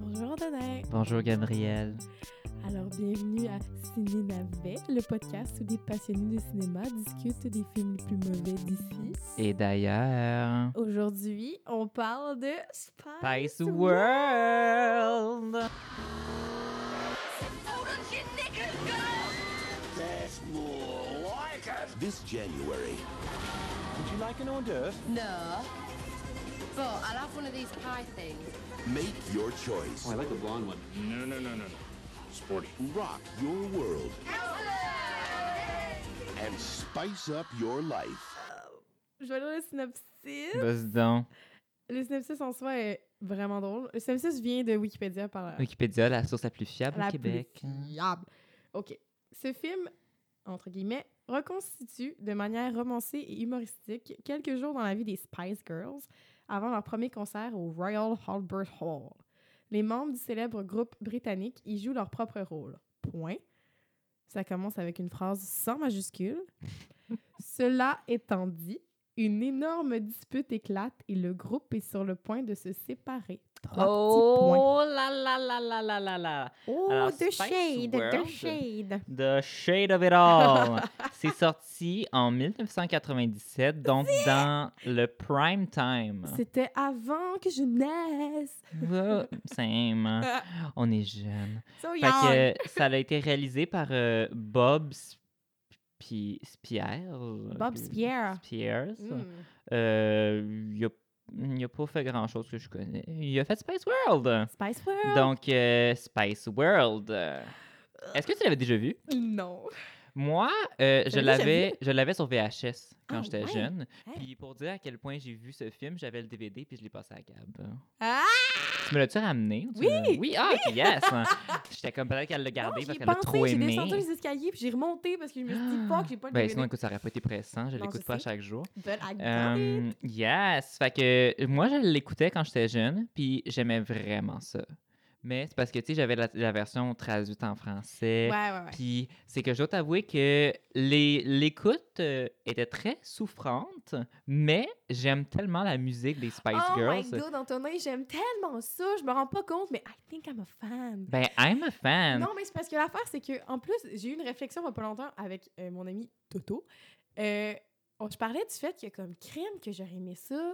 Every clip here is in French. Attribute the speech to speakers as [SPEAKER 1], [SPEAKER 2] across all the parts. [SPEAKER 1] Bonjour Antonin.
[SPEAKER 2] Bonjour Gabriel.
[SPEAKER 1] Alors bienvenue à Ciné Navet, le podcast où des passionnés de cinéma discutent des films les plus mauvais d'ici.
[SPEAKER 2] Et d'ailleurs,
[SPEAKER 1] Aujourd'hui, on parle de Spice,
[SPEAKER 2] Spice World.
[SPEAKER 3] That's more like it. This January,
[SPEAKER 4] Would you like an hors d'oeuvre?
[SPEAKER 5] No. But I'll have one of these pie things.
[SPEAKER 3] make your choice.
[SPEAKER 6] Oh, I like the blonde one. No, no, no, no, no. Sporty.
[SPEAKER 3] Rock your world. And spice up your life.
[SPEAKER 1] Je vais lire le synopsis.
[SPEAKER 2] Bosse donc.
[SPEAKER 1] Le synopsis en soi est vraiment drôle. Le synopsis vient de Wikipédia par la,
[SPEAKER 2] Wikipédia, la source la plus fiable
[SPEAKER 1] la
[SPEAKER 2] au Québec.
[SPEAKER 1] plus fiable. OK. Ce film, entre guillemets, reconstitue de manière romancée et humoristique quelques jours dans la vie des Spice Girls avant leur premier concert au Royal Albert Hall. Les membres du célèbre groupe britannique y jouent leur propre rôle. Point. Ça commence avec une phrase sans majuscule. Cela étant dit, une énorme dispute éclate et le groupe est sur le point de se séparer. Trois
[SPEAKER 2] Oh!
[SPEAKER 1] petits points.
[SPEAKER 2] là là là là là là là.
[SPEAKER 1] Oh,
[SPEAKER 2] Alors,
[SPEAKER 1] de
[SPEAKER 2] Spice
[SPEAKER 1] shade, de
[SPEAKER 2] World.
[SPEAKER 1] shade.
[SPEAKER 2] The Shade of It All. C'est sorti en 1997, donc dans le prime time.
[SPEAKER 1] C'était avant que je naisse. Ah,
[SPEAKER 2] Oh, Same. On est jeune.
[SPEAKER 1] So
[SPEAKER 2] Ah. Fait
[SPEAKER 1] young.
[SPEAKER 2] que, euh, ça a été réalisé par euh, Bob Sp- Pi- Spiers.
[SPEAKER 1] Bob Spierre.
[SPEAKER 2] Spiers.
[SPEAKER 1] Hmm.
[SPEAKER 2] Euh, il a- il n'a pas fait grand-chose que je connais. Il a fait Space World.
[SPEAKER 1] Spice World.
[SPEAKER 2] Donc, euh, Space World. euh, Est-ce que tu l'avais déjà vu?
[SPEAKER 1] Non.
[SPEAKER 2] Moi, euh, je
[SPEAKER 1] l'as déjà
[SPEAKER 2] l'avais je l'avais sur VHS quand
[SPEAKER 1] Ah,
[SPEAKER 2] j'étais
[SPEAKER 1] ouais?
[SPEAKER 2] jeune.
[SPEAKER 1] Hein?
[SPEAKER 2] Puis pour dire à quel point j'ai vu ce film, j'avais le DVD puis je l'ai passé à Gab.
[SPEAKER 1] Ah!
[SPEAKER 2] Tu me l'as-tu ramené? ou tu
[SPEAKER 1] Oui!
[SPEAKER 2] me- Oui! Ah, ok, yes! J'étais comme peut-être qu'elle l'a gardé
[SPEAKER 1] Non, j'y
[SPEAKER 2] parce
[SPEAKER 1] ai
[SPEAKER 2] qu'elle l'a trop
[SPEAKER 1] pensé, j'ai
[SPEAKER 2] aimé.
[SPEAKER 1] descendu les escaliers puis j'ai remonté parce que je me suis dit pas que j'ai pas le
[SPEAKER 2] Ben,
[SPEAKER 1] DVD.
[SPEAKER 2] sinon, écoute, ça aurait pas été pressant. Je
[SPEAKER 1] Non, je
[SPEAKER 2] l'écoute pas à
[SPEAKER 1] sais.
[SPEAKER 2] chaque jour.
[SPEAKER 1] But I got it.
[SPEAKER 2] Euh, yes! Fait que euh, moi, je l'écoutais quand j'étais jeune, puis j'aimais vraiment ça. Mais c'est parce que, tu sais, j'avais la, la version traduite en français.
[SPEAKER 1] Ouais, ouais, ouais.
[SPEAKER 2] Puis c'est que je dois t'avouer que les- l'écoute euh, était très souffrante, mais j'aime tellement la musique des Spice
[SPEAKER 1] oh my
[SPEAKER 2] Girls.
[SPEAKER 1] god, Antonin, j'aime tellement ça, je me rends pas compte, mais I think I'm a fan.
[SPEAKER 2] Ben, I'm a fan.
[SPEAKER 1] Non, mais c'est parce que l'affaire, c'est que en plus, j'ai eu une réflexion il y a pas longtemps avec euh, mon ami Toto. Euh, on- je parlais du fait que, comme crime, que j'aurais aimé ça,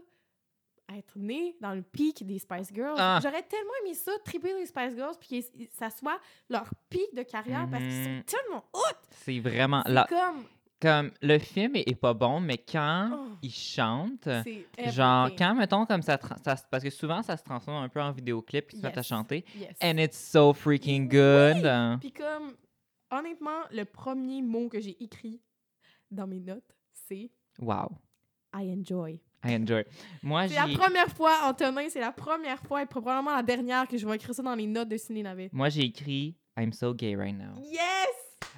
[SPEAKER 1] être né dans le pic des Spice Girls.
[SPEAKER 2] Ah.
[SPEAKER 1] J'aurais tellement aimé ça, triper les Spice Girls, puis que ça soit leur pic de carrière parce qu'ils sont
[SPEAKER 2] Mhm.
[SPEAKER 1] tellement hauts.
[SPEAKER 2] C'est vraiment.
[SPEAKER 1] C'est
[SPEAKER 2] Là,
[SPEAKER 1] comme.
[SPEAKER 2] comme le film est, est pas bon, mais quand
[SPEAKER 1] Oh.
[SPEAKER 2] ils chantent.
[SPEAKER 1] c'est
[SPEAKER 2] Euh, Genre,
[SPEAKER 1] everything.
[SPEAKER 2] quand, mettons, comme ça, tra- ça- Parce que souvent, ça se transforme un peu en vidéoclip, puis ils se mettent à
[SPEAKER 1] Yes.
[SPEAKER 2] chanter.
[SPEAKER 1] Yes.
[SPEAKER 2] And it's so freaking good! Euh,
[SPEAKER 1] Puis comme, honnêtement, le premier mot que j'ai écrit dans mes notes, c'est
[SPEAKER 2] Wow!
[SPEAKER 1] I enjoy.
[SPEAKER 2] I enjoy. Moi, j'ai...
[SPEAKER 1] C'est la première fois, Antonin, c'est la première fois et probablement la dernière que je vais écrire ça dans les notes de Ciné Navet.
[SPEAKER 2] Moi, j'ai écrit I'm so gay right now.
[SPEAKER 1] Yes!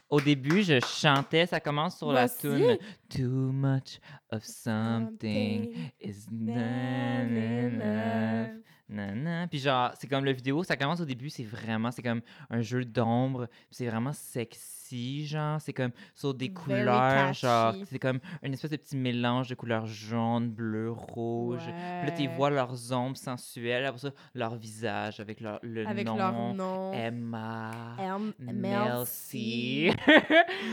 [SPEAKER 2] Au début, je chantais, ça commence sur
[SPEAKER 1] Moi
[SPEAKER 2] la
[SPEAKER 1] aussi.
[SPEAKER 2] tune Too much of something is not enough. Nanana. Puis genre, c'est comme le vidéo, ça commence au début, c'est vraiment, c'est comme un jeu d'ombre, puis c'est vraiment sexy, genre, c'est comme sur des
[SPEAKER 1] Very
[SPEAKER 2] couleurs, genre,
[SPEAKER 1] catchy.
[SPEAKER 2] c'est comme une espèce de petit mélange de couleurs jaune, bleu, rouge. Puis là, tu
[SPEAKER 1] Ouais.
[SPEAKER 2] vois leurs ombres sensuelles, après ça, leur visage avec leur, le
[SPEAKER 1] Avec
[SPEAKER 2] nom,
[SPEAKER 1] leur nom.
[SPEAKER 2] Emma,
[SPEAKER 1] M.
[SPEAKER 2] Mel C.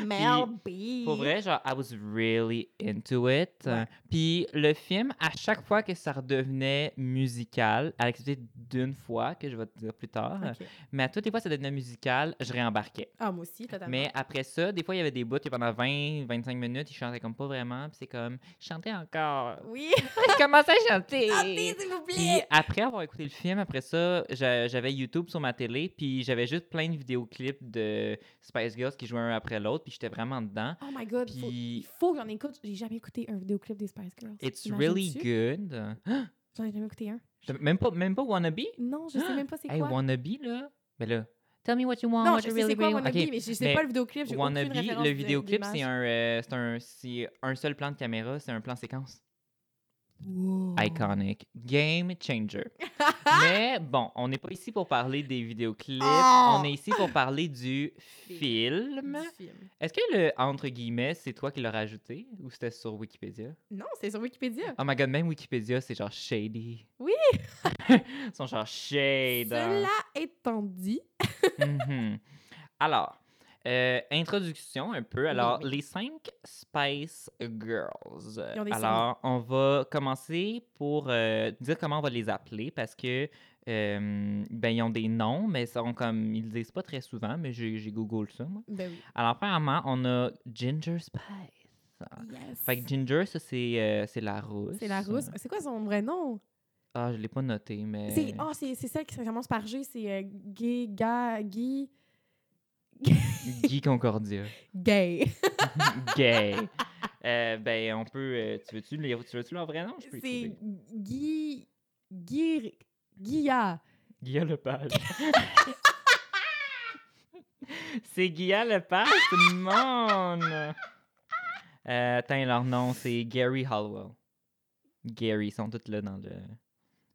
[SPEAKER 1] Mel B.
[SPEAKER 2] Pour vrai, genre, I was really into it.
[SPEAKER 1] Ouais.
[SPEAKER 2] Puis le film, à chaque fois que ça redevenait musical, à l'exception d'une fois, que je vais te dire plus tard,
[SPEAKER 1] Ok.
[SPEAKER 2] mais à toutes les fois que ça devenait musical, je réembarquais.
[SPEAKER 1] Ah, moi aussi, totalement.
[SPEAKER 2] Mais après ça, des fois, il y avait des bouts que pendant 20-25 minutes, ils chantaient comme pas vraiment, puis c'est comme, je chantais encore.
[SPEAKER 1] Oui!
[SPEAKER 2] Je commençais à chanter.
[SPEAKER 1] Chantez, s'il vous
[SPEAKER 2] Puis
[SPEAKER 1] plaît!
[SPEAKER 2] après avoir écouté le film, après ça, j'a- j'avais YouTube sur ma télé, puis j'avais juste plein de vidéoclips de Spice Girls qui jouaient un après l'autre, puis j'étais vraiment dedans.
[SPEAKER 1] Oh my god, faut- il
[SPEAKER 2] Puis
[SPEAKER 1] faut que j'en écoute. J'ai jamais écouté un vidéoclip des Spice Girls.
[SPEAKER 2] it's
[SPEAKER 1] T'imagines-tu?
[SPEAKER 2] really good.
[SPEAKER 1] J'en ai jamais écouté un.
[SPEAKER 2] J'avais Même pas, même pas wannabe.
[SPEAKER 1] Non, je sais même pas c'est
[SPEAKER 2] Hey,
[SPEAKER 1] quoi.
[SPEAKER 2] wannabe là. Mais là, tell me what you want.
[SPEAKER 1] Non,
[SPEAKER 2] what
[SPEAKER 1] je
[SPEAKER 2] you
[SPEAKER 1] sais c'est
[SPEAKER 2] really,
[SPEAKER 1] quoi
[SPEAKER 2] really want.
[SPEAKER 1] Wannabe,
[SPEAKER 2] Ok,
[SPEAKER 1] mais je sais pas le vidéoclip, j'ai aucune
[SPEAKER 2] Wannabe,
[SPEAKER 1] référence
[SPEAKER 2] le
[SPEAKER 1] de-
[SPEAKER 2] vidéoclip, c'est
[SPEAKER 1] d'image.
[SPEAKER 2] un, euh, c'est un, c'est un seul plan de caméra, c'est un plan séquence.
[SPEAKER 1] Oh.
[SPEAKER 2] Iconic. Game changer. Mais bon, on n'est pas ici pour parler des vidéoclips.
[SPEAKER 1] Oh!
[SPEAKER 2] On est ici pour parler du film.
[SPEAKER 1] Du film.
[SPEAKER 2] Est-ce que le entre guillemets, c'est toi qui l'as rajouté ou c'était sur Wikipédia?
[SPEAKER 1] Non, c'est sur Wikipédia.
[SPEAKER 2] Oh my god, même Wikipédia, c'est genre shady.
[SPEAKER 1] Oui.
[SPEAKER 2] Ils sont genre shade. hein.
[SPEAKER 1] Cela étant dit,
[SPEAKER 2] Mhm. Alors, euh, introduction un peu. Alors, les cinq Spice Girls.
[SPEAKER 1] Ils ont des
[SPEAKER 2] Alors, on va commencer pour euh, dire comment on va les appeler parce que. euh, ben, ils ont des noms, mais ils sont comme ils le disent pas très souvent, mais j'ai j'ai Google ça. Moi.
[SPEAKER 1] ben oui.
[SPEAKER 2] Alors, premièrement, on a Ginger Spice.
[SPEAKER 1] Yes.
[SPEAKER 2] Fait que Ginger, ça c'est euh, c'est la rousse.
[SPEAKER 1] C'est la rousse. C'est quoi son vrai nom?
[SPEAKER 2] Ah, je l'ai pas noté, mais.
[SPEAKER 1] C'est oh, c'est c'est celle qui commence par G, c'est euh, Gay, Ga, Guy,
[SPEAKER 2] Guy Concordia.
[SPEAKER 1] Gay.
[SPEAKER 2] gay. Euh, ben, on peut. euh, tu veux-tu les- tu veux leur vrai nom? Je peux y
[SPEAKER 1] C'est
[SPEAKER 2] trouver.
[SPEAKER 1] Guy, Guy, Guilla.
[SPEAKER 2] Guilla Lepage. c'est Guilla Lepage, tout le monde! Euh, attends, leur nom, c'est Gary Hallwell. Gary, ils sont tous là dans le.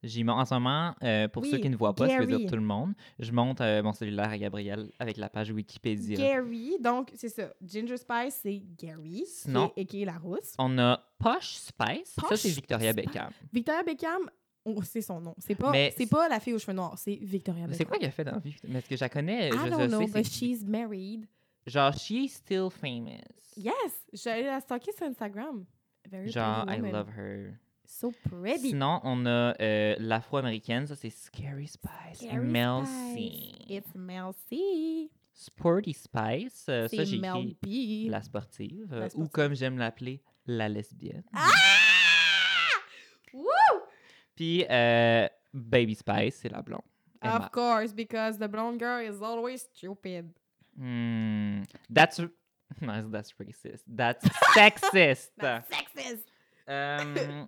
[SPEAKER 2] J'y mon- En ce moment, euh, pour ceux
[SPEAKER 1] Oui,
[SPEAKER 2] qui ne voient pas, ça veut
[SPEAKER 1] Gary.
[SPEAKER 2] dire tout le monde, je monte euh, mon cellulaire à Gabriel avec la page Wikipédia.
[SPEAKER 1] Gary, donc c'est ça. Ginger Spice, c'est Gary,
[SPEAKER 2] Non.
[SPEAKER 1] et qui est la rousse.
[SPEAKER 2] On a Posh Spice. ça,
[SPEAKER 1] Posh
[SPEAKER 2] c'est Victoria
[SPEAKER 1] Spice.
[SPEAKER 2] Beckham.
[SPEAKER 1] Victoria Beckham, oh, c'est son nom. C'est pas,
[SPEAKER 2] Mais-
[SPEAKER 1] c'est pas la fille aux cheveux noirs, c'est Victoria Beckham.
[SPEAKER 2] C'est quoi qu'elle fait dans la vie? Mais ce que je la connais, je,
[SPEAKER 1] Ah, ben, I
[SPEAKER 2] je
[SPEAKER 1] don't know,
[SPEAKER 2] sais.
[SPEAKER 1] but
[SPEAKER 2] c'est-
[SPEAKER 1] she's married.
[SPEAKER 2] Genre, she's still famous.
[SPEAKER 1] Yes, j'allais la stalker sur Instagram. Very
[SPEAKER 2] Genre, I
[SPEAKER 1] pretty woman.
[SPEAKER 2] love her.
[SPEAKER 1] So pretty.
[SPEAKER 2] Sinon, on a euh, l'afro-américaine, ça c'est Scary Spice.
[SPEAKER 1] Gary
[SPEAKER 2] Mel
[SPEAKER 1] Spice.
[SPEAKER 2] C.
[SPEAKER 1] It's Mel C.
[SPEAKER 2] Sporty Spice, euh, ça
[SPEAKER 1] C'est
[SPEAKER 2] j'ai
[SPEAKER 1] Mel
[SPEAKER 2] écrit
[SPEAKER 1] B.
[SPEAKER 2] la sportive, euh, ou
[SPEAKER 1] sportive. Ah!
[SPEAKER 2] comme j'aime l'appeler, la lesbienne.
[SPEAKER 1] Woo!
[SPEAKER 2] Puis euh, Baby Spice, c'est la blonde. Emma.
[SPEAKER 1] Of course, because the blonde girl is always stupid.
[SPEAKER 2] Hmm, that's... Non, that's racist. That's sexist.
[SPEAKER 1] That's sexist.
[SPEAKER 2] Mmh. Euh,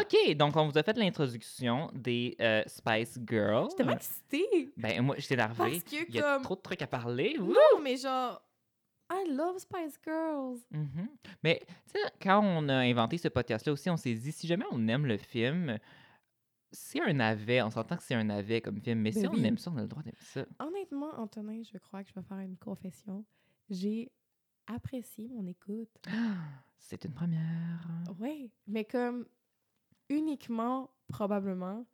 [SPEAKER 2] OK, donc on vous a fait l'introduction des euh, Spice Girls.
[SPEAKER 1] J'étais pas excitée.
[SPEAKER 2] Ben, moi, j'étais énervée.
[SPEAKER 1] Parce que
[SPEAKER 2] Il y a
[SPEAKER 1] comme-
[SPEAKER 2] trop de trucs à parler. Ouh!
[SPEAKER 1] Non, mais genre, I love Spice Girls.
[SPEAKER 2] Mhm. Mais, tu sais, quand on a inventé ce podcast-là aussi, on s'est dit, si jamais on aime le film, c'est un navet. On s'entend que c'est un navet comme film. Mais si
[SPEAKER 1] Ben
[SPEAKER 2] on
[SPEAKER 1] oui.
[SPEAKER 2] aime ça, on a le droit d'aimer ça.
[SPEAKER 1] Honnêtement, Antonin, je crois que je vais faire une confession. J'ai apprécié mon écoute.
[SPEAKER 2] C'est une première. hein,
[SPEAKER 1] Ouais, mais comme uniquement, probablement,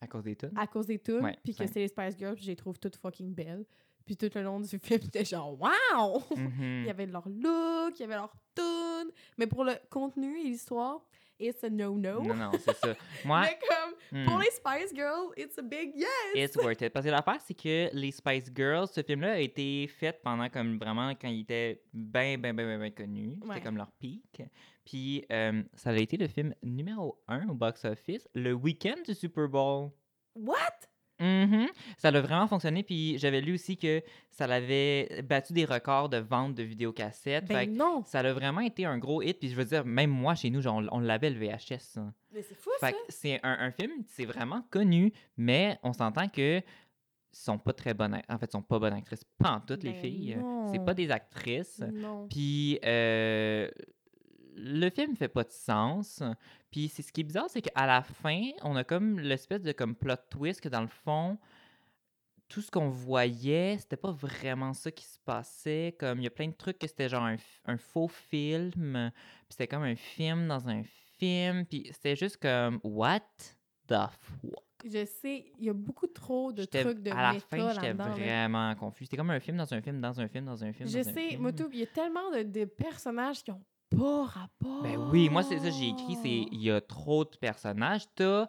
[SPEAKER 2] À cause des tonnes.
[SPEAKER 1] à cause des tunes,
[SPEAKER 2] Mm. Ouais,
[SPEAKER 1] puis que
[SPEAKER 2] same.
[SPEAKER 1] c'est les Spice Girls, puis je les trouve toutes fucking belles. Puis tout le long du film, j'étais genre, wow!
[SPEAKER 2] Mm-hmm.
[SPEAKER 1] Il y avait leur look, il y avait leur tune, mais pour le contenu et l'histoire, it's a no-no.
[SPEAKER 2] Non, non, c'est ça. Moi,
[SPEAKER 1] Mais comme,
[SPEAKER 2] hmm,
[SPEAKER 1] pour les Spice Girls, it's a big yes!
[SPEAKER 2] it's worth it. Parce que l'affaire, c'est que les Spice Girls, ce film-là a été fait pendant comme vraiment quand ils étaient bien, bien, bien, bien, bien connus.
[SPEAKER 1] Ouais.
[SPEAKER 2] C'était comme leur pic. Puis, euh, ça a été le film numéro un au box-office le week-end du Super Bowl.
[SPEAKER 1] What?
[SPEAKER 2] Mhm. Ça a vraiment fonctionné. Puis j'avais lu aussi que ça l'avait battu des records de vente de vidéocassettes. Fait
[SPEAKER 1] Ben
[SPEAKER 2] que
[SPEAKER 1] non!
[SPEAKER 2] ça a vraiment été un gros hit. Puis je veux dire, même moi, chez nous, genre, on, on l'avait le VHS. hein.
[SPEAKER 1] Mais c'est fou,
[SPEAKER 2] Fait
[SPEAKER 1] ça!
[SPEAKER 2] que c'est un, un film, c'est vraiment connu, mais on s'entend que sont pas très bonnes. act- En fait, sont pas bonnes actrices. Pas en toutes les
[SPEAKER 1] Ben
[SPEAKER 2] filles.
[SPEAKER 1] non.
[SPEAKER 2] C'est pas des actrices.
[SPEAKER 1] Non.
[SPEAKER 2] Puis euh, le film fait pas de sens. Puis c'est ce qui est bizarre, c'est qu'à la fin, on a comme l'espèce de comme plot twist que dans le fond, tout ce qu'on voyait, c'était pas vraiment ça qui se passait. Comme il y a plein de trucs que c'était genre un, f- un faux film, puis c'était comme un film dans un film, puis c'était juste comme what the fuck.
[SPEAKER 1] Je sais, il y a beaucoup trop de
[SPEAKER 2] J'étais-
[SPEAKER 1] trucs de
[SPEAKER 2] à la
[SPEAKER 1] méta
[SPEAKER 2] fin, j'étais
[SPEAKER 1] là-dedans, là.
[SPEAKER 2] vraiment confus. C'était comme un film dans un film dans un film dans un film.
[SPEAKER 1] Je
[SPEAKER 2] dans un
[SPEAKER 1] sais,
[SPEAKER 2] film.
[SPEAKER 1] Moto, il y a tellement de, de personnages qui ont pas rapport.
[SPEAKER 2] Ben oui, moi, c'est ça que j'ai écrit,
[SPEAKER 1] Oh!
[SPEAKER 2] c'est il y a trop de personnages. T'as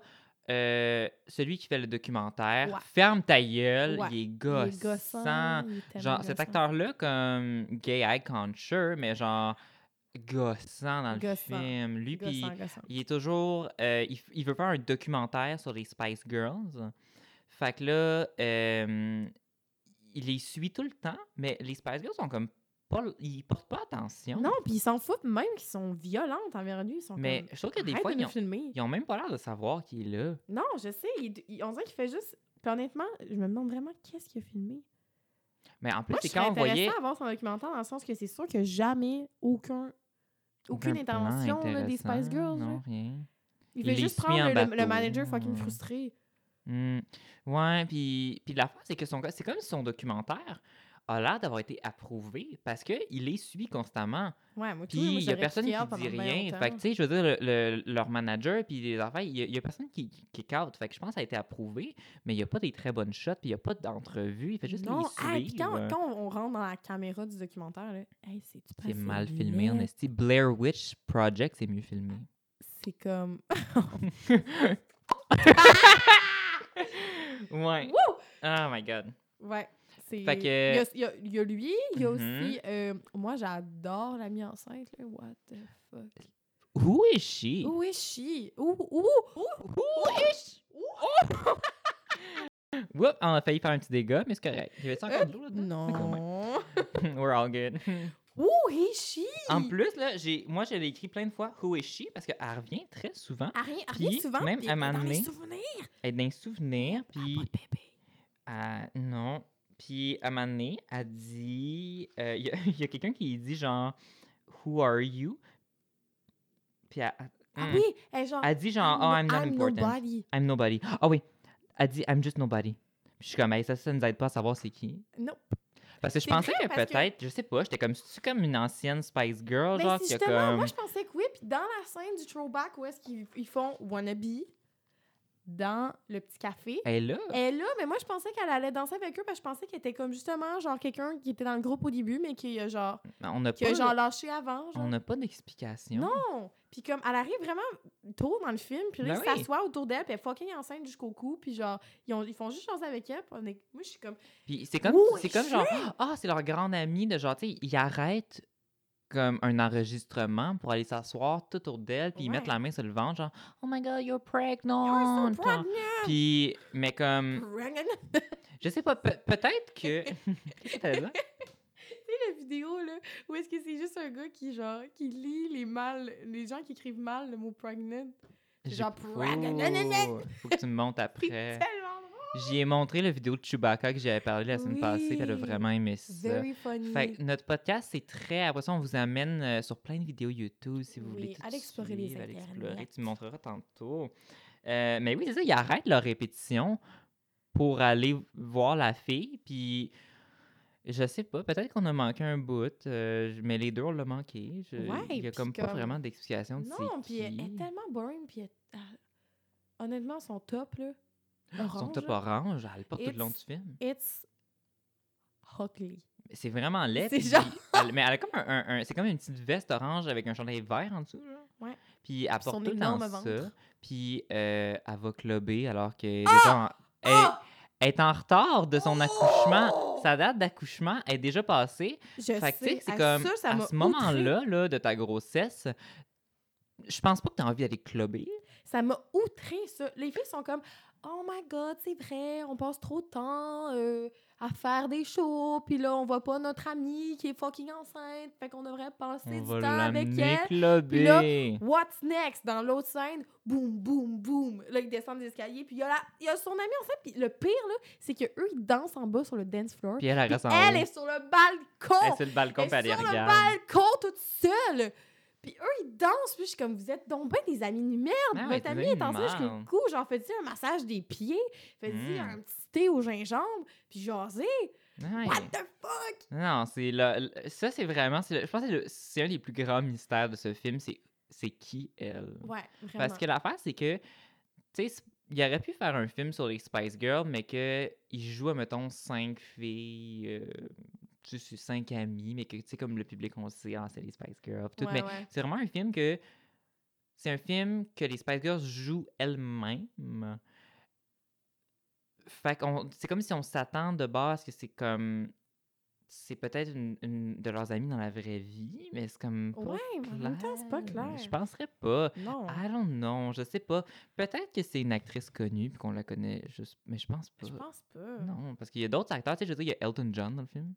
[SPEAKER 2] euh, celui qui fait le documentaire,
[SPEAKER 1] Ouais.
[SPEAKER 2] ferme ta gueule,
[SPEAKER 1] Ouais.
[SPEAKER 2] il est
[SPEAKER 1] Il est
[SPEAKER 2] gossant.
[SPEAKER 1] gossant, il est tellement
[SPEAKER 2] Genre, cet
[SPEAKER 1] gossant.
[SPEAKER 2] acteur-là, comme gay icon, sure, mais genre gossant dans le
[SPEAKER 1] Gossant.
[SPEAKER 2] film. Lui, puis
[SPEAKER 1] Gossant, gossant.
[SPEAKER 2] il est toujours. euh, il, f- il veut faire un documentaire sur les Spice Girls. Fait que là, euh, il les suit tout le temps, mais les Spice Girls sont comme. Pas, ils portent pas attention.
[SPEAKER 1] Non, puis ils s'en foutent même qu'ils sont violentes envers lui. Ils sont
[SPEAKER 2] Mais
[SPEAKER 1] comme,
[SPEAKER 2] je trouve que des
[SPEAKER 1] Arrête
[SPEAKER 2] fois,
[SPEAKER 1] de
[SPEAKER 2] ils
[SPEAKER 1] nous
[SPEAKER 2] ont,
[SPEAKER 1] filmer.
[SPEAKER 2] ils ont même pas l'air de savoir qui est là.
[SPEAKER 1] Non, je sais, il- il- on dirait qu'il fait juste... Puis honnêtement, je me demande vraiment qu'est-ce qu'il a filmé.
[SPEAKER 2] Mais en plus,
[SPEAKER 1] Moi, je
[SPEAKER 2] c'est
[SPEAKER 1] serais
[SPEAKER 2] quand on voyait.
[SPEAKER 1] intéressée à voir son documentaire dans le sens que c'est sûr que jamais aucun... Aucune
[SPEAKER 2] Aucun plan
[SPEAKER 1] intervention là, des
[SPEAKER 2] Ben, intéressant,
[SPEAKER 1] Spice Girls. là.
[SPEAKER 2] Non, rien.
[SPEAKER 1] Il veut
[SPEAKER 2] les
[SPEAKER 1] juste
[SPEAKER 2] suit
[SPEAKER 1] prendre
[SPEAKER 2] en
[SPEAKER 1] le- le,
[SPEAKER 2] bateau.
[SPEAKER 1] manager fucking
[SPEAKER 2] Ouais.
[SPEAKER 1] frustré.
[SPEAKER 2] Hmm. Ouais, puis, puis l'affaire, c'est que son, c'est comme si son documentaire a l'air d'avoir été approuvé parce qu'il les suit constamment.
[SPEAKER 1] Ouais, moi, tu vois, moi,
[SPEAKER 2] Puis il y a
[SPEAKER 1] j'aurais
[SPEAKER 2] personne
[SPEAKER 1] kick out
[SPEAKER 2] qui dit
[SPEAKER 1] pendant bien
[SPEAKER 2] rien.
[SPEAKER 1] longtemps.
[SPEAKER 2] Fait que, tu sais, je veux dire, le- le- leur manager, puis les affaires, il y, a- il y a personne qui, qui kick out. Fait que je pense que ça a été approuvé, mais il n'y a pas des très bonnes shots, puis il n'y a pas d'entrevue. Il fait juste
[SPEAKER 1] non,
[SPEAKER 2] les
[SPEAKER 1] hey, puis
[SPEAKER 2] suivre. euh.
[SPEAKER 1] quand, quand on rentre dans la caméra du documentaire, là, hey, c'est du
[SPEAKER 2] c'est
[SPEAKER 1] passé
[SPEAKER 2] mal filmé, en
[SPEAKER 1] laid.
[SPEAKER 2] esti. Blair Witch Project, c'est mieux filmé.
[SPEAKER 1] C'est comme.
[SPEAKER 2] ouais.
[SPEAKER 1] Wouh!
[SPEAKER 2] Oh my God.
[SPEAKER 1] Ouais. c'est-
[SPEAKER 2] Fait que-
[SPEAKER 1] Il y a- il y, a- il y a lui, il y a
[SPEAKER 2] Mhm.
[SPEAKER 1] aussi. euh, moi, j'adore la mise enceinte, là. What the fuck?
[SPEAKER 2] Who is she?
[SPEAKER 1] Où est she? Où, où?
[SPEAKER 2] Who is- Oh! Whoop, on a failli faire un petit dégât, mais c'est correct. Il y avait
[SPEAKER 1] Euh,
[SPEAKER 2] encore de l'eau là-dedans?
[SPEAKER 1] Non.
[SPEAKER 2] We're all good.
[SPEAKER 1] Où est she?
[SPEAKER 2] En plus, là, j'ai, moi, je l'ai écrit plein de fois, Who is she? Parce qu'elle revient très souvent.
[SPEAKER 1] Elle revient- elle
[SPEAKER 2] Puis,
[SPEAKER 1] revient souvent.
[SPEAKER 2] même
[SPEAKER 1] puis
[SPEAKER 2] à un
[SPEAKER 1] dans
[SPEAKER 2] moment
[SPEAKER 1] mes
[SPEAKER 2] donné-
[SPEAKER 1] souvenirs.
[SPEAKER 2] Elle est dans les souvenirs, puis.
[SPEAKER 1] Ah, Pas de bébé.
[SPEAKER 2] Ah, non. Puis, à un moment donné, elle dit. euh, Il y a, y a quelqu'un qui dit, genre, Who are you? Puis, elle,
[SPEAKER 1] Ah
[SPEAKER 2] Hmm.
[SPEAKER 1] oui, elle est genre.
[SPEAKER 2] elle dit, genre, Oh, I'm not important.
[SPEAKER 1] nobody.
[SPEAKER 2] I'm nobody. Ah oui, elle dit, I'm just nobody. Puis, je suis comme, Hey, ça, ça nous aide pas à savoir c'est qui.
[SPEAKER 1] Non.
[SPEAKER 2] Parce que je
[SPEAKER 1] C'est
[SPEAKER 2] pensais
[SPEAKER 1] vrai,
[SPEAKER 2] que
[SPEAKER 1] parce que-
[SPEAKER 2] peut-être, je sais pas, j'étais comme, c'est comme une ancienne Spice Girl,
[SPEAKER 1] Mais
[SPEAKER 2] genre,
[SPEAKER 1] c'est
[SPEAKER 2] qui a
[SPEAKER 1] justement,
[SPEAKER 2] comme.
[SPEAKER 1] moi je pensais que oui, puis dans la scène du throwback où est-ce qu'ils ils font wannabe dans le petit café,
[SPEAKER 2] Elle est là.
[SPEAKER 1] elle est là, mais moi je pensais qu'elle allait danser avec eux parce que je pensais qu'elle était comme justement genre quelqu'un qui était dans le groupe au début mais qui a genre
[SPEAKER 2] On n'a
[SPEAKER 1] qui a
[SPEAKER 2] pas,
[SPEAKER 1] genre lâché avant, genre.
[SPEAKER 2] on n'a pas d'explication.
[SPEAKER 1] Non, puis comme elle arrive vraiment tôt dans le film, puis là
[SPEAKER 2] Ben
[SPEAKER 1] ils
[SPEAKER 2] oui.
[SPEAKER 1] s'assoient autour d'elle, puis elle est fucking enceinte jusqu'au cou, puis genre ils, ont- ils font juste danser avec elle. puis on est- Moi je suis comme
[SPEAKER 2] Puis c'est comme,
[SPEAKER 1] Où
[SPEAKER 2] c'est
[SPEAKER 1] est
[SPEAKER 2] comme genre, ah, c'est leur grande amie de genre, tu sais, ils arrêtent comme un enregistrement pour aller s'asseoir tout autour d'elle, puis ils mettent
[SPEAKER 1] Ouais.
[SPEAKER 2] la main sur le ventre, genre, oh my god, you're
[SPEAKER 1] You're
[SPEAKER 2] pregnant.
[SPEAKER 1] so pregnant.
[SPEAKER 2] Puis, mais comme,
[SPEAKER 1] Pregnant.
[SPEAKER 2] je sais pas, pe- peut-être que. Qu'est-ce que t'allais dire?
[SPEAKER 1] sais, la vidéo, là, où est-ce que c'est juste un gars qui, genre, qui lit les mal, les gens qui écrivent mal le mot pregnant?
[SPEAKER 2] J'ai-
[SPEAKER 1] Genre,
[SPEAKER 2] Oh, Faut que tu me montes
[SPEAKER 1] C'est
[SPEAKER 2] après.
[SPEAKER 1] tellement drôle!
[SPEAKER 2] J'y ai montré la vidéo de Chewbacca que j'avais parlé la semaine passée, puis elle a
[SPEAKER 1] Oui. Ben
[SPEAKER 2] vraiment aimé ça.
[SPEAKER 1] Very funny.
[SPEAKER 2] Fait que notre podcast, c'est très. Après ça, on vous amène euh, sur plein de vidéos YouTube si vous voulez.
[SPEAKER 1] Oui,
[SPEAKER 2] tout
[SPEAKER 1] allez explorer les
[SPEAKER 2] suivre, allez explorer.
[SPEAKER 1] internets.
[SPEAKER 2] Tu me montreras tantôt. Euh, mais oui, c'est ça, ils arrêtent leur répétition pour aller voir la fille. Puis, je sais pas, peut-être qu'on a manqué un bout, euh, je- mais les deux, on l'a manqué. Je-
[SPEAKER 1] Ouais,
[SPEAKER 2] il y a
[SPEAKER 1] puis
[SPEAKER 2] comme pas
[SPEAKER 1] comme-
[SPEAKER 2] vraiment d'explication de
[SPEAKER 1] non,
[SPEAKER 2] c'est
[SPEAKER 1] puis elle, elle
[SPEAKER 2] qui.
[SPEAKER 1] est tellement boring, puis elle- ah, honnêtement, son top, là, orange,
[SPEAKER 2] Son top orange, elle le porte tout le long du
[SPEAKER 1] It's-
[SPEAKER 2] film.
[SPEAKER 1] it's ugly.
[SPEAKER 2] C'est vraiment laid.
[SPEAKER 1] C'est
[SPEAKER 2] puis
[SPEAKER 1] genre-
[SPEAKER 2] elle- mais elle a comme un, un- un- c'est comme une petite veste orange avec un chandail vert en dessous. Là.
[SPEAKER 1] Ouais.
[SPEAKER 2] Puis elle
[SPEAKER 1] Puis son
[SPEAKER 2] porte tout le temps
[SPEAKER 1] énorme
[SPEAKER 2] ça.
[SPEAKER 1] ventre. Ah!
[SPEAKER 2] Puis euh, elle va clubber alors que déjà elle, elle est en retard de son accouchement. Sa date d'accouchement est déjà passée.
[SPEAKER 1] Oh! Je
[SPEAKER 2] Fait que tu sais,
[SPEAKER 1] sais,
[SPEAKER 2] c'est
[SPEAKER 1] à
[SPEAKER 2] comme
[SPEAKER 1] ça, ça
[SPEAKER 2] à
[SPEAKER 1] m'a
[SPEAKER 2] ce moment-là là, de ta grossesse, je pense pas que tu as envie d'aller clubber.
[SPEAKER 1] Ça m'a outré, ça. Les filles sont comme Oh my god, c'est vrai, on passe trop de temps euh, à faire des shows, puis là, on voit pas notre amie qui est fucking enceinte, fait qu'on devrait passer
[SPEAKER 2] On
[SPEAKER 1] du
[SPEAKER 2] va
[SPEAKER 1] temps avec
[SPEAKER 2] l'amener
[SPEAKER 1] elle.
[SPEAKER 2] clubber.
[SPEAKER 1] Puis là, What's next? Dans l'autre scène, boum, boum, boum. Là, ils descendent des escaliers, puis il y, a la- il y a son amie enceinte, puis le pire, là, c'est que eux ils dansent en bas sur le dance floor.
[SPEAKER 2] Puis elle, elle
[SPEAKER 1] Puis
[SPEAKER 2] reste en
[SPEAKER 1] elle
[SPEAKER 2] haut.
[SPEAKER 1] est sur le balcon!
[SPEAKER 2] Elle est sur le balcon,
[SPEAKER 1] Elle
[SPEAKER 2] puis elle
[SPEAKER 1] est
[SPEAKER 2] les
[SPEAKER 1] sur le
[SPEAKER 2] regarde.
[SPEAKER 1] balcon toute seule. Puis eux, ils dansent. Puis je suis comme, vous êtes donc ben des amis de merde.
[SPEAKER 2] Ah ouais,
[SPEAKER 1] Votre
[SPEAKER 2] des
[SPEAKER 1] ami
[SPEAKER 2] amis
[SPEAKER 1] est
[SPEAKER 2] de
[SPEAKER 1] enceinte jusqu'au
[SPEAKER 2] merde.
[SPEAKER 1] cou. Genre, fais-tu un massage des pieds? Fais-tu
[SPEAKER 2] Mm.
[SPEAKER 1] un petit thé au gingembre? Puis jaser?
[SPEAKER 2] Ouais.
[SPEAKER 1] What the fuck?
[SPEAKER 2] Non, c'est là. Ça, c'est vraiment. c'est le- je pense que c'est le- c'est un des plus grands mystères de ce film. C'est c'est qui elle.
[SPEAKER 1] Ouais, vraiment.
[SPEAKER 2] Parce que l'affaire, c'est que. Tu sais, c'est- il aurait pu faire un film sur les Spice Girls, mais que il joue, mettons, cinq filles. euh, tu sais, c'est cinq amies, mais que, tu sais, comme le public, on le sait, ah, c'est les Spice Girls. pis tout,
[SPEAKER 1] Ouais,
[SPEAKER 2] mais
[SPEAKER 1] ouais.
[SPEAKER 2] c'est vraiment un film que. C'est un film que les Spice Girls jouent elles-mêmes. Fait qu'on. C'est comme si on s'attend de base que c'est comme. C'est peut-être une, une de leurs amies dans la vraie vie, mais c'est comme. pas
[SPEAKER 1] Ouais, mais en même temps, c'est pas clair.
[SPEAKER 2] Je Ah, penserais pas.
[SPEAKER 1] Non.
[SPEAKER 2] I don't know, je sais pas. Peut-être que c'est une actrice connue puis qu'on la connaît juste. Mais je pense pas.
[SPEAKER 1] Je pense pas.
[SPEAKER 2] Non, parce qu'il y a d'autres acteurs. Tu sais, je veux dire, il y a Elton John dans le film.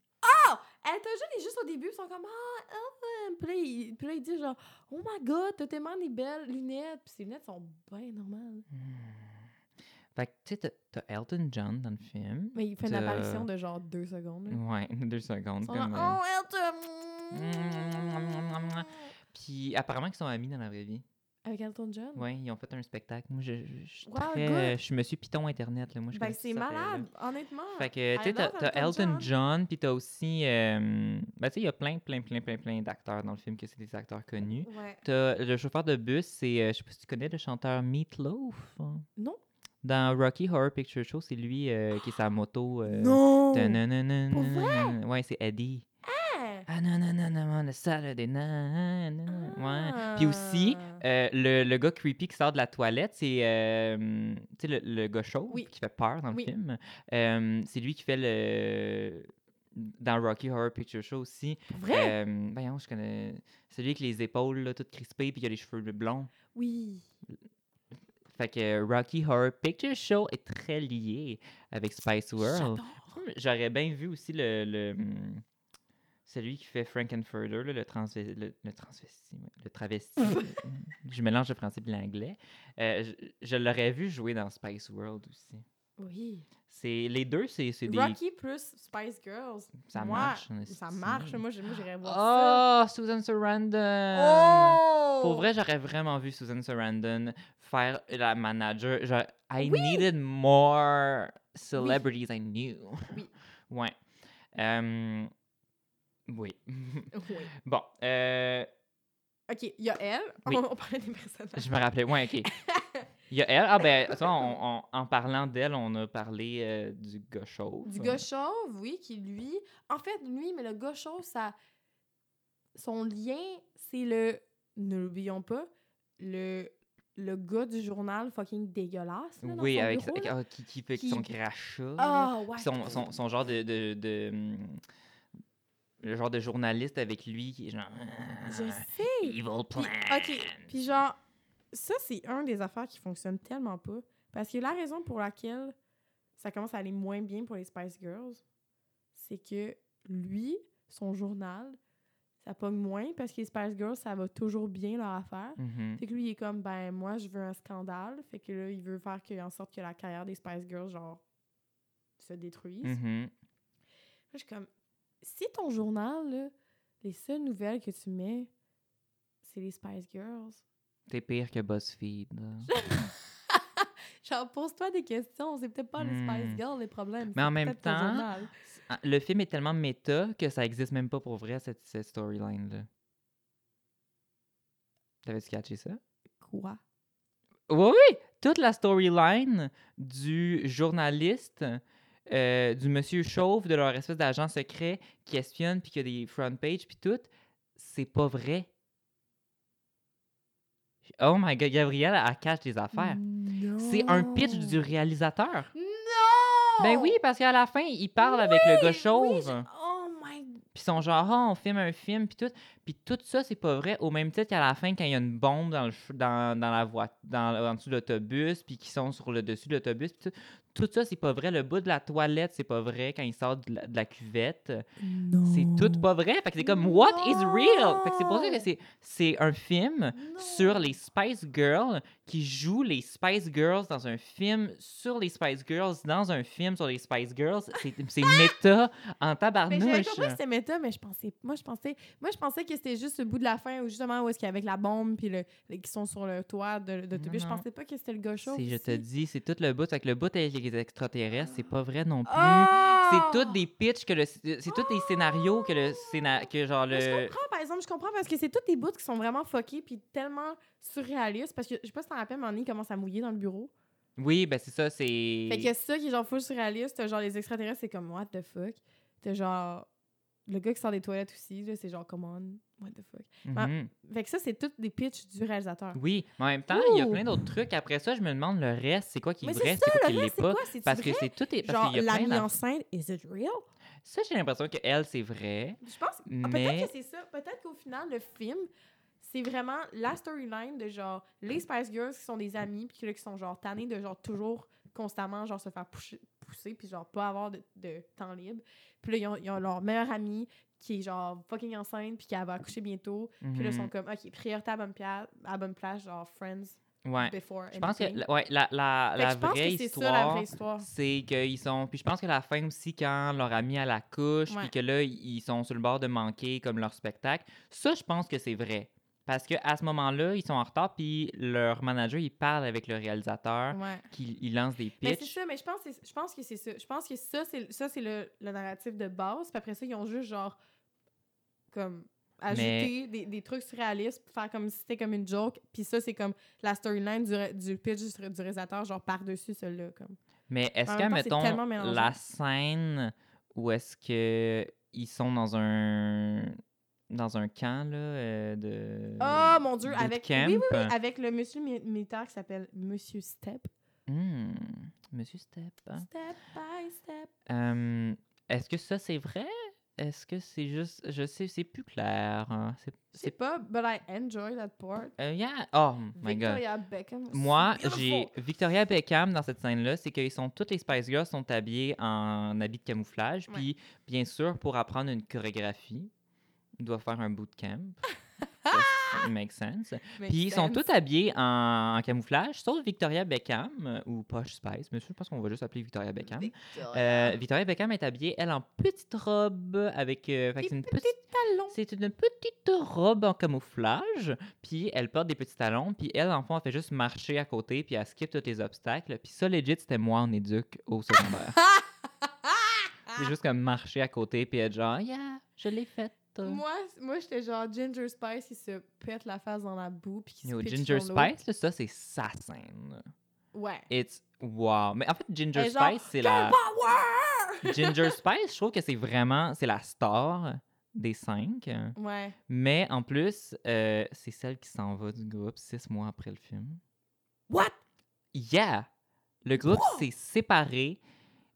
[SPEAKER 1] Elle t'a juste, juste au début, ils sont comme Ah, ah, ah. Puis là, ils- puis là, ils disent genre Oh my god, t'as tellement des belles lunettes. Puis ces lunettes sont bien normales.
[SPEAKER 2] Hmm. Fait que, tu sais, t'as- t'as Elton John dans le film.
[SPEAKER 1] Mais il fait une
[SPEAKER 2] T'as-
[SPEAKER 1] apparition de genre deux secondes. là.
[SPEAKER 2] Ouais, deux secondes.
[SPEAKER 1] Ils sont
[SPEAKER 2] Comme,
[SPEAKER 1] là,
[SPEAKER 2] euh,
[SPEAKER 1] Oh, elle te-
[SPEAKER 2] "Oh,
[SPEAKER 1] Mmh.
[SPEAKER 2] Puis apparemment qu'ils sont amis dans la vraie vie.
[SPEAKER 1] Avec Elton John?
[SPEAKER 2] Oui, ils ont fait un spectacle. Moi, je, je, je suis
[SPEAKER 1] Hmm. Wow,
[SPEAKER 2] très,
[SPEAKER 1] good.
[SPEAKER 2] euh, je suis monsieur Python Internet. Là. Moi, je
[SPEAKER 1] Ben,
[SPEAKER 2] connais tout
[SPEAKER 1] c'est
[SPEAKER 2] cette affaire-là.
[SPEAKER 1] malade, honnêtement.
[SPEAKER 2] Fait que, tu sais,
[SPEAKER 1] I
[SPEAKER 2] t'as
[SPEAKER 1] love
[SPEAKER 2] t'as
[SPEAKER 1] Elton
[SPEAKER 2] Elton
[SPEAKER 1] John.
[SPEAKER 2] John, puis t'as aussi. euh, ben, tu sais, il y a plein, plein, plein, plein, plein d'acteurs dans le film que c'est des acteurs connus.
[SPEAKER 1] Ouais.
[SPEAKER 2] T'as le chauffeur de bus, c'est. euh, je sais pas si tu connais le chanteur Meatloaf. hein?
[SPEAKER 1] Non.
[SPEAKER 2] Dans Rocky Horror Picture Show, c'est lui euh, qui est sa moto. euh,
[SPEAKER 1] non!
[SPEAKER 2] tananana,
[SPEAKER 1] Pour vrai?
[SPEAKER 2] nanana. Ouais, c'est Eddie.
[SPEAKER 1] Hein?
[SPEAKER 2] Ah non, non, non, non, le Saturday night. non, non, Ouais. Puis aussi,
[SPEAKER 1] Ah.
[SPEAKER 2] euh, le, le gars creepy qui sort de la toilette, c'est euh, tu sais, le, le gars chaud
[SPEAKER 1] Oui.
[SPEAKER 2] qui fait peur dans le
[SPEAKER 1] Oui.
[SPEAKER 2] film. Euh, c'est lui qui fait le. Dans Rocky Horror Picture Show aussi.
[SPEAKER 1] Pour vrai?
[SPEAKER 2] Euh, voyons, je connais. C'est lui avec les épaules là, toutes crispées puis il a les cheveux blonds.
[SPEAKER 1] Oui.
[SPEAKER 2] Fait que Rocky Horror Picture Show est très lié avec Spice World.
[SPEAKER 1] J'adore.
[SPEAKER 2] J'aurais bien vu aussi le, le, hum, celui qui fait Frankenfurter, là, le, transve- le, le transvesti, ouais, le travesti. Hum, je mélange le français et l'anglais. Euh, je je l'aurais vu jouer dans Spice World aussi.
[SPEAKER 1] Oui.
[SPEAKER 2] C'est les deux, c'est c'est des
[SPEAKER 1] Rocky plus Spice Girls.
[SPEAKER 2] ça
[SPEAKER 1] Moi,
[SPEAKER 2] marche. en
[SPEAKER 1] Ça
[SPEAKER 2] esti.
[SPEAKER 1] marche. Moi, j'ai- moi, j'irais voir Oh!
[SPEAKER 2] Oh, Susan Sarandon.
[SPEAKER 1] ça.
[SPEAKER 2] Pour vrai, j'aurais vraiment vu Susan Sarandon faire la manager. Genre, I needed more celebrities I knew.
[SPEAKER 1] Oui.
[SPEAKER 2] ouais. Euh, oui.
[SPEAKER 1] Oui.
[SPEAKER 2] bon, euh,
[SPEAKER 1] OK, il y a elle.
[SPEAKER 2] Oui.
[SPEAKER 1] On, on parlait des personnages.
[SPEAKER 2] je me rappelais. Ouais, ok. Il y a elle. Ah, ben, tu vois, on- on- en parlant d'elle, on a parlé euh, du gars chauve.
[SPEAKER 1] Du gars chauve, oui, qui lui. En fait, lui, mais le gars chauve, ça. Son lien, c'est le. Ne l'oublions pas, le. Le gars du journal fucking dégueulasse. Là, dans
[SPEAKER 2] Oui,
[SPEAKER 1] son
[SPEAKER 2] avec
[SPEAKER 1] bureau, là.
[SPEAKER 2] ah, qui, qui fait
[SPEAKER 1] Qui-
[SPEAKER 2] son crachat. là.
[SPEAKER 1] Ah, ouais.
[SPEAKER 2] Puis son, son, son genre de, de, de, hum, Le genre de journaliste avec lui qui est genre. euh,
[SPEAKER 1] Je
[SPEAKER 2] Ah,
[SPEAKER 1] sais.
[SPEAKER 2] Evil plan.
[SPEAKER 1] Puis- OK. Puis genre, ça, c'est un des affaires qui fonctionne tellement pas. Parce que la raison pour laquelle ça commence à aller moins bien pour les Spice Girls, c'est que lui, son journal, ça pogne moins parce que les Spice Girls, ça va toujours bien leur affaire.
[SPEAKER 2] Mhm.
[SPEAKER 1] Fait que lui, il est comme, ben, moi, je veux un scandale. Fait que là, il veut faire que, en sorte que la carrière des Spice Girls, genre, se détruise.
[SPEAKER 2] Mhm.
[SPEAKER 1] Là, je suis comme, si ton journal, là, les seules nouvelles que tu mets, c'est les Spice Girls.
[SPEAKER 2] T'es pire que BuzzFeed. là.
[SPEAKER 1] Genre, pose-toi des questions. C'est peut-être pas les
[SPEAKER 2] Hmm.
[SPEAKER 1] Spice Girls les problèmes.
[SPEAKER 2] Mais en
[SPEAKER 1] c'est
[SPEAKER 2] même
[SPEAKER 1] peut-être ton
[SPEAKER 2] temps,
[SPEAKER 1] journal.
[SPEAKER 2] Ah, Le film est tellement méta que ça existe même pas pour vrai, cette, cette storyline-là. T'avais-tu catché ça?
[SPEAKER 1] Quoi?
[SPEAKER 2] Oui, oui! Toute la storyline du journaliste, euh, du monsieur chauve, de leur espèce d'agent secret qui espionne, puis qui a des front pages, puis tout, c'est pas vrai. Oh my god, Gabrielle, elle catch des affaires. C'est un pitch
[SPEAKER 1] Non.
[SPEAKER 2] du réalisateur.
[SPEAKER 1] Non!
[SPEAKER 2] Ben oui, parce qu'à la fin, ils parlent avec le gars
[SPEAKER 1] Oui, oui,
[SPEAKER 2] chauve.
[SPEAKER 1] je- Oh my god!
[SPEAKER 2] Puis ils sont genre, ah, on filme un film, puis tout. Puis tout ça, c'est pas vrai. Au même titre qu'à la fin, quand il y a une bombe dans, le, ch- dans, dans la voie, dans, en dessous de l'autobus, puis qu'ils sont sur le dessus de l'autobus, puis tout. Tout ça, c'est pas vrai. Le bout de la toilette, c'est pas vrai. Quand ils sortent de la, de la cuvette, c'est
[SPEAKER 1] Oh.
[SPEAKER 2] tout pas vrai. Fait que c'est comme, what is real? Fait que c'est pour ça que c'est- c'est un film sur les Spice Girls qui jouent les Spice Girls dans un film sur les Spice Girls dans un film sur les Spice Girls. C'est c'est méta
[SPEAKER 1] Ah!
[SPEAKER 2] en
[SPEAKER 1] Mais j'avais
[SPEAKER 2] tabarnouche.
[SPEAKER 1] compris que c'était méta, mais je pensais. Moi, je pensais, moi, je pensais que c'était juste le bout de la fin, ou justement où est-ce qu'il y avait la bombe, puis le, les- qui sont sur le toit de l'autobus. Je
[SPEAKER 2] non.
[SPEAKER 1] pensais pas que c'était le gars chauve.
[SPEAKER 2] C'est- je te
[SPEAKER 1] ici.
[SPEAKER 2] dis, c'est tout le bout. Fait que le bout avec les extraterrestres, c'est pas vrai non plus.
[SPEAKER 1] Ah!
[SPEAKER 2] C'est toutes des pitchs que le, c'est tous des scénarios que le scéna- que genre
[SPEAKER 1] Mais Je
[SPEAKER 2] le.
[SPEAKER 1] comprends, par exemple, je comprends parce que c'est toutes des bouts qui sont vraiment fuckés puis tellement surréalistes. Parce que je sais pas si t'en rappelles, mais Annie commence à mouiller dans le bureau.
[SPEAKER 2] Oui, ben c'est ça, c'est.
[SPEAKER 1] Fait que c'est ça qui est genre full surréaliste. T'as Genre, les extraterrestres, c'est comme what the fuck. T'as genre le gars qui sort des toilettes aussi, là, c'est genre come on, what the fuck.
[SPEAKER 2] Mhm.
[SPEAKER 1] Fait que ça, c'est toutes des pitchs du réalisateur.
[SPEAKER 2] Oui, mais en même temps, il y a
[SPEAKER 1] Ouh!
[SPEAKER 2] plein d'autres trucs. Après ça, je me demande le reste, c'est quoi qui est
[SPEAKER 1] Mais
[SPEAKER 2] vrai,
[SPEAKER 1] c'est
[SPEAKER 2] c'est
[SPEAKER 1] ça,
[SPEAKER 2] quoi qui
[SPEAKER 1] le
[SPEAKER 2] l'est
[SPEAKER 1] reste, c'est
[SPEAKER 2] pas.
[SPEAKER 1] quoi? C'est
[SPEAKER 2] Parce que c'est tout est parce
[SPEAKER 1] Genre,
[SPEAKER 2] qu'il y a plein
[SPEAKER 1] l'ami
[SPEAKER 2] d'en-
[SPEAKER 1] enceinte, is it real?
[SPEAKER 2] Ça, j'ai l'impression que elle, c'est vrai.
[SPEAKER 1] Je pense que- ah,
[SPEAKER 2] Mais-
[SPEAKER 1] peut-être que c'est ça. Peut-être qu'au final, le film, c'est vraiment la storyline de genre les Spice Girls qui sont des amis puis là, qui sont genre tannés de genre toujours constamment genre se faire pousser, pousser puis genre pas avoir de, de temps libre. Puis là, ils ont, ils ont leur meilleure amie qui est genre fucking enceinte puis qui va accoucher bientôt. Puis là, ils sont
[SPEAKER 2] Mhm.
[SPEAKER 1] comme, OK, priorité à bonne, pia- à bonne place, genre friends
[SPEAKER 2] Ouais.
[SPEAKER 1] before.
[SPEAKER 2] Je pense que
[SPEAKER 1] anything.
[SPEAKER 2] la- ouais, la, la,
[SPEAKER 1] Fait que
[SPEAKER 2] la
[SPEAKER 1] je pense
[SPEAKER 2] vraie
[SPEAKER 1] que c'est ça la
[SPEAKER 2] histoire,
[SPEAKER 1] vraie histoire.
[SPEAKER 2] c'est qu'ils sont. Puis je pense que la fin aussi, quand leur ami à la couche,
[SPEAKER 1] Ouais.
[SPEAKER 2] puis que là, ils sont sur le bord de manquer comme leur spectacle, ça, je pense que c'est vrai. Parce que à ce moment-là, ils sont en retard, puis leur manager, il parle avec le réalisateur,
[SPEAKER 1] Ouais.
[SPEAKER 2] qu'il il lance des
[SPEAKER 1] Mais Ben, c'est
[SPEAKER 2] pitchs.
[SPEAKER 1] ça, mais je pense, que c'est- je pense que c'est ça. Je pense que ça, c'est ça, c'est le, le narratif de base. Puis après ça, ils ont juste genre comme ajouté des, des trucs surréalistes pour faire comme si c'était comme une joke. Puis ça, c'est comme la storyline du, ré- du pitch du, ré- du réalisateur, genre par-dessus celui-là. Comme.
[SPEAKER 2] Mais est-ce
[SPEAKER 1] En
[SPEAKER 2] que,
[SPEAKER 1] même temps, c'est
[SPEAKER 2] mettons,
[SPEAKER 1] tellement mélangé.
[SPEAKER 2] la scène où est-ce que ils sont dans un dans un camp là euh, de
[SPEAKER 1] Oh mon dieu,
[SPEAKER 2] boot
[SPEAKER 1] avec, oui,
[SPEAKER 2] camp.
[SPEAKER 1] oui, oui, avec le monsieur mi- militaire qui s'appelle Monsieur Step.
[SPEAKER 2] Hmm, Monsieur Step. hein.
[SPEAKER 1] Step by step.
[SPEAKER 2] Euh, est-ce que ça c'est vrai Est-ce que c'est juste je sais c'est plus clair. hein. C'est
[SPEAKER 1] C'est
[SPEAKER 2] c'est
[SPEAKER 1] pas, but I enjoy that part.
[SPEAKER 2] euh, yeah. Oh my god.
[SPEAKER 1] Victoria Beckham. was
[SPEAKER 2] Moi,
[SPEAKER 1] so
[SPEAKER 2] j'ai
[SPEAKER 1] beautiful.
[SPEAKER 2] Victoria Beckham dans cette scène-là, c'est qu'ils sont toutes les Spice Girls sont habillées en habits de camouflage,
[SPEAKER 1] Ouais.
[SPEAKER 2] puis bien sûr pour apprendre une chorégraphie, ils doivent faire un bootcamp. Ça Makes sense.
[SPEAKER 1] Makes
[SPEAKER 2] Puis ils sont
[SPEAKER 1] sense.
[SPEAKER 2] toutes habillées en, en camouflage, sauf Victoria Beckham euh, ou Posh Spice, mais je pense qu'on va juste appeler Victoria Beckham. Euh, Victoria Beckham est habillée, elle, en petite robe avec. euh, fait que
[SPEAKER 1] Des
[SPEAKER 2] c'est une
[SPEAKER 1] petits
[SPEAKER 2] petite
[SPEAKER 1] talons.
[SPEAKER 2] c'est une petite robe en camouflage, puis elle porte des petits talons, puis elle, en fond, elle fait juste marcher à côté, puis elle skip tous les obstacles. Puis ça, legit, c'était moi en éduc au secondaire. C'est juste comme marcher à côté, puis être genre, yeah, je l'ai faite.
[SPEAKER 1] Moi, moi j'étais genre Ginger Spice qui se pète la face dans la boue puis qui
[SPEAKER 2] Yo,
[SPEAKER 1] se pitche
[SPEAKER 2] Ginger
[SPEAKER 1] sur l'eau.
[SPEAKER 2] Spice, là, ça, c'est sa scène.
[SPEAKER 1] Ouais.
[SPEAKER 2] It's wow. Mais en fait, Ginger
[SPEAKER 1] Et genre,
[SPEAKER 2] Spice, c'est la.
[SPEAKER 1] Power!
[SPEAKER 2] Ginger Spice, je trouve que c'est vraiment. C'est la star des cinq.
[SPEAKER 1] Ouais.
[SPEAKER 2] Mais en plus, euh, c'est celle qui s'en va du groupe six mois après le film.
[SPEAKER 1] What?
[SPEAKER 2] Yeah! Le groupe s'est séparé.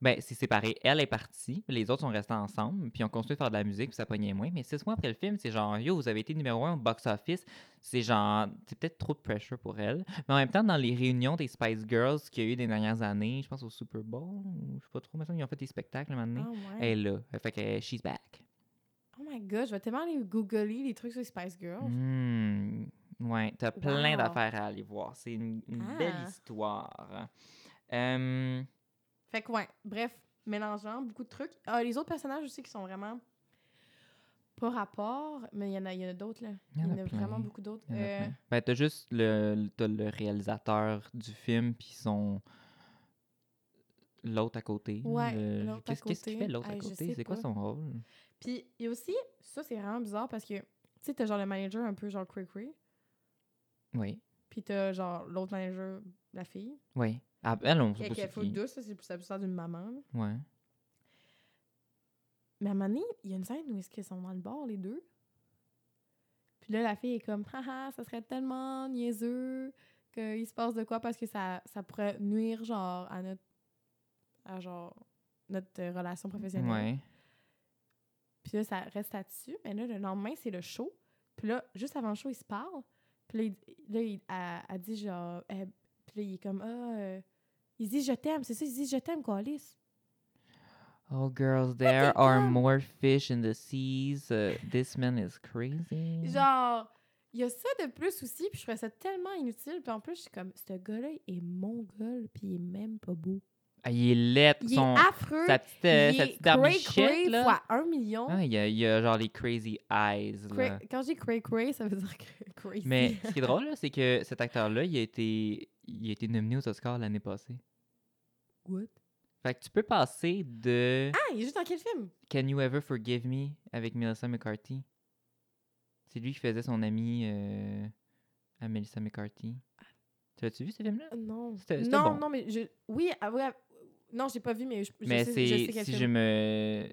[SPEAKER 2] Ben, c'est séparé. Elle est partie, les autres sont restés ensemble, puis ont continué de faire de la musique, puis ça pognait moins. Mais six mois après le film, c'est genre, yo, vous avez été numéro un au box-office. C'est genre, c'est peut-être trop de pressure pour elle. Mais en même temps, dans les réunions des Spice Girls qu'il y a eu des dernières années, je pense au Super Bowl, ou je sais pas trop, mais ils ont fait des spectacles
[SPEAKER 1] Oh,
[SPEAKER 2] maintenant. Elle
[SPEAKER 1] ouais.
[SPEAKER 2] est là. Fait que, she's back.
[SPEAKER 1] oh my god, je vais tellement aller googler les trucs sur les Spice Girls.
[SPEAKER 2] Hmm. Ouais, t'as plein
[SPEAKER 1] Wow.
[SPEAKER 2] d'affaires à aller voir. C'est une, une belle
[SPEAKER 1] Ah.
[SPEAKER 2] histoire. Euh,
[SPEAKER 1] Fait que ouais, bref, mélangeant, beaucoup de trucs. Ah, les autres personnages aussi qui sont vraiment pas rapport, mais il y en a, il y en a d'autres là.
[SPEAKER 2] Il y en a plein.
[SPEAKER 1] vraiment beaucoup d'autres.
[SPEAKER 2] il y en a
[SPEAKER 1] Euh,
[SPEAKER 2] plein. Ben, t'as juste le, le- t'as le réalisateur du film, puis son. L'autre à côté.
[SPEAKER 1] Ouais,
[SPEAKER 2] le-
[SPEAKER 1] l'autre à
[SPEAKER 2] Qu'est-ce qu'est-ce qu'il
[SPEAKER 1] côté.
[SPEAKER 2] fait l'autre à
[SPEAKER 1] Hey, je
[SPEAKER 2] côté?
[SPEAKER 1] sais
[SPEAKER 2] C'est quoi
[SPEAKER 1] pas.
[SPEAKER 2] son rôle?
[SPEAKER 1] Puis il y a aussi, ça c'est vraiment bizarre parce que, tu sais, t'as genre le manager un peu genre Quick Ray,
[SPEAKER 2] Oui.
[SPEAKER 1] puis t'as genre l'autre manager, la fille.
[SPEAKER 2] Oui. Ah, elle, on sait
[SPEAKER 1] Qui
[SPEAKER 2] pas
[SPEAKER 1] qui a
[SPEAKER 2] c'est
[SPEAKER 1] faute
[SPEAKER 2] qui.
[SPEAKER 1] douce, ça, c'est plus ça peut sortir d'une maman. là.
[SPEAKER 2] Ouais.
[SPEAKER 1] Mais à un moment donné, il y a une scène où est-ce qu'ils sont dans le bar, les deux. Puis là, la fille est comme, haha, ça serait tellement niaiseux qu'il se passe de quoi parce que ça, ça pourrait nuire, genre, à notre. à genre. notre euh, relation professionnelle.
[SPEAKER 2] Ouais.
[SPEAKER 1] Puis là, ça reste là-dessus. Mais là, le lendemain, c'est le show. Puis là, juste avant le show, ils se parlent. Puis là, il, là, il- elle, elle dit genre. eh, puis là, il est comme, ah. euh, il dit, je t'aime. C'est ça, il dit, je t'aime, Alice.
[SPEAKER 2] Oh, girls, there are
[SPEAKER 1] comme-
[SPEAKER 2] more fish in the seas. Uh, this man is crazy.
[SPEAKER 1] Genre, il y a ça de plus aussi, puis je trouvais ça tellement inutile. Puis en plus, je suis comme, ce gars-là est mongol, puis il est même pas beau.
[SPEAKER 2] Ah, il est laid.
[SPEAKER 1] Il
[SPEAKER 2] son-
[SPEAKER 1] est affreux.
[SPEAKER 2] sa petite, euh,
[SPEAKER 1] il
[SPEAKER 2] sa
[SPEAKER 1] est
[SPEAKER 2] petite barbichette,
[SPEAKER 1] cray-cray
[SPEAKER 2] là.
[SPEAKER 1] fois un million.
[SPEAKER 2] Ah, il, y a, il y a genre les crazy eyes.
[SPEAKER 1] Cray-
[SPEAKER 2] là.
[SPEAKER 1] Quand je dis cray cray, ça veut dire cra- crazy.
[SPEAKER 2] Mais ce qui est drôle, là, c'est que cet acteur-là, il a été, il a été nominé aux Oscars l'année passée.
[SPEAKER 1] What?
[SPEAKER 2] Fait que tu peux passer de
[SPEAKER 1] Ah, il est juste dans quel film?
[SPEAKER 2] Can You Ever Forgive Me avec Melissa McCarthy. C'est lui qui faisait son ami euh, à Melissa McCarthy. Tu l'as-tu vu ce film-là?
[SPEAKER 1] Euh, Non.
[SPEAKER 2] C'était- c'était
[SPEAKER 1] non,
[SPEAKER 2] bon.
[SPEAKER 1] non, mais je. Oui, ah, oui, ah, non, j'ai pas vu, mais je, je
[SPEAKER 2] Mais
[SPEAKER 1] sais, je sais
[SPEAKER 2] c'est,
[SPEAKER 1] quel
[SPEAKER 2] si je
[SPEAKER 1] film.
[SPEAKER 2] me.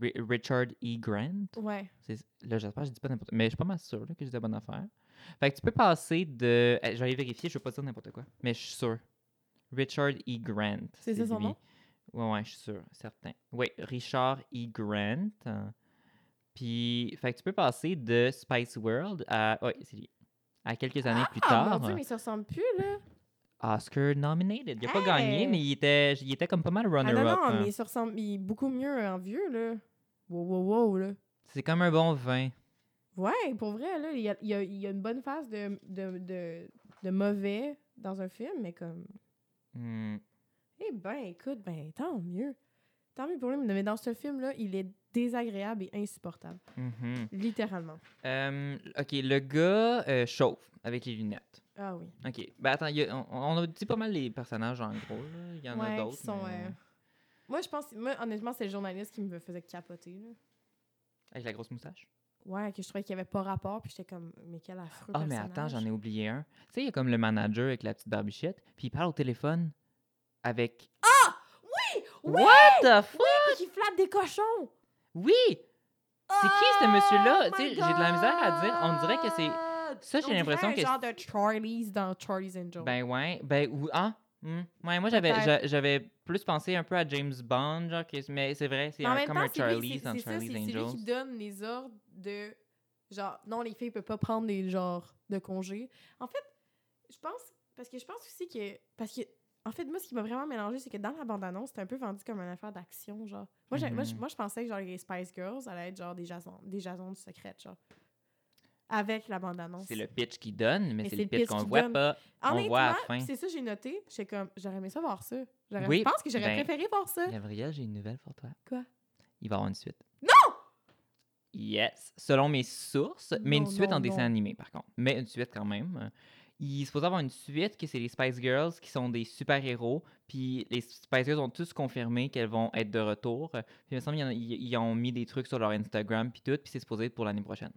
[SPEAKER 2] Ri- Richard E. Grant.
[SPEAKER 1] Ouais.
[SPEAKER 2] C'est- Là, j'espère que je dis pas n'importe quoi. Mais je suis pas mal sûre là, que je dis la bonne affaire. Fait que tu peux passer de. eh, Je vais aller vérifier, je veux pas dire n'importe quoi. Mais je suis sûr. Richard E. Grant.
[SPEAKER 1] C'est ça son
[SPEAKER 2] lui.
[SPEAKER 1] nom?
[SPEAKER 2] Ouais, ouais, je suis sûr, certain. Oui, Richard E. Grant. hein. Puis, fait que tu peux passer de Spice World à. Ouais, c'est lui. À quelques années plus
[SPEAKER 1] Ah,
[SPEAKER 2] tard. hein.
[SPEAKER 1] mon dieu, mais ça ressemble plus, là.
[SPEAKER 2] Oscar nominated. Il a pas gagné,
[SPEAKER 1] Hey!
[SPEAKER 2] mais il était, il était comme pas mal
[SPEAKER 1] Ah, non,
[SPEAKER 2] runner-up.
[SPEAKER 1] non,
[SPEAKER 2] hein.
[SPEAKER 1] mais ça ressemble il est beaucoup mieux en vieux, là. Wow, wow, wow, là.
[SPEAKER 2] C'est comme un bon vin.
[SPEAKER 1] Ouais, pour vrai, là, il y a, il y a- il y a une bonne phase de, de, de, de mauvais dans un film, mais comme.
[SPEAKER 2] Hmm.
[SPEAKER 1] Eh ben, écoute, ben, tant mieux. Tant mieux pour lui, mais dans ce film-là, il est désagréable et insupportable.
[SPEAKER 2] Mhm.
[SPEAKER 1] Littéralement.
[SPEAKER 2] Euh, ok, le gars euh, chauve avec les lunettes.
[SPEAKER 1] Ah oui.
[SPEAKER 2] Ok. Ben attends, il y a- on, on a dit pas mal les personnages en gros. là. Il y en
[SPEAKER 1] Ouais,
[SPEAKER 2] a
[SPEAKER 1] qui
[SPEAKER 2] d'autres.
[SPEAKER 1] sont,
[SPEAKER 2] mais-
[SPEAKER 1] euh, Moi, je pense, moi, honnêtement, c'est le journaliste qui me faisait capoter. Là.
[SPEAKER 2] Avec la grosse moustache.
[SPEAKER 1] Ouais, que je trouvais qu'il n'y avait pas rapport, puis j'étais comme, mais quel affreux.
[SPEAKER 2] Ah, mais attends, j'en ai oublié un. Tu sais, il y a comme le manager avec la petite barbichette, puis il parle au téléphone avec.
[SPEAKER 1] Oui!
[SPEAKER 2] What the fuck?
[SPEAKER 1] Puis qui flatte des cochons!
[SPEAKER 2] Oui! C'est qui ce
[SPEAKER 1] Oh
[SPEAKER 2] monsieur-là? Tu sais, j'ai de la misère à dire. On dirait que c'est. Ça, j'ai l'impression que-
[SPEAKER 1] C'est genre de Charlie's dans Charlie's Angel.
[SPEAKER 2] Ben ouais, ben ou ah, hmm. ouais, moi j'avais
[SPEAKER 1] Peut-être.
[SPEAKER 2] j'a- j'avais plus pensé un peu à James Bond, genre que- mais c'est vrai, c'est
[SPEAKER 1] Mais en
[SPEAKER 2] un-
[SPEAKER 1] même
[SPEAKER 2] comme
[SPEAKER 1] temps,
[SPEAKER 2] un
[SPEAKER 1] c'est lui-
[SPEAKER 2] Charlie
[SPEAKER 1] c'est-
[SPEAKER 2] dans
[SPEAKER 1] c'est ça,
[SPEAKER 2] Charlie's
[SPEAKER 1] C'est celui qui
[SPEAKER 2] Angels.
[SPEAKER 1] donne les ordres de genre non, les filles peuvent pas prendre des genres de congés. En fait, je pense parce que je pense aussi que parce que en fait, moi ce qui m'a vraiment mélangé, c'est que dans la bande-annonce, c'était un peu vendu comme une affaire d'action, genre. Moi, j'ai- moi, je-
[SPEAKER 2] Mhm.
[SPEAKER 1] moi, je pensais que genre les Spice Girls allaient être genre des jasons des jasons secrètes, genre. Avec la bande-annonce.
[SPEAKER 2] C'est le pitch qui donne, mais c'est le pitch qu'on
[SPEAKER 1] qu'il
[SPEAKER 2] voit
[SPEAKER 1] donne.
[SPEAKER 2] pas. on voit à la
[SPEAKER 1] Honnêtement,
[SPEAKER 2] fin.
[SPEAKER 1] puis c'est ça j'ai noté, j'étais comme j'aurais aimé ça voir ça. J'aurais-
[SPEAKER 2] Oui,
[SPEAKER 1] je pense que j'aurais
[SPEAKER 2] ben,
[SPEAKER 1] préféré voir ça.
[SPEAKER 2] Gabriel, j'ai une nouvelle pour toi.
[SPEAKER 1] Quoi?
[SPEAKER 2] Il va y avoir une suite. Non! Yes, selon mes sources, mais
[SPEAKER 1] Non,
[SPEAKER 2] une suite
[SPEAKER 1] non,
[SPEAKER 2] en dessin
[SPEAKER 1] non.
[SPEAKER 2] animé par contre. Mais une suite quand même. Il est supposé avoir une suite que c'est les Spice Girls qui sont des super-héros. Puis les Spice Girls ont tous confirmé qu'elles vont être de retour. Puis il me semble qu'ils en- ils- ils ont mis des trucs sur leur Instagram puis tout. Puis c'est supposé être pour l'année prochaine.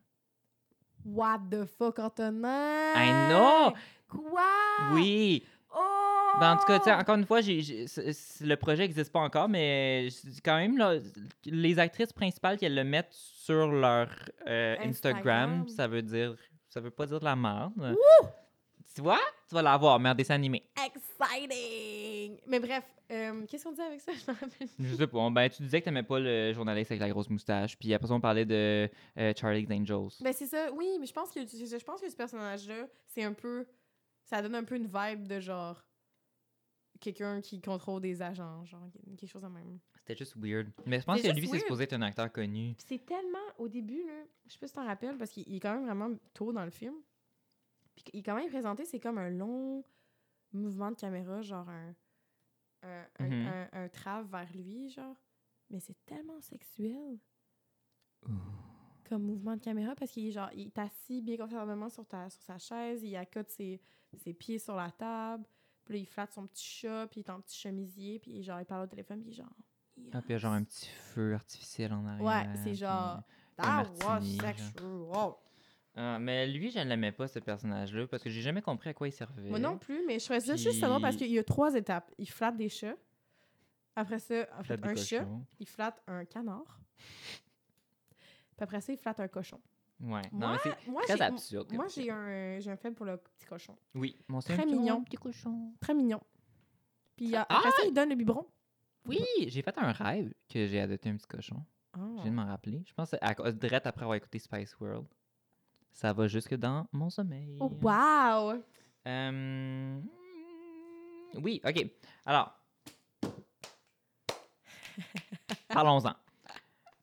[SPEAKER 1] What the fuck, Antonin?
[SPEAKER 2] I know!
[SPEAKER 1] Quoi?
[SPEAKER 2] Oui!
[SPEAKER 1] Oh!
[SPEAKER 2] Ben, en tout cas, tu sais, encore une fois, j'ai- j'ai- c- c- le projet n'existe pas encore, mais je- quand même, là, les actrices principales qu'elles le mettent sur leur euh, Instagram,
[SPEAKER 1] Instagram.
[SPEAKER 2] ça veut dire. Ça veut pas dire de la merde. Tu vois? Tu vas l'avoir, mais en dessin animé.
[SPEAKER 1] Exciting! Mais bref, euh, qu'est-ce qu'on dit avec ça? Je me rappelle.
[SPEAKER 2] Je sais pas. Ben, tu disais que t'aimais pas le journaliste avec la grosse moustache, puis après ça, on parlait de euh, Charlie's Angels.
[SPEAKER 1] Ben, c'est ça, oui, mais je pense que, c'est ça, je pense que ce personnage-là, c'est un peu. Ça donne un peu une vibe de genre. Quelqu'un qui contrôle des agents, genre, quelque chose de même.
[SPEAKER 2] C'était juste weird. Mais je pense
[SPEAKER 1] C'est
[SPEAKER 2] que
[SPEAKER 1] juste
[SPEAKER 2] lui, c'est
[SPEAKER 1] weird.
[SPEAKER 2] supposé être un acteur connu.
[SPEAKER 1] Puis c'est tellement. Au début, là, je sais pas si t'en rappelles, parce qu'il il est quand même vraiment tôt dans le film. Puis il est quand même présenté, c'est comme un long mouvement de caméra, genre un. un, un-
[SPEAKER 2] Mhm.
[SPEAKER 1] un- un trave vers lui, genre. Mais c'est tellement sexuel. Comme mouvement de caméra, parce qu'il est genre. Il est assis bien confortablement sur, ta, sur sa chaise, il accote ses, ses pieds sur la table, puis là, il flatte son petit chat, puis il est en petit chemisier, puis genre, il parle au téléphone, puis il est genre.
[SPEAKER 2] Ah, puis il y a genre un petit feu artificiel en arrière.
[SPEAKER 1] Ouais, c'est
[SPEAKER 2] Hein, puis-
[SPEAKER 1] genre.
[SPEAKER 2] un
[SPEAKER 1] That was
[SPEAKER 2] martini, genre.
[SPEAKER 1] sexual.
[SPEAKER 2] Ah, mais lui, je ne l'aimais pas, ce personnage-là, parce que j'ai jamais compris à quoi il servait.
[SPEAKER 1] Moi non plus, mais je trouvais ça
[SPEAKER 2] Puis-
[SPEAKER 1] juste seulement parce qu'il y a trois étapes. Il flatte des chats. Après ça, en
[SPEAKER 2] Il flatte
[SPEAKER 1] fait,
[SPEAKER 2] des
[SPEAKER 1] un chat.
[SPEAKER 2] cochons.
[SPEAKER 1] Il flatte un canard. Puis après ça, il flatte un cochon. Ah,
[SPEAKER 2] Ouais. Non, mais c'est
[SPEAKER 1] moi,
[SPEAKER 2] très
[SPEAKER 1] j'ai-
[SPEAKER 2] absurde. comme
[SPEAKER 1] Moi,
[SPEAKER 2] ça.
[SPEAKER 1] j'ai un, j'ai un faible pour le petit cochon.
[SPEAKER 2] Oui, mon
[SPEAKER 1] Très
[SPEAKER 2] Saint-Pierre,
[SPEAKER 1] mignon.
[SPEAKER 2] petit cochon.
[SPEAKER 1] Très mignon. Puis euh,
[SPEAKER 2] Ah!
[SPEAKER 1] après ça, il donne le biberon.
[SPEAKER 2] Oui, j'ai fait un rêve que j'ai adopté un petit cochon.
[SPEAKER 1] Ah.
[SPEAKER 2] Je viens de m'en rappeler. Je pense que à cause- direct après avoir écouté Spice World. Ça va jusque dans mon sommeil.
[SPEAKER 1] Oh, wow!
[SPEAKER 2] Euh, Oui, OK. Alors, parlons-en.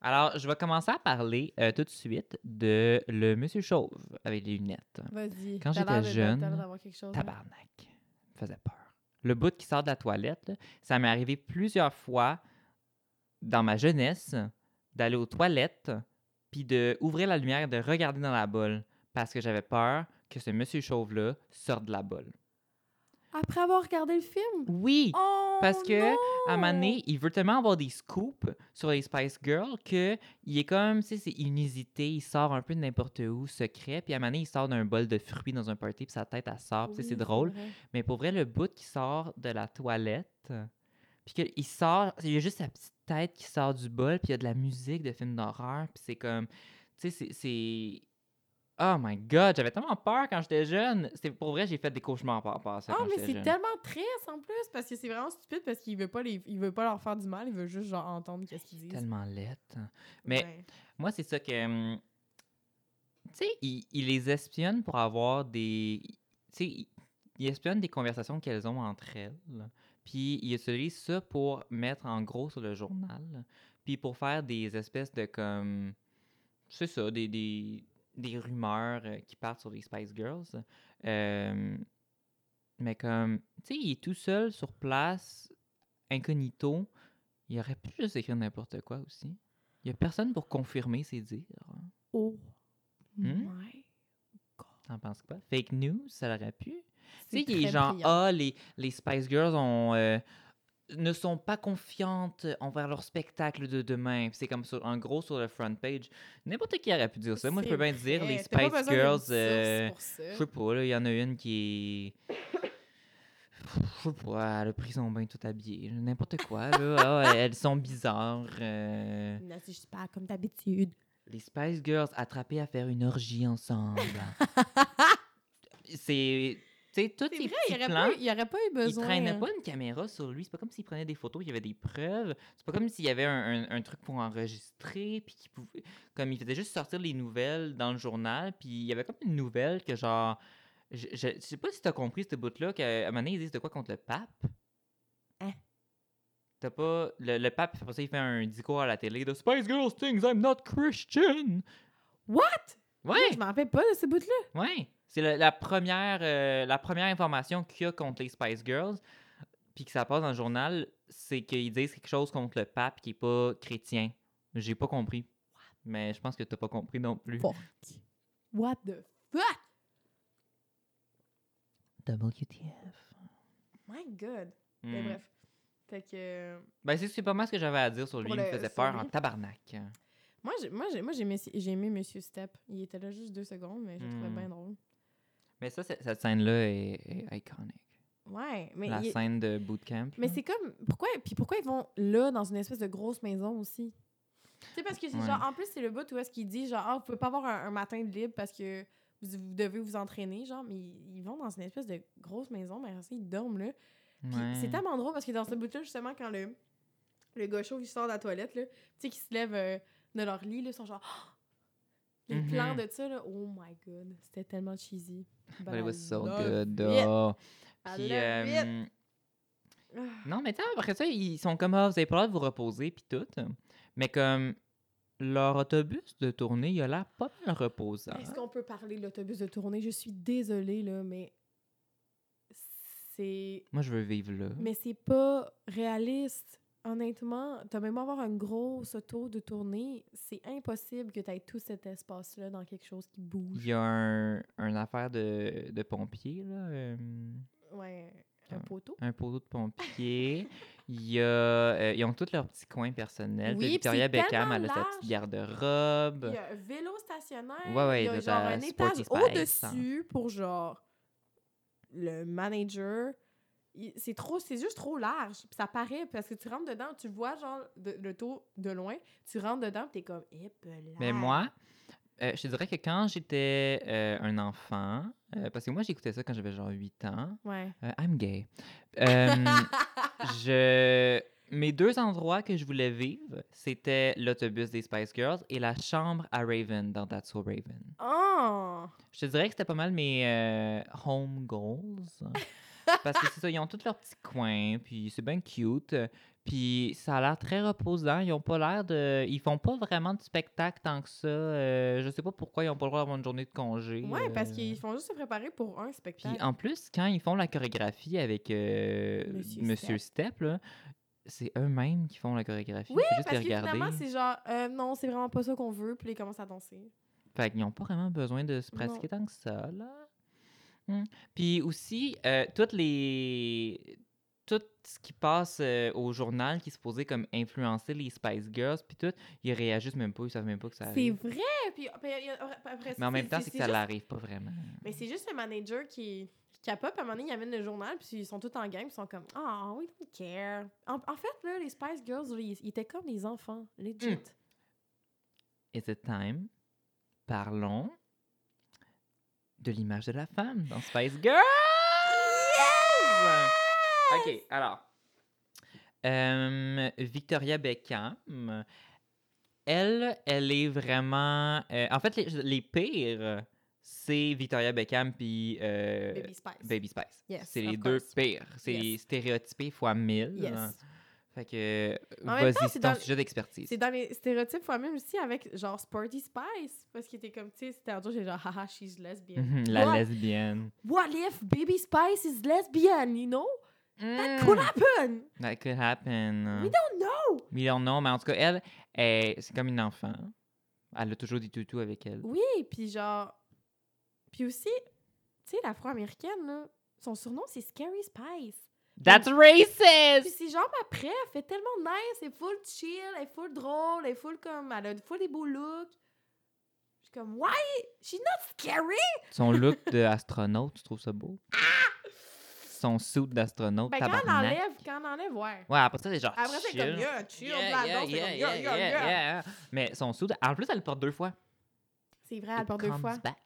[SPEAKER 2] Alors, je vais commencer à parler euh, tout de suite de le monsieur chauve avec les lunettes.
[SPEAKER 1] Vas-y.
[SPEAKER 2] Quand
[SPEAKER 1] T'as
[SPEAKER 2] j'étais
[SPEAKER 1] l'air de- t'as-
[SPEAKER 2] jeune,
[SPEAKER 1] t'as l'air d'avoir quelque chose, hein. là.
[SPEAKER 2] Tabarnak. Ça me faisait peur. Le bout qui sort de la toilette, là, ça m'est arrivé plusieurs fois dans ma jeunesse d'aller aux toilettes puis de ouvrir la lumière et de regarder dans la bolle parce que j'avais peur que ce monsieur chauve-là sorte de la bolle.
[SPEAKER 1] Après avoir regardé le film?
[SPEAKER 2] Oui!
[SPEAKER 1] Oh,
[SPEAKER 2] Parce que,
[SPEAKER 1] non!
[SPEAKER 2] À un moment donné, il veut tellement avoir des scoops sur les Spice Girls que il est comme, tu sais, c'est inusité, il sort un peu de n'importe où, secret, puis à un moment donné, il sort d'un bol de fruits dans un party, puis sa tête, elle sort, puis Ah, ça,
[SPEAKER 1] Oui,
[SPEAKER 2] c'est drôle.
[SPEAKER 1] vrai.
[SPEAKER 2] Mais pour vrai, le bout qui sort de la toilette, puis qu'il sort, il y a juste sa petite tête qui sort du bol, puis il y a de la musique de film d'horreur, puis c'est comme, tu sais, c'est- c'est. Oh my god, j'avais tellement peur quand j'étais jeune. C'était pour vrai, j'ai fait des cauchemars par rapport à ça.
[SPEAKER 1] Ah,
[SPEAKER 2] quand
[SPEAKER 1] mais
[SPEAKER 2] j'étais
[SPEAKER 1] c'est
[SPEAKER 2] jeune.
[SPEAKER 1] tellement triste en plus parce que c'est vraiment stupide parce qu'il veut pas les il veut pas leur faire du mal, il veut juste genre entendre qu'est-ce qu'ils disent.
[SPEAKER 2] tellement laite. hein. Mais
[SPEAKER 1] Ouais.
[SPEAKER 2] Moi, c'est ça que. hum, Tu sais, ils il les espionnent pour avoir des. Tu sais, ils il espionnent des conversations qu'elles ont entre elles. Puis ils utilisent ça pour mettre en gros sur le journal. Puis pour faire des espèces de comme. C'est ça, des, des, des rumeurs euh, qui partent sur les Spice Girls. Euh, mais comme. Tu sais, il est tout seul sur place, incognito. Il aurait pu juste écrire n'importe quoi aussi. Il n'y a personne pour confirmer ces dires.
[SPEAKER 1] Oh
[SPEAKER 2] Hmm?
[SPEAKER 1] my
[SPEAKER 2] T'en penses quoi? Fake news, ça l'aurait pu. Tu sais,
[SPEAKER 1] C'est
[SPEAKER 2] il est
[SPEAKER 1] très
[SPEAKER 2] genre,
[SPEAKER 1] brillant.
[SPEAKER 2] ah, les, les Spice Girls ont, euh, ne sont pas confiantes envers leur spectacle de demain. Puis C'est comme, sur, en gros, sur le front page. N'importe qui aurait pu dire ça. Moi, je
[SPEAKER 1] C'est
[SPEAKER 2] peux bien dire, les
[SPEAKER 1] vrai, Eh, t'as pas
[SPEAKER 2] Spice
[SPEAKER 1] besoin d'une
[SPEAKER 2] Girls,
[SPEAKER 1] source
[SPEAKER 2] euh,
[SPEAKER 1] pour ça.
[SPEAKER 2] je sais pas, là, il y en a une qui est. Je sais pas, elle a pris son bain tout habillé. N'importe quoi, là. Ah, elles sont bizarres. euh.
[SPEAKER 1] Non, c'est juste pas comme d'habitude.
[SPEAKER 2] Les Spice Girls attrapées à faire une orgie ensemble. c'est. Tu sais, tous
[SPEAKER 1] C'est
[SPEAKER 2] les
[SPEAKER 1] vrai, il n'y
[SPEAKER 2] petits
[SPEAKER 1] aurait,
[SPEAKER 2] plans.
[SPEAKER 1] pas eu- il aurait pas eu
[SPEAKER 2] Il
[SPEAKER 1] besoin.
[SPEAKER 2] traînait
[SPEAKER 1] hein.
[SPEAKER 2] pas une caméra sur lui. C'est pas comme s'il prenait des photos, il y avait des preuves. C'est pas comme s'il y avait un, un- un truc pour enregistrer. Puis qu'il pouvait. Comme il faisait juste sortir les nouvelles dans le journal. Puis il y avait comme une nouvelle que genre. Je, je, je sais pas si t'as compris ce bout-là, qu'à un moment donné, ils disent de quoi contre le pape.
[SPEAKER 1] Hein?
[SPEAKER 2] T'as pas. Le, le pape, après ça, il fait un discours à la télé de Spice Girls thinks I'm not Christian.
[SPEAKER 1] What?
[SPEAKER 2] Ouais!
[SPEAKER 1] Je m'en rappelle pas de ce bout-là.
[SPEAKER 2] Oui, c'est la, la première, euh, la première information qu'il y a contre les Spice Girls, puis que ça passe dans le journal, c'est qu'ils disent quelque chose contre le pape qui est pas chrétien. J'ai pas compris. Mais je pense que t'as pas compris non plus.
[SPEAKER 1] Fuck. What the fuck?
[SPEAKER 2] WTF.
[SPEAKER 1] My God.
[SPEAKER 2] Mm.
[SPEAKER 1] Mais bref. Fait que. euh,
[SPEAKER 2] Ben, c'est- c'est pas mal ce que j'avais à dire sur lui.
[SPEAKER 1] Pour
[SPEAKER 2] Il me
[SPEAKER 1] le-
[SPEAKER 2] faisait
[SPEAKER 1] sur
[SPEAKER 2] peur
[SPEAKER 1] lui.
[SPEAKER 2] en tabarnak.
[SPEAKER 1] Moi, j'ai, moi, j'ai, moi j'ai, aimé, j'ai aimé Monsieur Step. Il était là juste deux secondes, mais je le trouvais
[SPEAKER 2] Hmm.
[SPEAKER 1] bien drôle.
[SPEAKER 2] Mais ça, c'est- cette scène-là est, est iconique.
[SPEAKER 1] Ouais, mais.
[SPEAKER 2] la
[SPEAKER 1] il-
[SPEAKER 2] scène de bootcamp.
[SPEAKER 1] Mais
[SPEAKER 2] là.
[SPEAKER 1] c'est comme. Pourquoi, puis pourquoi ils vont là, dans une espèce de grosse maison aussi? Tu sais, parce que c'est
[SPEAKER 2] Ouais.
[SPEAKER 1] genre. En plus, c'est le bout où est-ce qu'il dit, genre, ah, vous pouvez pas avoir un, un matin de libre parce que vous, vous devez vous entraîner, genre, mais ils, ils vont dans une espèce de grosse maison, mais après ça, ils dorment là. Puis
[SPEAKER 2] Ouais.
[SPEAKER 1] c'est tellement drôle parce que dans ce bout-là, justement, quand le, le gars chauve, il sort de la toilette, là, tu sais, qu'ils se lèvent euh, de leur lit, là, ils sont genre. Ah! Les
[SPEAKER 2] Mhm.
[SPEAKER 1] plans de ça, là, oh my god, c'était tellement cheesy.
[SPEAKER 2] But it was so
[SPEAKER 1] I love
[SPEAKER 2] good.
[SPEAKER 1] it.
[SPEAKER 2] oh.
[SPEAKER 1] I
[SPEAKER 2] Puis,
[SPEAKER 1] love it.
[SPEAKER 2] euh,
[SPEAKER 1] Ah.
[SPEAKER 2] Non, mais tu sais, après ça, ils sont comme, ah, vous avez pas le droit de vous reposer, puis tout. Mais comme, leur autobus de tournée, il a l'air pas mal reposant.
[SPEAKER 1] Est-ce qu'on peut parler de l'autobus de tournée? Je suis désolée, là, mais c'est...
[SPEAKER 2] Moi, je veux vivre là.
[SPEAKER 1] Mais c'est pas réaliste. Honnêtement, t'as même avoir un gros auto de tournée, c'est impossible que t'aies tout cet espace-là dans quelque chose qui
[SPEAKER 2] Il
[SPEAKER 1] bouge.
[SPEAKER 2] y a un, un affaire de, de pompier, là. euh,
[SPEAKER 1] Ouais, un
[SPEAKER 2] Ah.
[SPEAKER 1] poteau.
[SPEAKER 2] un poteau de pompier. il y a, euh, ils ont tous leurs petits coins personnels.
[SPEAKER 1] Oui, puis
[SPEAKER 2] Victoria
[SPEAKER 1] c'est
[SPEAKER 2] Beckham,
[SPEAKER 1] tellement
[SPEAKER 2] elle a sa
[SPEAKER 1] large.
[SPEAKER 2] petite garde-robe.
[SPEAKER 1] Il y a un vélo stationnaire.
[SPEAKER 2] Ouais, ouais,
[SPEAKER 1] il y a
[SPEAKER 2] de
[SPEAKER 1] genre
[SPEAKER 2] ta
[SPEAKER 1] un
[SPEAKER 2] Sporty
[SPEAKER 1] étage
[SPEAKER 2] Spice.
[SPEAKER 1] au-dessus pour genre le manager. Il- C'est trop, c'est juste trop large. Puis ça paraît parce que tu rentres dedans, tu vois genre de- le taux de loin, tu rentres dedans, puis t'es comme eh, hip là.
[SPEAKER 2] Mais moi, euh, je te dirais que quand j'étais euh, un enfant, euh, parce que moi j'écoutais ça quand j'avais genre 8 ans,
[SPEAKER 1] ouais.
[SPEAKER 2] euh, I'm gay. Euh, je... Mes deux endroits que je voulais vivre, c'était l'autobus des Spice Girls et la chambre à Raven dans That's So Raven.
[SPEAKER 1] Oh,
[SPEAKER 2] Je te dirais que c'était pas mal mes euh, home goals. Parce que c'est ça, ils ont tous leurs petits coins, puis c'est bien cute. Puis ça a l'air très reposant. Ils ont pas l'air de. Ils font pas vraiment de spectacle tant que ça. Euh, je sais pas pourquoi ils ont pas le droit d'avoir une journée de congé.
[SPEAKER 1] ouais, parce
[SPEAKER 2] euh.
[SPEAKER 1] qu'ils font juste se préparer pour un
[SPEAKER 2] Puis
[SPEAKER 1] spectacle.
[SPEAKER 2] en plus, quand ils font la chorégraphie avec euh,
[SPEAKER 1] Monsieur
[SPEAKER 2] Monsieur Step, là, c'est eux-mêmes qui font la chorégraphie.
[SPEAKER 1] Oui,
[SPEAKER 2] c'est juste
[SPEAKER 1] parce que
[SPEAKER 2] les regarder.
[SPEAKER 1] finalement c'est genre euh, non, c'est vraiment pas ça qu'on veut, puis ils commencent à danser.
[SPEAKER 2] Fait qu'ils n'ont pas vraiment besoin de se
[SPEAKER 1] Non.
[SPEAKER 2] pratiquer tant que ça, là. Mm. Puis aussi, euh, toutes les... Tout ce qui passe euh, au journal qui est supposé comme influencer les Spice Girls, puis tout, ils réagissent même pas, ils savent même pas que ça
[SPEAKER 1] C'est
[SPEAKER 2] arrive.
[SPEAKER 1] vrai, puis ah, puis il y a- après ça,
[SPEAKER 2] Mais en même temps, c'est que ça
[SPEAKER 1] juste-
[SPEAKER 2] l'arrive pas vraiment.
[SPEAKER 1] Mais c'est juste le manager qui, qui capote, puis à un moment donné, il amène le journal, puis ils sont tous en gang, puis ils sont comme « Ah, we don't care ». En en fait, là, les Spice Girls, là, ils ils étaient comme des enfants, legit.
[SPEAKER 2] Mm. Is it time? Parlons de l'image de la femme dans Spice Girls! OK, alors. Euh, Victoria Beckham, elle, elle est vraiment... euh, en fait, les, les pires, c'est Victoria Beckham puis euh,
[SPEAKER 1] Baby Spice.
[SPEAKER 2] Baby Spice.
[SPEAKER 1] Yes,
[SPEAKER 2] c'est les
[SPEAKER 1] of
[SPEAKER 2] deux
[SPEAKER 1] course.
[SPEAKER 2] pires. C'est
[SPEAKER 1] Yes.
[SPEAKER 2] stéréotypé fois mille.
[SPEAKER 1] Yes.
[SPEAKER 2] Fait que,
[SPEAKER 1] En même
[SPEAKER 2] vas-y,
[SPEAKER 1] temps,
[SPEAKER 2] c'est
[SPEAKER 1] c'est
[SPEAKER 2] ton
[SPEAKER 1] dans-
[SPEAKER 2] sujet d'expertise.
[SPEAKER 1] C'est dans les stéréotypes fois même aussi avec genre Sporty Spice, parce qu'il était comme, tu sais, c'était un jour, j'ai genre « Haha, she's lesbian
[SPEAKER 2] Mhm, La
[SPEAKER 1] What?
[SPEAKER 2] lesbienne.
[SPEAKER 1] What if Baby Spice is lesbian, you know? That
[SPEAKER 2] Mm.
[SPEAKER 1] could happen!
[SPEAKER 2] That could happen. hein.
[SPEAKER 1] We don't know!
[SPEAKER 2] We don't know, mais en tout cas, elle, elle- c'est comme une enfant. Elle a toujours des toutous avec elle.
[SPEAKER 1] Oui, puis genre. Puis aussi, tu sais, l'afro-américaine, là, son surnom, c'est Scary Spice.
[SPEAKER 2] That's
[SPEAKER 1] Puis
[SPEAKER 2] racist!
[SPEAKER 1] c'est genre après, elle fait tellement nice, elle est full chill, elle est full drôle, elle est full comme. Elle a full des beaux looks. Je suis comme, why? She's not scary!
[SPEAKER 2] Son look d'astronaute, tu trouves ça beau? Son suit d'astronaute,
[SPEAKER 1] Ah! Ben, quand elle
[SPEAKER 2] tabarnak.
[SPEAKER 1] enlève, quand elle enlève, ouais.
[SPEAKER 2] Ouais, après ça, c'est genre
[SPEAKER 1] Après, c'est
[SPEAKER 2] chill.
[SPEAKER 1] comme, yeah, chill,
[SPEAKER 2] Yeah,
[SPEAKER 1] blablabla,
[SPEAKER 2] yeah,
[SPEAKER 1] c'est comme,
[SPEAKER 2] yeah,
[SPEAKER 1] yeah,
[SPEAKER 2] yeah,
[SPEAKER 1] yeah, yeah.
[SPEAKER 2] yeah. Mais son suit, en plus, elle le porte deux fois.
[SPEAKER 1] C'est vrai, elle
[SPEAKER 2] It
[SPEAKER 1] porte deux
[SPEAKER 2] comes
[SPEAKER 1] fois.
[SPEAKER 2] back.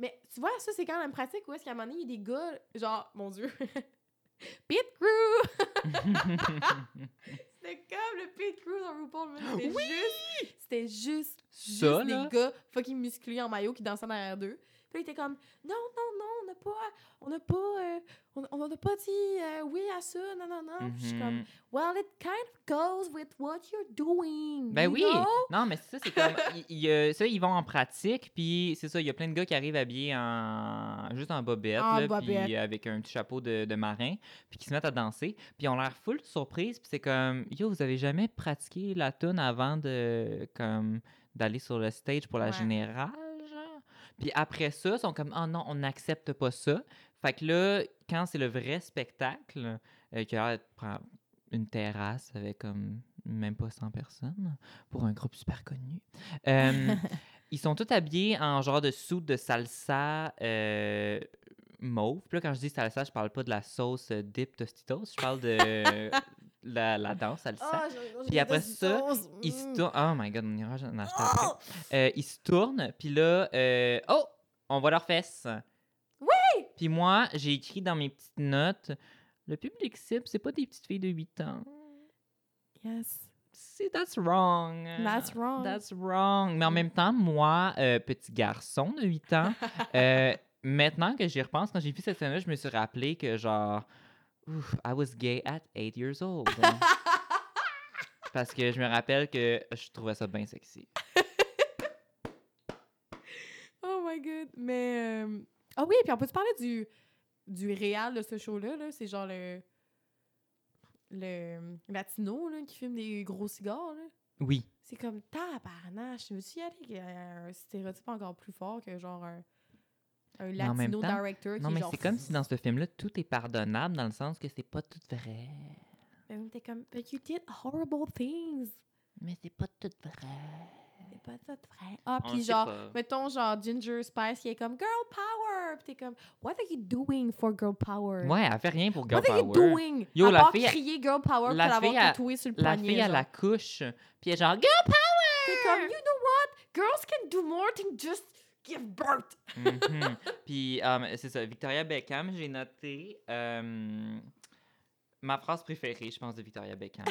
[SPEAKER 1] Mais tu vois, ça, c'est quand même pratique où est-ce qu'à un moment donné, il y a des gars, genre, mon Dieu, pit crew! C'était comme le pit crew dans RuPaul, mais c'était juste... C'était juste, juste
[SPEAKER 2] Ça,
[SPEAKER 1] des
[SPEAKER 2] là.
[SPEAKER 1] gars fucking musclés en maillot qui dansaient derrière d'eux. Puis là, il était comme, non, non, non, on n'a pas... On n'a pas... euh, on- on n'a pas dit euh, oui à ça, non, non, non. Puis je suis comme,
[SPEAKER 2] Mhm.
[SPEAKER 1] well, it kind of goes with what you're doing,
[SPEAKER 2] Ben
[SPEAKER 1] you
[SPEAKER 2] oui!
[SPEAKER 1] know?
[SPEAKER 2] Non, mais c'est ça, c'est comme. il- il, euh, ça, ils vont en pratique, puis c'est ça, il y a plein de gars qui arrivent habillés en. juste en bobette,
[SPEAKER 1] En
[SPEAKER 2] là,
[SPEAKER 1] bobette.
[SPEAKER 2] puis avec un petit chapeau de, de marin, puis qui se mettent à danser, puis ils ont l'air full de surprise, puis c'est comme. Yo, vous avez jamais pratiqué la tune avant de. comme. d'aller sur le stage pour la
[SPEAKER 1] Ouais.
[SPEAKER 2] générale, genre? Puis après ça, ils sont comme. oh non, on n'accepte pas ça. Fait que là, quand c'est le vrai spectacle, euh, qui a l'air d'être pra- une terrasse avec comme même pas 100 personnes pour un groupe super connu. Euh, ils sont tous habillés en genre de soupe de salsa euh, mauve. Puis là, quand je dis salsa, je parle pas de la sauce euh, dip Tostitos, je parle de la, la danse salsa.
[SPEAKER 1] Ah, j'ai- j'ai
[SPEAKER 2] Puis après
[SPEAKER 1] des
[SPEAKER 2] ça,
[SPEAKER 1] sauces,
[SPEAKER 2] Ils se
[SPEAKER 1] mm. Oh!
[SPEAKER 2] tournent. Oh my god, on ira en acheter après. Euh, ils se tournent, puis là, euh, oh, on voit leurs fesses. Oui! Puis moi, j'ai écrit dans mes petites notes le public cible, c'est pas des petites filles de 8 ans.
[SPEAKER 1] Yes.
[SPEAKER 2] C'est that's wrong.
[SPEAKER 1] That's wrong.
[SPEAKER 2] Ah, That's wrong.
[SPEAKER 1] Mm.
[SPEAKER 2] Mais en même temps, moi, euh, petit garçon de 8 ans, euh, maintenant que j'y repense, quand j'ai vu cette scène-là, je me suis rappelé que genre, ouf, I was gay at 8 years old. hein. Parce que je me rappelle que je trouvais ça bien sexy.
[SPEAKER 1] Oh my god. Mais. euh, Ah oui, puis on peut-tu parler du, du réal de ce show-là? Là? C'est genre le. Le latino là, qui fume des gros cigares. Là.
[SPEAKER 2] Oui.
[SPEAKER 1] C'est comme tabarnache. Veux-tu y aller avec euh, un stéréotype encore plus fort que genre un, un
[SPEAKER 2] Mais en même
[SPEAKER 1] latino
[SPEAKER 2] temps-
[SPEAKER 1] director qui
[SPEAKER 2] Non,
[SPEAKER 1] est
[SPEAKER 2] mais
[SPEAKER 1] genre-
[SPEAKER 2] c'est comme si dans ce film-là, tout est pardonnable dans le sens que c'est pas tout vrai.
[SPEAKER 1] Mais oui, T'es comme. But you did horrible things.
[SPEAKER 2] Mais c'est pas tout vrai.
[SPEAKER 1] C'est pas ça de vrai. Ah,
[SPEAKER 2] On
[SPEAKER 1] puis
[SPEAKER 2] le sait
[SPEAKER 1] genre,
[SPEAKER 2] pas.
[SPEAKER 1] mettons genre Ginger Spice qui est comme Girl Power. Puis t'es comme, What are you doing for Girl Power?
[SPEAKER 2] Ouais, elle fait rien pour Girl
[SPEAKER 1] What are you
[SPEAKER 2] Power.
[SPEAKER 1] doing?
[SPEAKER 2] Yo,
[SPEAKER 1] à
[SPEAKER 2] la
[SPEAKER 1] part
[SPEAKER 2] fille, elle-
[SPEAKER 1] crier girl power pour
[SPEAKER 2] la
[SPEAKER 1] l'avoir
[SPEAKER 2] fille, elle-
[SPEAKER 1] tatoué sur le
[SPEAKER 2] La
[SPEAKER 1] poignet.
[SPEAKER 2] fille, à
[SPEAKER 1] genre.
[SPEAKER 2] la couche, puis elle est genre Girl
[SPEAKER 1] T'es comme, you know what? Girls can do more than just give birth.
[SPEAKER 2] Mhm. Puis, euh, c'est ça, Victoria Beckham, j'ai noté euh, ma phrase préférée, je pense, de Victoria Beckham.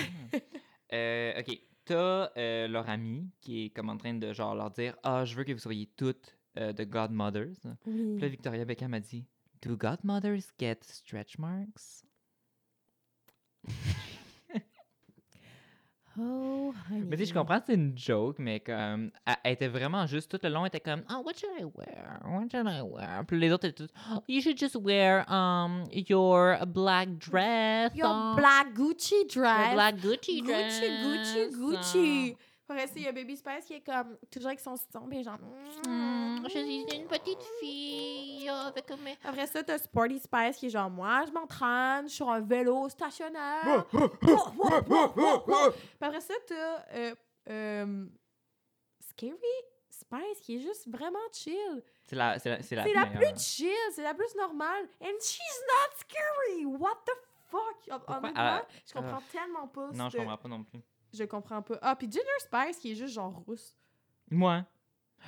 [SPEAKER 2] Euh, ok, t'as euh, leur amie qui est comme en train de genre leur dire Ah, je veux que vous soyez toutes euh, de Godmothers. Puis là, Victoria Beckham a dit Do Godmothers get stretch marks?
[SPEAKER 1] Oh,
[SPEAKER 2] Mais tu sais, je comprends, que c'est une joke, mais comme, elle, elle était vraiment juste tout le long, elle était comme, oh, what should I wear? What should I wear? Puis les autres étaient tous, oh, you should just wear um, your black dress.
[SPEAKER 1] Your
[SPEAKER 2] um,
[SPEAKER 1] black Gucci dress.
[SPEAKER 2] your black Gucci dress.
[SPEAKER 1] Gucci, Gucci,
[SPEAKER 2] um,
[SPEAKER 1] Gucci. Après ça, il y a Baby Spice qui est comme, toujours avec son citron, puis genre... mm.
[SPEAKER 2] hmm, je suis une petite fille avec mes.
[SPEAKER 1] Après ça, t'as Sporty Spice qui est genre, moi, je m'entraîne sur un vélo stationnaire. Puis après ça, t'as euh, euh, Scary Spice qui est juste vraiment chill.
[SPEAKER 2] C'est la, c'est la, c'est la, euh,
[SPEAKER 1] C'est la
[SPEAKER 2] meilleure.
[SPEAKER 1] plus chill, c'est la plus normale. And she's not scary! What the fuck? En- En,
[SPEAKER 2] Pourquoi
[SPEAKER 1] honnêtement,
[SPEAKER 2] elle-
[SPEAKER 1] je comprends
[SPEAKER 2] Ah.
[SPEAKER 1] tellement pas.
[SPEAKER 2] Non, je
[SPEAKER 1] ce-
[SPEAKER 2] comprends pas non plus.
[SPEAKER 1] Je comprends pas. Ah, puis Ginger Spice qui est juste genre rousse.
[SPEAKER 2] Moi.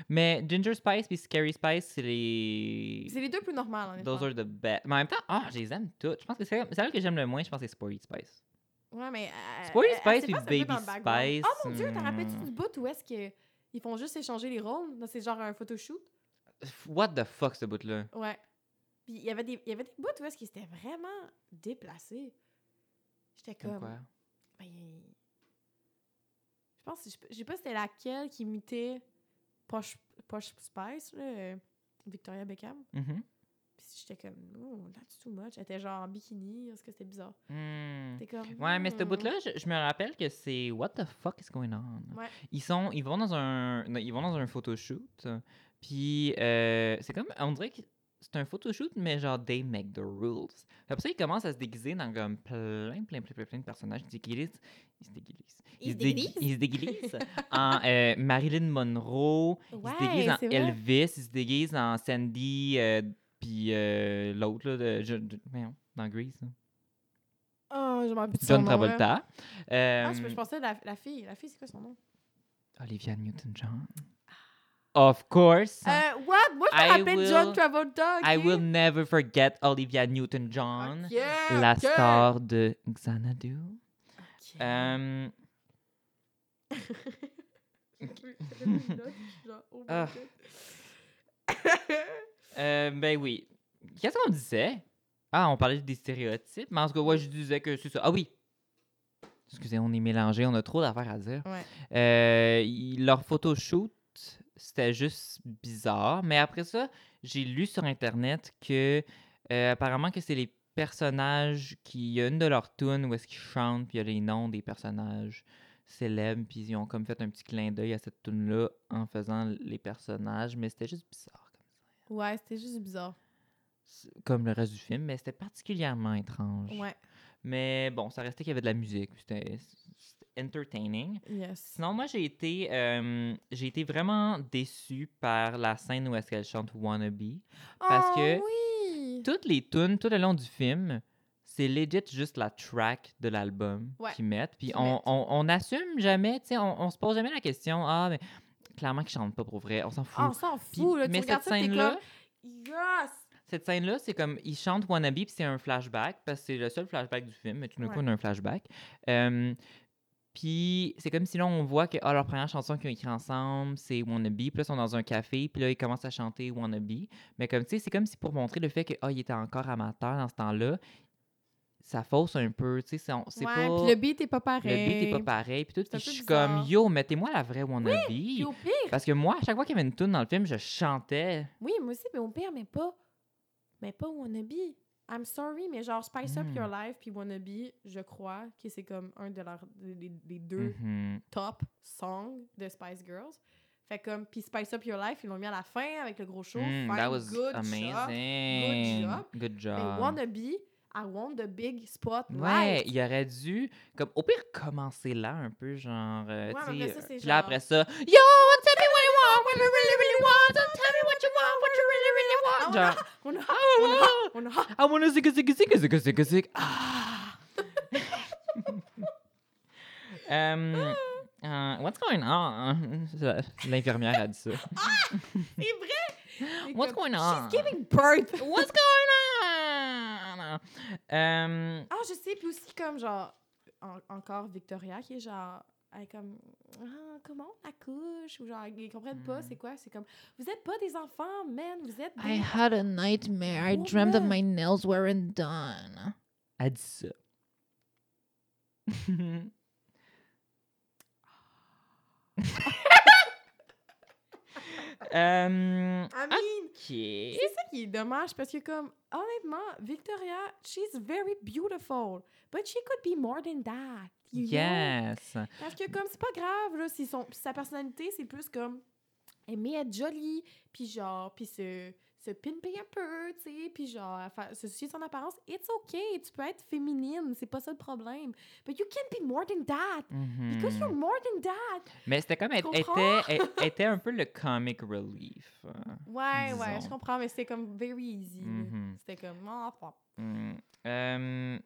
[SPEAKER 2] Mais Ginger Spice puis Scary Spice, c'est les.
[SPEAKER 1] C'est les deux plus normales, honnêtement.
[SPEAKER 2] Those are the best. Mais en même temps, ah, je les aime toutes. Je pense que c'est c'est celle que j'aime le moins, je pense que c'est Sporty Spice.
[SPEAKER 1] Ouais, mais. euh,
[SPEAKER 2] Sporty
[SPEAKER 1] euh,
[SPEAKER 2] Spice
[SPEAKER 1] elle
[SPEAKER 2] puis
[SPEAKER 1] s'efface un peu
[SPEAKER 2] Baby
[SPEAKER 1] dans le background.
[SPEAKER 2] Spice,
[SPEAKER 1] Oh mon dieu, t'en
[SPEAKER 2] hmm.
[SPEAKER 1] rappelles-tu du bout où est-ce que. Ils font juste échanger les rôles. Non, C'est genre un photoshoot.
[SPEAKER 2] F- What the fuck, ce bout-là?
[SPEAKER 1] Ouais. Puis il y avait des, il y avait des bouts où est-ce qu'ils étaient vraiment déplacés. J'étais
[SPEAKER 2] Comme
[SPEAKER 1] comme.
[SPEAKER 2] quoi?
[SPEAKER 1] ben, je pense, que- je sais pas- je sais pas c'était laquelle qui imitait Posh, Posh Spice, là, euh, Victoria Beckham.
[SPEAKER 2] Mhm.
[SPEAKER 1] Puis j'étais comme, oh, that's too much. Elle était genre en bikini, parce que c'était bizarre.
[SPEAKER 2] Hmm.
[SPEAKER 1] T'es comme,
[SPEAKER 2] Ouais, mais ce
[SPEAKER 1] hmm.
[SPEAKER 2] bout-là, je, je me rappelle que c'est What the fuck is going on?
[SPEAKER 1] Ouais.
[SPEAKER 2] Ils, sont, ils, vont dans un, non, ils vont dans un photoshoot, puis euh, c'est comme, on dirait que c'est un photoshoot, mais genre, they make the rules. Puis après ça, ils commencent à se déguiser dans comme plein, plein, plein, plein, plein de personnages. Ils se déguisent. Ils se déguisent.
[SPEAKER 1] Ils se
[SPEAKER 2] dégui-
[SPEAKER 1] déguisent?
[SPEAKER 2] Ils se déguisent en euh, Marilyn Monroe, ils se déguisent
[SPEAKER 1] Ouais,
[SPEAKER 2] en
[SPEAKER 1] c'est vrai.
[SPEAKER 2] Elvis, ils se déguisent en Sandy, euh, puis euh, l'autre, là, de, je- de- voyons, dans Grease. là.
[SPEAKER 1] Ah, je m'en rappelle plus de son
[SPEAKER 2] John
[SPEAKER 1] nom, là.
[SPEAKER 2] Travolta. Euh,
[SPEAKER 1] Ah, je, je pensais la, la fille. La fille, c'est quoi son nom?
[SPEAKER 2] Olivia Newton-John. Of course.
[SPEAKER 1] Euh, what? Moi, je
[SPEAKER 2] I
[SPEAKER 1] me rappelle
[SPEAKER 2] will-
[SPEAKER 1] John Travolta. ok?
[SPEAKER 2] I will never forget Olivia Newton-John,
[SPEAKER 1] Ok,
[SPEAKER 2] la
[SPEAKER 1] ok.
[SPEAKER 2] star de Xanadu.
[SPEAKER 1] Ok.
[SPEAKER 2] Euh,
[SPEAKER 1] oh
[SPEAKER 2] Ah. euh, ben oui. Qu'est-ce qu'on disait? Ah, on parlait des stéréotypes, mais en tout cas, ouais, je disais que c'est ça. Ah oui! Excusez, on est mélangé, on a trop d'affaires à dire.
[SPEAKER 1] Ouais.
[SPEAKER 2] Euh, il- leur photoshoot, c'était juste bizarre. Mais après ça, j'ai lu sur Internet que euh, apparemment que c'est les personnages qui... Il y a une de leurs tunes où est-ce qu'ils chantent, puis il y a les noms des personnages célèbres, puis ils ont comme fait un petit clin d'œil à cette tune-là en faisant les personnages, mais c'était juste bizarre. comme ça.
[SPEAKER 1] ouais, c'était juste bizarre.
[SPEAKER 2] C'est- Comme le reste du film, mais c'était particulièrement étrange.
[SPEAKER 1] Ouais,
[SPEAKER 2] Mais bon, ça restait qu'il y avait de la musique. puis C'était c'était entertaining.
[SPEAKER 1] yes.
[SPEAKER 2] Sinon, moi, j'ai été, euh, j'ai été vraiment déçue par la scène où est-ce qu'elle chante Wannabe. parce
[SPEAKER 1] Oh,
[SPEAKER 2] que-
[SPEAKER 1] oui!
[SPEAKER 2] Toutes les tunes, tout le long du film, c'est legit juste la track de l'album
[SPEAKER 1] Ouais,
[SPEAKER 2] qu'ils mettent. Puis
[SPEAKER 1] qu'ils
[SPEAKER 2] on,
[SPEAKER 1] mettent.
[SPEAKER 2] on, on assume jamais, tu sais, on, on se pose jamais la question, ah, mais clairement qu'ils chantent pas pour vrai, on s'en
[SPEAKER 1] Ah, on
[SPEAKER 2] fout.
[SPEAKER 1] s'en
[SPEAKER 2] Puis-
[SPEAKER 1] fout, là. Tu
[SPEAKER 2] mais
[SPEAKER 1] regardes
[SPEAKER 2] cette
[SPEAKER 1] ça, t'es
[SPEAKER 2] scène-là,
[SPEAKER 1] comme... Yes!
[SPEAKER 2] cette scène-là, c'est comme ils chantent Wannabe, puis c'est un flashback, parce que c'est le seul flashback du film, mais tout d'un coup,
[SPEAKER 1] Ouais.
[SPEAKER 2] on a un flashback. Euh, puis c'est comme si là, on voit que ah, leur première chanson qu'ils ont écrite ensemble, c'est Wannabe, puis là, ils sont dans un café, puis là, ils commencent à chanter Wannabe. Mais comme, tu sais, c'est comme si pour montrer le fait que, ah, ils étaient encore amateurs dans ce temps-là, ça fausse un peu, tu sais, c'est on- c'est
[SPEAKER 1] Ouais,
[SPEAKER 2] pas.
[SPEAKER 1] puis le beat est pas pareil.
[SPEAKER 2] le beat est pas pareil, puis tout.
[SPEAKER 1] C'est un
[SPEAKER 2] Puis je
[SPEAKER 1] peu
[SPEAKER 2] suis
[SPEAKER 1] bizarre.
[SPEAKER 2] comme, yo, mettez-moi la vraie Wannabe.
[SPEAKER 1] Puis au pire,
[SPEAKER 2] Parce que moi, à chaque fois qu'il y avait une tune dans le film, je chantais.
[SPEAKER 1] oui, moi aussi, mais au pire, mais pas... Mais pas Wannabe. I'm sorry, mais genre Spice Up
[SPEAKER 2] Mm.
[SPEAKER 1] Your Life puis Wannabe, je crois que c'est comme un de leurs... des- des des deux
[SPEAKER 2] Mhm.
[SPEAKER 1] top song de Spice Girls. Fait comme, puis Spice Up Your Life, ils l'ont mis à la fin avec le gros show.
[SPEAKER 2] Mm,
[SPEAKER 1] Fine,
[SPEAKER 2] that was
[SPEAKER 1] good Shot.
[SPEAKER 2] amazing.
[SPEAKER 1] job.
[SPEAKER 2] Good
[SPEAKER 1] Mais
[SPEAKER 2] job.
[SPEAKER 1] Wannabe, I want the big
[SPEAKER 2] Ouais,
[SPEAKER 1] spotlight.
[SPEAKER 2] il aurait dû, comme, au pire, commencer là un peu, genre. euh,
[SPEAKER 1] Ouais, mais après
[SPEAKER 2] tu sais,
[SPEAKER 1] ça,
[SPEAKER 2] euh,
[SPEAKER 1] c'est
[SPEAKER 2] puis là,
[SPEAKER 1] genre-
[SPEAKER 2] après ça, Yo, tell me what you want, what you really, really want, don't tell me what you want, what you really, really want.
[SPEAKER 1] Ah,
[SPEAKER 2] Genre,
[SPEAKER 1] On a,
[SPEAKER 2] oh,
[SPEAKER 1] on a,
[SPEAKER 2] oh,
[SPEAKER 1] on a.
[SPEAKER 2] I wanna zig, zig, zig, zig, zig, zig. Ah! um,
[SPEAKER 1] Ah.
[SPEAKER 2] uh, what's going on? L'infirmière a dit ça.
[SPEAKER 1] Ah! C'est vrai! C'est
[SPEAKER 2] What's
[SPEAKER 1] comme,
[SPEAKER 2] going on?
[SPEAKER 1] She's giving birth!
[SPEAKER 2] What's going on? Um,
[SPEAKER 1] Ah, je sais, puis aussi comme genre, en- encore Victoria qui est genre, elle est comme, ah, comment on accouche? Ou genre, ils comprennent
[SPEAKER 2] Hmm.
[SPEAKER 1] pas, c'est quoi? C'est comme, vous êtes pas des enfants, man, vous êtes
[SPEAKER 7] I
[SPEAKER 1] des.
[SPEAKER 7] had a nightmare. I dreamt that my nails weren't done.
[SPEAKER 2] a dit ça. Euh,
[SPEAKER 1] I mean,
[SPEAKER 2] ok.
[SPEAKER 1] C'est ça qui est dommage parce que comme honnêtement, Victoria, she's very beautiful, but she could be more than that. you know?
[SPEAKER 2] Yes.
[SPEAKER 1] Parce que comme c'est pas grave là, si son sa personnalité c'est plus comme aimer être jolie, puis genre puis se se pimper un peu, tu sais, puis genre à faire- se soucier de son apparence, it's okay, tu peux être féminine, c'est pas ça le problème. But you can't be more than that
[SPEAKER 2] Mhm.
[SPEAKER 1] because you're more than that.
[SPEAKER 2] Mais c'était comme elle
[SPEAKER 1] Tu
[SPEAKER 2] était,
[SPEAKER 1] comprends?
[SPEAKER 2] elle- elle était un peu le comic relief.
[SPEAKER 1] Ouais, ouais,
[SPEAKER 2] Disons.
[SPEAKER 1] je comprends, mais c'était comme very easy. là.
[SPEAKER 2] Mhm.
[SPEAKER 1] C'était comme oh, fuck.
[SPEAKER 2] Mm. Euh,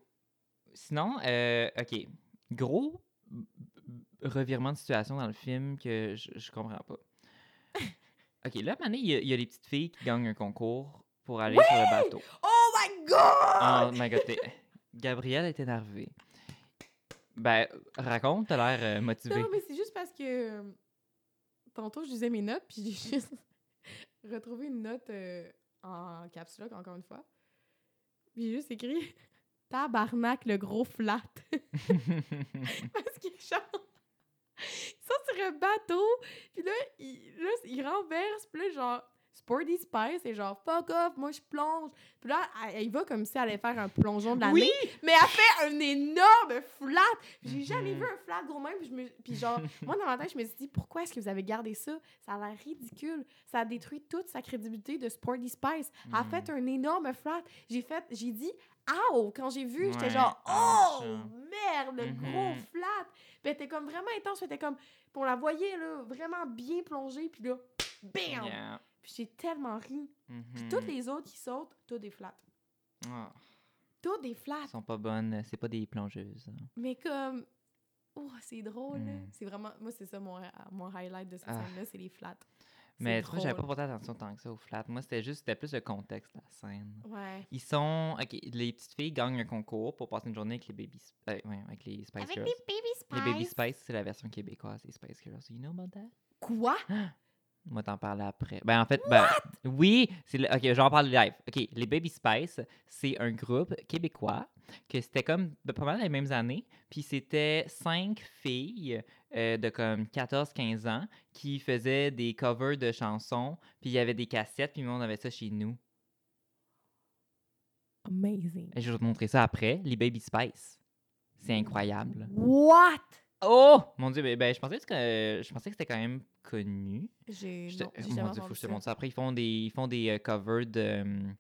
[SPEAKER 2] sinon, euh, ok, gros b- b- revirement de situation dans le film que je, je comprends pas. Ok, là, à un moment donné, il y a- il y, a les petites filles qui gagnent un concours pour aller sur le bateau.
[SPEAKER 1] Oh my god!
[SPEAKER 2] Oh my god, t'es- Gabrielle est énervée. Ben, raconte, t'as l'air euh, motivée.
[SPEAKER 1] Non, mais c'est juste parce que euh, tantôt, je lisais mes notes, puis j'ai juste retrouvé une note euh, en caps lock, encore une fois. Puis j'ai juste écrit « Tabarnak, le gros flat ». Parce que genre, ils sont sur un bateau, puis là, ils, là, ils renversent, puis là, genre, Sporty Spice est genre fuck off, moi je plonge. Puis là, elle, elle y va comme si elle allait faire un plongeon de l'année.
[SPEAKER 2] Oui!
[SPEAKER 1] Mais elle fait un énorme flat. J'ai jamais
[SPEAKER 2] Mhm.
[SPEAKER 1] vu un flat gros même. Puis, je me- puis genre, moi dans ma tête, je me suis dit pourquoi est-ce que vous avez gardé ça Ça a l'air ridicule. Ça a détruit toute sa crédibilité de Sporty Spice. Elle a
[SPEAKER 2] Mhm.
[SPEAKER 1] fait un énorme flat. J'ai fait, j'ai dit Ow! Quand j'ai vu, j'étais
[SPEAKER 2] Ouais,
[SPEAKER 1] genre
[SPEAKER 2] ouch. hein.
[SPEAKER 1] Oh merde, le gros
[SPEAKER 2] Mhm.
[SPEAKER 1] flat! Puis elle était comme vraiment intense, puis elle était comme. Puis on la voyait là, vraiment bien plongée, puis là, bam!
[SPEAKER 2] Yeah.
[SPEAKER 1] Puis j'ai tellement ri. Puis
[SPEAKER 2] Mhm.
[SPEAKER 1] toutes les autres qui sautent, toutes des flats.
[SPEAKER 2] Ah,
[SPEAKER 1] Toutes des
[SPEAKER 2] elles
[SPEAKER 1] flats.
[SPEAKER 2] sont pas bonnes, c'est pas des plongeuses. hein.
[SPEAKER 1] Mais comme. Oh, c'est drôle, là.
[SPEAKER 2] Mm.
[SPEAKER 1] C'est vraiment. Moi, c'est ça mon, euh, mon highlight de cette
[SPEAKER 2] Ah.
[SPEAKER 1] scène-là, c'est les flats. C'est
[SPEAKER 2] Mais tu vois, j'avais pas
[SPEAKER 1] drôle.
[SPEAKER 2] porté attention tant que ça au flat. Moi, c'était juste, c'était plus le contexte de la scène.
[SPEAKER 1] Ouais.
[SPEAKER 2] Ils sont. Ok, les petites filles gagnent un concours pour passer une journée avec les Baby, Sp- euh, ouais, avec les Spice Girls. Les Baby Spice, c'est la version québécoise des Spice Girls. You know about that?
[SPEAKER 1] Quoi?
[SPEAKER 2] Moi, t'en parles après. Ben, en fait, ben, oui, c'est le- ok, j'en parle live. Ok, les Baby Spice, c'est un groupe québécois que c'était comme ben, pas mal les mêmes années. Puis c'était cinq filles euh, de comme 14-15 ans qui faisaient des covers de chansons. Puis il y avait des cassettes, puis on avait ça chez nous.
[SPEAKER 1] Amazing.
[SPEAKER 2] Et je vais te montrer ça après. Les Baby Spice. C'est
[SPEAKER 1] Mmh.
[SPEAKER 2] incroyable.
[SPEAKER 1] What?
[SPEAKER 2] Oh! Mon Dieu, ben, ben, je pensais que je pensais que c'était quand même connu.
[SPEAKER 1] J'ai.
[SPEAKER 2] Je te-
[SPEAKER 1] non, j'ai
[SPEAKER 2] euh,
[SPEAKER 1] jamais
[SPEAKER 2] mon Dieu, faut
[SPEAKER 1] entendu
[SPEAKER 2] que je te
[SPEAKER 1] ça.
[SPEAKER 2] montre ça. Après, ils font des, ils font des euh, covers de. euh,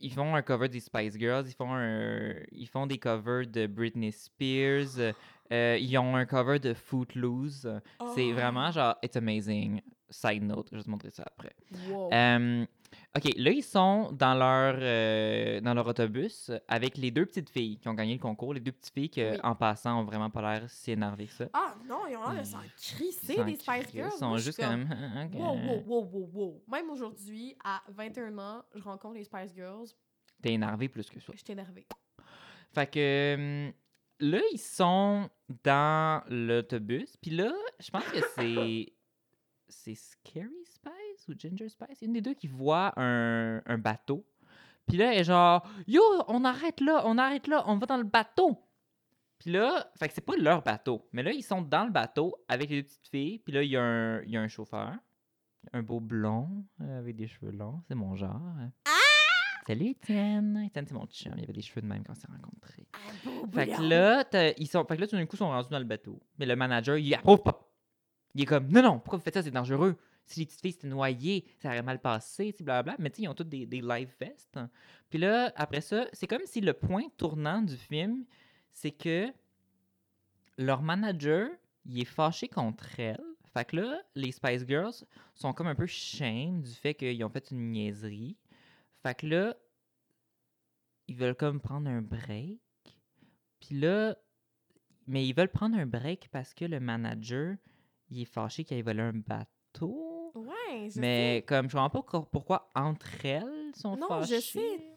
[SPEAKER 2] Ils font un cover des Spice Girls, ils font, un, ils font des covers de Britney Spears, euh, euh, ils ont un cover de Footloose. C'est
[SPEAKER 1] Oh.
[SPEAKER 2] vraiment genre, it's amazing. Side note, je vais te montrer ça après.
[SPEAKER 1] Wow.
[SPEAKER 2] Euh, OK, là, ils sont dans leur, euh, dans leur autobus avec les deux petites filles qui ont gagné le concours, les deux petites filles qui,
[SPEAKER 1] Oui.
[SPEAKER 2] en passant, ont vraiment pas l'air si énervées que ça.
[SPEAKER 1] Ah non, ils ont l'air de s'en
[SPEAKER 2] Ils-
[SPEAKER 1] crisser
[SPEAKER 2] Sans
[SPEAKER 1] des Spice
[SPEAKER 2] crise,
[SPEAKER 1] Girls.
[SPEAKER 2] Ils sont
[SPEAKER 1] Moi, je
[SPEAKER 2] juste
[SPEAKER 1] suis comme,
[SPEAKER 2] comme... Ah, OK.
[SPEAKER 1] Wow, wow, wow, wow, wow. Même aujourd'hui, à 21 ans, je rencontre les Spice Girls.
[SPEAKER 2] T'es énervé plus que ça.
[SPEAKER 1] Je suis énervée.
[SPEAKER 2] Fait que hum, là, ils sont dans l'autobus. Puis là, je pense que c'est. c'est Scary Spice ou Ginger Spice? Une des deux qui voit un, un bateau. Puis là, elle est genre Yo, on arrête là, on arrête là, on va dans le bateau. Puis là, fait que c'est pas leur bateau. Mais là, ils sont dans le bateau avec les deux petites filles. Puis là, il y, a un- il y a un chauffeur. Un beau blond euh, avec des cheveux longs. C'est mon genre. Salut Étienne. Étienne, c'est mon chum. Il avait des cheveux de même quand on s'est rencontrés. Fait que là, t'as- ils sont, fait que là, tout d'un coup, ils sont rendus dans le bateau. Mais le manager, il approuve pas. Il est comme, non, non, pourquoi vous faites ça? C'est dangereux. Si les petites filles s'étaient noyées, ça aurait mal passé, tu sais, blablabla. Mais tu sais, ils ont tous des, des live vests. hein. Puis là, après ça, c'est comme si le point tournant du film, c'est que leur manager, il est fâché contre elle. Fait que là, les Spice Girls sont comme un peu shame du fait qu'ils ont fait une niaiserie. Fait que là, ils veulent comme prendre un break. Puis là, mais ils veulent prendre un break parce que le manager, il est fâché qu'il ait volé un bateau.
[SPEAKER 1] Ouais, je
[SPEAKER 2] Mais comme je comprends pas co- pourquoi entre elles
[SPEAKER 1] sais.
[SPEAKER 2] sont
[SPEAKER 1] Non,
[SPEAKER 2] fâchées.
[SPEAKER 1] je sais.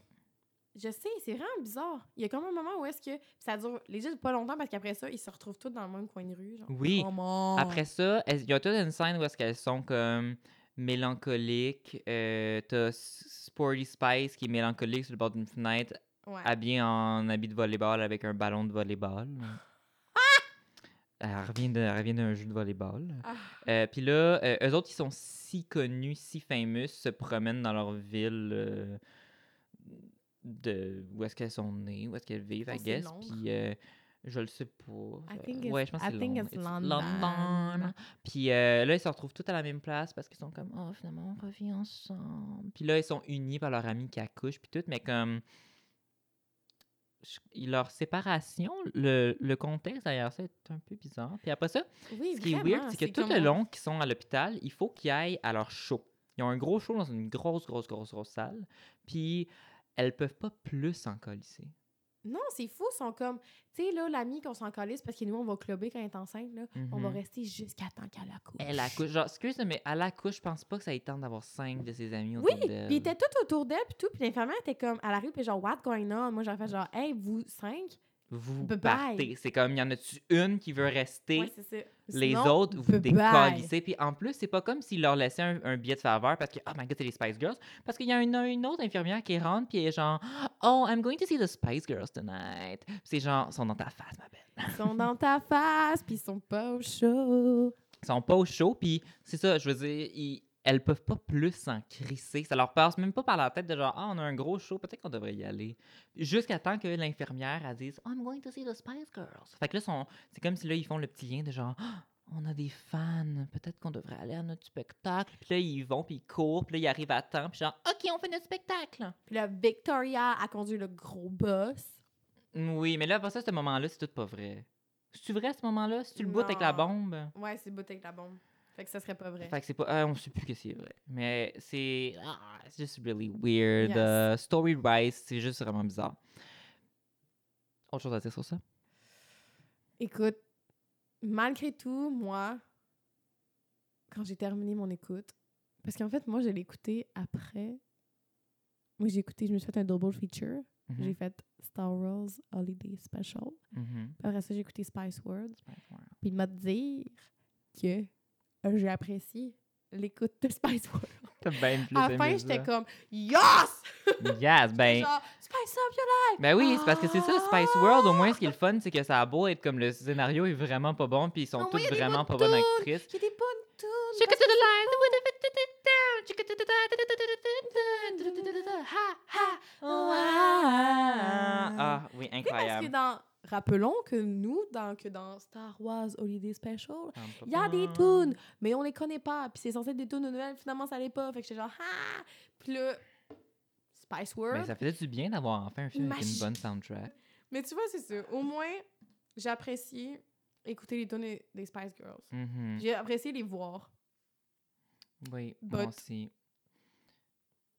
[SPEAKER 1] Je sais, c'est vraiment bizarre. Il y a comme un moment où est-ce que puis ça dure légit pas longtemps parce qu'après ça, ils se retrouvent tous dans le même coin de rue. Genre,
[SPEAKER 2] Oui.
[SPEAKER 1] Comment?
[SPEAKER 2] Après ça, elles- il y a toute une scène où est-ce qu'elles sont comme mélancoliques. Euh, T'as S- Sporty Spice qui est mélancolique sur le bord d'une fenêtre,
[SPEAKER 1] Ouais.
[SPEAKER 2] habillée en habit de volleyball avec un ballon de volleyball. Elle revient de- elle revient d'un jeu de volleyball.
[SPEAKER 1] Ah.
[SPEAKER 2] Euh, Puis là, euh, eux autres qui sont si connus, si famous, se promènent dans leur ville euh, de où est-ce qu'elles sont nées, où est-ce qu'elles vivent,
[SPEAKER 1] pense
[SPEAKER 2] I
[SPEAKER 1] que Oh, c'est
[SPEAKER 2] guess.
[SPEAKER 1] Londres.
[SPEAKER 2] Puis euh, je le sais pas.
[SPEAKER 1] I
[SPEAKER 2] Euh,
[SPEAKER 1] think it's-
[SPEAKER 2] ouais, je pense que
[SPEAKER 1] I
[SPEAKER 2] c'est
[SPEAKER 1] think
[SPEAKER 2] Londres.
[SPEAKER 1] it's
[SPEAKER 2] It's
[SPEAKER 1] London.
[SPEAKER 2] London. Puis euh, là, ils se retrouvent tous à la même place parce qu'ils sont comme, oh, finalement, on revient ensemble. Puis là, ils sont unis par leur ami qui accouche, puis tout, mais comme. je- Leur séparation, le, le contexte derrière ça est un peu bizarre. Puis après ça,
[SPEAKER 1] Oui,
[SPEAKER 2] ce qui est
[SPEAKER 1] vraiment,
[SPEAKER 2] weird, c'est que tout
[SPEAKER 1] comme
[SPEAKER 2] le
[SPEAKER 1] on-
[SPEAKER 2] long qu'ils sont à l'hôpital, il faut qu'ils aillent à leur show. Ils ont un gros show dans une grosse, grosse, grosse, grosse salle. Puis elles peuvent pas plus en colisser.
[SPEAKER 1] Non, c'est fou. Ils sont comme, tu sais, là, l'ami qu'on s'en calisse parce que nous, on va clubber quand elle est enceinte. Là. On va
[SPEAKER 2] Mhm.
[SPEAKER 1] rester jusqu'à temps qu'elle accouche.
[SPEAKER 2] Elle accouche. Eh, Genre, excuse mais à la couche, je pense pas que ça ait temps d'avoir cinq de ses amis
[SPEAKER 1] Oui,
[SPEAKER 2] autour
[SPEAKER 1] puis
[SPEAKER 2] d'elle.
[SPEAKER 1] ils étaient tout autour d'elle, puis tout. Puis l'infirmière était comme à la rue, puis genre, What going on? Moi, j'aurais fait genre, Hey, vous cinq?
[SPEAKER 2] Vous
[SPEAKER 1] Bye-bye.
[SPEAKER 2] partez. C'est comme, y en a-tu une qui veut rester?
[SPEAKER 1] Ouais, c'est ça.
[SPEAKER 2] les
[SPEAKER 1] Sinon,
[SPEAKER 2] autres, vous
[SPEAKER 1] bye-bye.
[SPEAKER 2] décollissez. Puis en plus, c'est pas comme s'ils leur laissaient un, un billet de faveur parce que, oh my god, c'est les Spice Girls. Parce qu'il y a une, une autre infirmière qui rentre, puis elle est genre, oh, I'm going to see the Spice Girls tonight. Puis c'est genre, sont dans ta face, ma belle.
[SPEAKER 1] Ils sont dans ta face, puis ils sont pas au chaud.
[SPEAKER 2] Ils sont pas au show, puis c'est ça, je veux dire, ils, elles peuvent pas plus s'en crisser. Ça leur passe même pas par la tête de genre, ah, on a un gros show, peut-être qu'on devrait y aller. Jusqu'à temps que l'infirmière, elle dise, I'm going to see the Spice Girls. Fait que là, sont- c'est comme si là, ils font le petit lien de genre, Ah, on a des fans, peut-être qu'on devrait aller à notre spectacle. Puis là, ils vont, puis ils courent, puis là, ils arrivent à temps, puis genre, OK, on fait notre spectacle.
[SPEAKER 1] Puis là, Victoria a conduit le gros boss.
[SPEAKER 2] Oui, mais là, après ça, ce moment-là, c'est tout pas vrai. C'est-tu vrai à ce moment-là? Si tu le bout avec la
[SPEAKER 1] Non.
[SPEAKER 2] bombe?
[SPEAKER 1] Ouais, c'est bouté avec la bombe. Fait que ça serait pas vrai.
[SPEAKER 2] Fait que c'est pas. ah, on sait plus que c'est vrai. Mais c'est. Ah, it's just really weird.
[SPEAKER 1] Yes.
[SPEAKER 2] Euh, story wise, c'est juste vraiment bizarre. Autre chose à dire sur ça?
[SPEAKER 1] Écoute, malgré tout, moi, quand j'ai terminé mon écoute, parce qu'en fait, moi, je l'ai écouté après. Moi, j'ai écouté, je me suis fait un double feature.
[SPEAKER 2] Mhm.
[SPEAKER 1] J'ai fait Star Wars Holiday Special.
[SPEAKER 2] Mhm.
[SPEAKER 1] Puis Après ça, j'ai écouté Spice World.
[SPEAKER 2] Ouais, ouais.
[SPEAKER 1] Puis il m'a dit que j'ai apprécié l'écoute de Spice World.
[SPEAKER 2] T'as bien plus
[SPEAKER 1] À la fin,
[SPEAKER 2] aimé
[SPEAKER 1] j'étais
[SPEAKER 2] ça.
[SPEAKER 1] comme Yes!
[SPEAKER 2] Yes, ben.
[SPEAKER 1] Genre, Spice Up, your Ah!
[SPEAKER 2] Ben oui, c'est parce que c'est ça, Spice World. Au moins, ce qui est le fun, c'est que ça a beau être comme le scénario est vraiment pas bon, puis ils sont
[SPEAKER 1] Ah oui,
[SPEAKER 2] toutes
[SPEAKER 1] il y a des
[SPEAKER 2] vraiment pas
[SPEAKER 1] bonnes
[SPEAKER 2] bonnes
[SPEAKER 1] tunes. life! Il
[SPEAKER 2] actrices.
[SPEAKER 1] y a des bonnes tunes!
[SPEAKER 2] Chica to the line, with a fit to the down, chica to the line, da, da, da, da, da, da, da, da, da, da, ha, ha, oh, ah. Ah, oui,
[SPEAKER 1] Tu sais, parce que
[SPEAKER 2] incroyable.
[SPEAKER 1] dans. Rappelons que nous, dans, que dans Star Wars Holiday Special, il y a des
[SPEAKER 2] tunes
[SPEAKER 1] tunes, mais on les connaît pas. Puis c'est censé être des tunes de Noël, finalement, ça l'est pas. Fait que j'étais genre, ah! Puis le Spice World.
[SPEAKER 2] Mais
[SPEAKER 1] Mais,
[SPEAKER 2] Ben, ça faisait du bien d'avoir enfin un film avec
[SPEAKER 1] Magique.
[SPEAKER 2] une bonne soundtrack.
[SPEAKER 1] tu vois, c'est ça. Au moins, j'ai apprécié écouter les tunes des- des Spice Girls.
[SPEAKER 2] Mhm.
[SPEAKER 1] J'ai apprécié les voir.
[SPEAKER 2] Oui,
[SPEAKER 1] But-
[SPEAKER 2] moi aussi.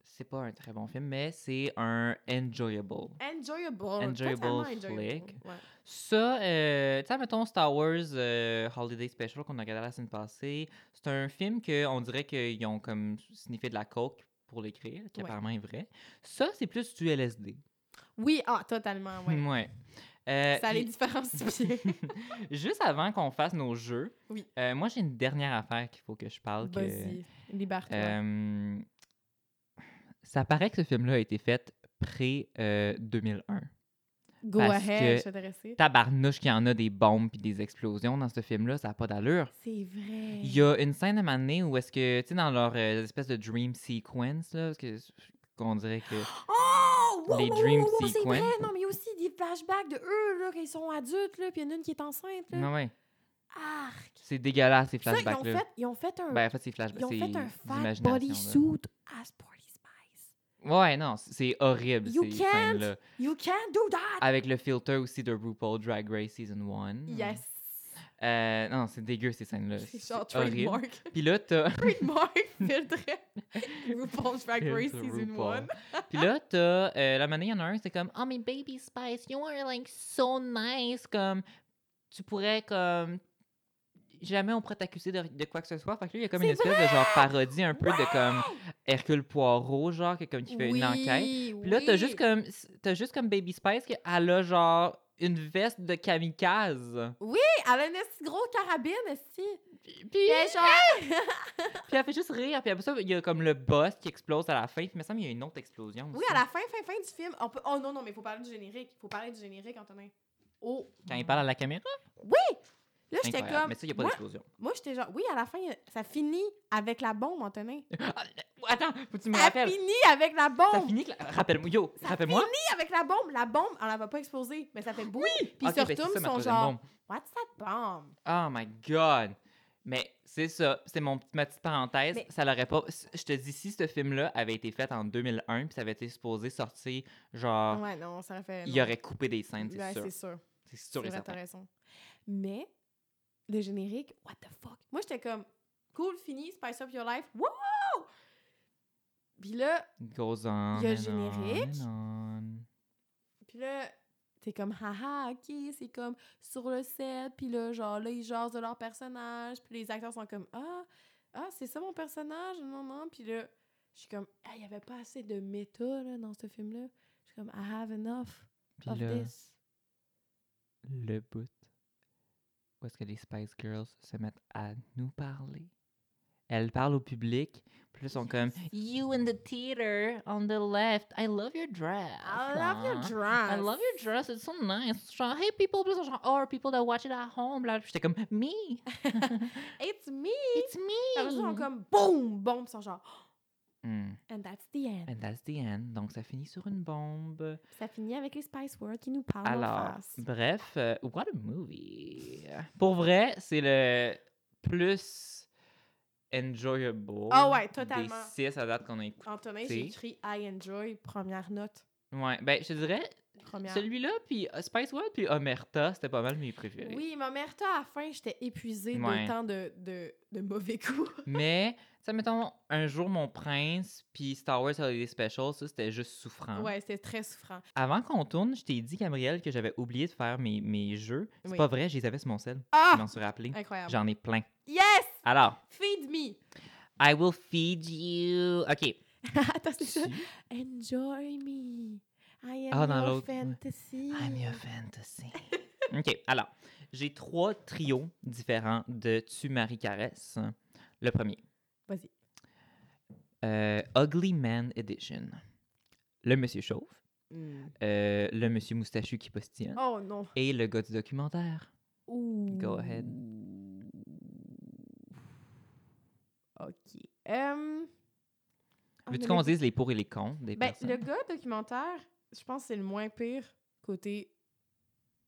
[SPEAKER 2] C'est pas un très bon film, mais c'est un enjoyable.
[SPEAKER 1] Enjoyable.
[SPEAKER 2] Enjoyable
[SPEAKER 1] totalement enjoyable.
[SPEAKER 2] flick.
[SPEAKER 1] Ouais.
[SPEAKER 2] Ça, euh, tu sais, mettons Star Wars euh, Holiday Special qu'on a regardé la semaine passée, c'est un film que on dirait qu'ils ont comme sniffé de la coke pour l'écrire, qui
[SPEAKER 1] Ouais.
[SPEAKER 2] apparemment est vrai. Ça, c'est plus du LSD.
[SPEAKER 1] Oui, ah, totalement, ouais.
[SPEAKER 2] Euh,
[SPEAKER 1] Ça a les
[SPEAKER 2] puis-
[SPEAKER 1] différences pieds.
[SPEAKER 2] Juste avant qu'on fasse nos jeux,
[SPEAKER 1] Oui.
[SPEAKER 2] euh, moi j'ai une dernière affaire qu'il faut que je parle. que-
[SPEAKER 1] Vas-y, libère-toi.
[SPEAKER 2] Euh, ça paraît que ce film-là a été fait euh, pré-2001.
[SPEAKER 1] Go
[SPEAKER 2] parce
[SPEAKER 1] ahead,
[SPEAKER 2] que-
[SPEAKER 1] je suis intéressée.
[SPEAKER 2] Tabarnouche qu'il y en a des bombes puis des explosions dans ce film-là, ça n'a pas d'allure.
[SPEAKER 1] C'est vrai.
[SPEAKER 2] Il y a une scène à un moment donné où est-ce que, tu sais, dans leur euh, espèce de dream sequence, là, parce que- qu'on dirait que...
[SPEAKER 1] Oh! Wow,
[SPEAKER 2] Les
[SPEAKER 1] wow, wow,
[SPEAKER 2] dream
[SPEAKER 1] wow, wow, C'est vrai,
[SPEAKER 2] sequence.
[SPEAKER 1] non, mais il y a aussi des flashbacks de eux, là, quand ils sont adultes, là, puis il y en a une qui est enceinte, là.
[SPEAKER 2] Non, ouais.
[SPEAKER 1] Arc!
[SPEAKER 2] C'est dégueulasse, ces
[SPEAKER 1] Ça, ils ont,
[SPEAKER 2] flashbacks-là.
[SPEAKER 1] fait, ils ont fait un,
[SPEAKER 2] Ben, en fait, c'est flashbacks,
[SPEAKER 1] ils ont
[SPEAKER 2] c'est
[SPEAKER 1] fait un fat
[SPEAKER 2] d'imagination, là.
[SPEAKER 1] bodysuit à Sporty Spice.
[SPEAKER 2] Ouais, non, c'est- c'est horrible,
[SPEAKER 1] You
[SPEAKER 2] ces
[SPEAKER 1] can't-
[SPEAKER 2] scènes-là.
[SPEAKER 1] You can't do that!
[SPEAKER 2] Avec le filter aussi de RuPaul Drag Race Season 1.
[SPEAKER 1] Yes!
[SPEAKER 2] Euh, non, c'est dégueu, ces scènes-là.
[SPEAKER 1] C'est genre
[SPEAKER 2] euh, C'est horrible.
[SPEAKER 1] trademark.
[SPEAKER 2] Puis là, t'as...
[SPEAKER 1] trademark, filtre. RuPaul's Drag Race
[SPEAKER 2] Filtre
[SPEAKER 1] Season
[SPEAKER 2] RuPaul.
[SPEAKER 1] 1.
[SPEAKER 2] Puis là, t'as. Euh, la manée, il y en a un, c'est comme. Ah,
[SPEAKER 7] Oh, mais Baby Spice, you are like
[SPEAKER 2] So nice, comme. Tu pourrais, comme. Jamais on pourrait t'accuser de, de quoi que ce soit. Fait que là, il y a comme une espèce de genre parodie un peu de comme Hercule Poirot, genre, que, comme, qui fait une enquête. Puis là, t'as juste comme. T'as juste comme Baby Spice qu'elle a genre une veste de kamikaze.
[SPEAKER 1] Elle a une esti grosse carabine, esti.
[SPEAKER 2] Puis,
[SPEAKER 1] Puis elle est genre...
[SPEAKER 2] puis elle fait juste rire. Puis après ça, il y a comme le boss qui explose à la fin. Puis il me semble qu'il y a une autre explosion.
[SPEAKER 1] Oui,
[SPEAKER 2] aussi.
[SPEAKER 1] à la fin, fin, fin du film, on peut... Oh non, non, mais il faut parler du générique. Il faut parler du générique, Antonin. Oh!
[SPEAKER 2] Quand il parle à la caméra.
[SPEAKER 1] Là, j'étais
[SPEAKER 2] Incroyable.
[SPEAKER 1] comme...
[SPEAKER 2] Mais ça, il n'y a pas
[SPEAKER 1] moi,
[SPEAKER 2] d'explosion.
[SPEAKER 1] moi, j'étais genre... Oui, à la fin, ça finit avec la bombe, Antonin.
[SPEAKER 2] Ah, Attends, faut que tu me
[SPEAKER 1] Ça
[SPEAKER 2] rappelles.
[SPEAKER 1] finit avec la
[SPEAKER 2] Ça
[SPEAKER 1] bombe!
[SPEAKER 2] finit que la- Rappelle-moi, yo,
[SPEAKER 1] Ça
[SPEAKER 2] rappelle-moi.
[SPEAKER 1] finit avec la bombe! La bombe, on la va pas exploser, mais ça fait boum! Oui! Puis
[SPEAKER 2] Ok,
[SPEAKER 1] ils
[SPEAKER 2] ben, c'est
[SPEAKER 1] se retournent,
[SPEAKER 2] ça,
[SPEAKER 1] ils
[SPEAKER 2] ma
[SPEAKER 1] sont
[SPEAKER 2] troisième
[SPEAKER 1] genre...
[SPEAKER 2] bombe.
[SPEAKER 1] What's that bomb?
[SPEAKER 2] Oh my God. Mais c'est ça, c'est mon, ma petite parenthèse.
[SPEAKER 1] Mais-
[SPEAKER 2] Ça l'aurait pas. Je te dis, si ce film-là avait été fait en 2001, puis ça avait été supposé sortir, genre,
[SPEAKER 1] Ouais, non, ça aurait fait...
[SPEAKER 2] Ah. il
[SPEAKER 1] Oh non.
[SPEAKER 2] aurait coupé des scènes, c'est
[SPEAKER 1] Ouais,
[SPEAKER 2] sûr.
[SPEAKER 1] c'est sûr.
[SPEAKER 2] C'est sûr
[SPEAKER 1] C'est vrai,
[SPEAKER 2] et
[SPEAKER 1] t'as
[SPEAKER 2] certain.
[SPEAKER 1] raison. Mais le générique, what the fuck? Moi, j'étais comme, cool, fini, Spice Up Your Life, wow! Puis là,
[SPEAKER 2] It goes on.
[SPEAKER 1] Il y a le
[SPEAKER 2] and on
[SPEAKER 1] générique.
[SPEAKER 2] and on.
[SPEAKER 1] puis là, t'es comme, haha, ok, c'est comme sur le set, puis là, genre, là, ils jasent de leur personnage, puis les acteurs sont comme, ah, ah, c'est ça mon personnage, non, non, puis là, je suis comme, ah, il y avait pas assez de méta, là, dans ce film-là. Je suis comme, I have enough
[SPEAKER 2] Puis
[SPEAKER 1] of
[SPEAKER 2] là,
[SPEAKER 1] this.
[SPEAKER 2] le bout. Où est-ce que les Spice Girls se mettent à nous parler? elle parle au public. Puis là, ils sont comme You in the theater on the left. I love your dress.
[SPEAKER 1] I love your
[SPEAKER 2] Ah.
[SPEAKER 1] dress.
[SPEAKER 2] I love your dress. It's so nice. Genre, hey people, Puis là, ils sont genre, or people that watch it at home. Là, j'étais comme
[SPEAKER 1] hmm,
[SPEAKER 2] me.
[SPEAKER 1] It's me.
[SPEAKER 2] It's
[SPEAKER 1] Après ça, ils sont
[SPEAKER 2] me.
[SPEAKER 1] comme boum, bombe, ils sont genre oh,
[SPEAKER 2] Hmm.
[SPEAKER 1] and that's the end.
[SPEAKER 2] And that's the end. Donc ça finit sur une bombe.
[SPEAKER 1] Ça finit avec les Spice World qui nous parlent en
[SPEAKER 2] Alors,
[SPEAKER 1] face.
[SPEAKER 2] bref, euh, what a movie. Pour vrai, c'est le plus enjoyable.
[SPEAKER 1] Ah ouais, totalement.
[SPEAKER 2] Des six à date qu'on a écouté.
[SPEAKER 1] Antonin,
[SPEAKER 2] C'est-
[SPEAKER 1] j'ai écrit I enjoy, première note.
[SPEAKER 2] Ouais, ben je te dirais
[SPEAKER 1] Première.
[SPEAKER 2] celui-là puis euh, Spice World puis Omerta, c'était pas mal mes préférés.
[SPEAKER 1] Oui, ma mère, à la fin, j'étais épuisée
[SPEAKER 2] Ouais.
[SPEAKER 1] d'autant de, de, de mauvais coups.
[SPEAKER 2] Mais ça mettons un jour mon prince puis Star Wars Holiday Special, ça c'était juste souffrant.
[SPEAKER 1] Ouais, c'était très souffrant.
[SPEAKER 2] Avant qu'on tourne, je t'ai dit Gabrielle que j'avais oublié de faire mes, mes jeux. C'est
[SPEAKER 1] Oui.
[SPEAKER 2] pas vrai, je les avais sur mon sel. Je
[SPEAKER 1] Ah!
[SPEAKER 2] m'en suis rappelé.
[SPEAKER 1] Incroyable.
[SPEAKER 2] J'en ai plein.
[SPEAKER 1] Yes!
[SPEAKER 2] Alors,
[SPEAKER 1] Feed me!
[SPEAKER 2] I will feed you. OK.
[SPEAKER 1] Attends, c'est ça.
[SPEAKER 2] Si.
[SPEAKER 1] Enjoy me. I am
[SPEAKER 2] Ah, dans
[SPEAKER 1] your
[SPEAKER 2] l'autre, ouais.
[SPEAKER 1] fantasy.
[SPEAKER 2] I'm your fantasy. OK. Alors, j'ai trois trios différents de Tu Marie Caresse. Le premier.
[SPEAKER 1] Vas-y.
[SPEAKER 2] Euh, Ugly Man Edition. Le monsieur chauve.
[SPEAKER 1] Mm.
[SPEAKER 2] euh, le monsieur moustachu qui postillonne.
[SPEAKER 1] Hmm. Oh Mmh. non.
[SPEAKER 2] Et le gars du documentaire.
[SPEAKER 1] Ouh.
[SPEAKER 2] Go ahead.
[SPEAKER 1] OK. Hum. Ah,
[SPEAKER 2] Veux-tu
[SPEAKER 1] mais
[SPEAKER 2] qu'on
[SPEAKER 1] le-
[SPEAKER 2] dise les pour et les cons des
[SPEAKER 1] Ben,
[SPEAKER 2] personnes?
[SPEAKER 1] le gars documentaire, je pense que c'est le moins pire côté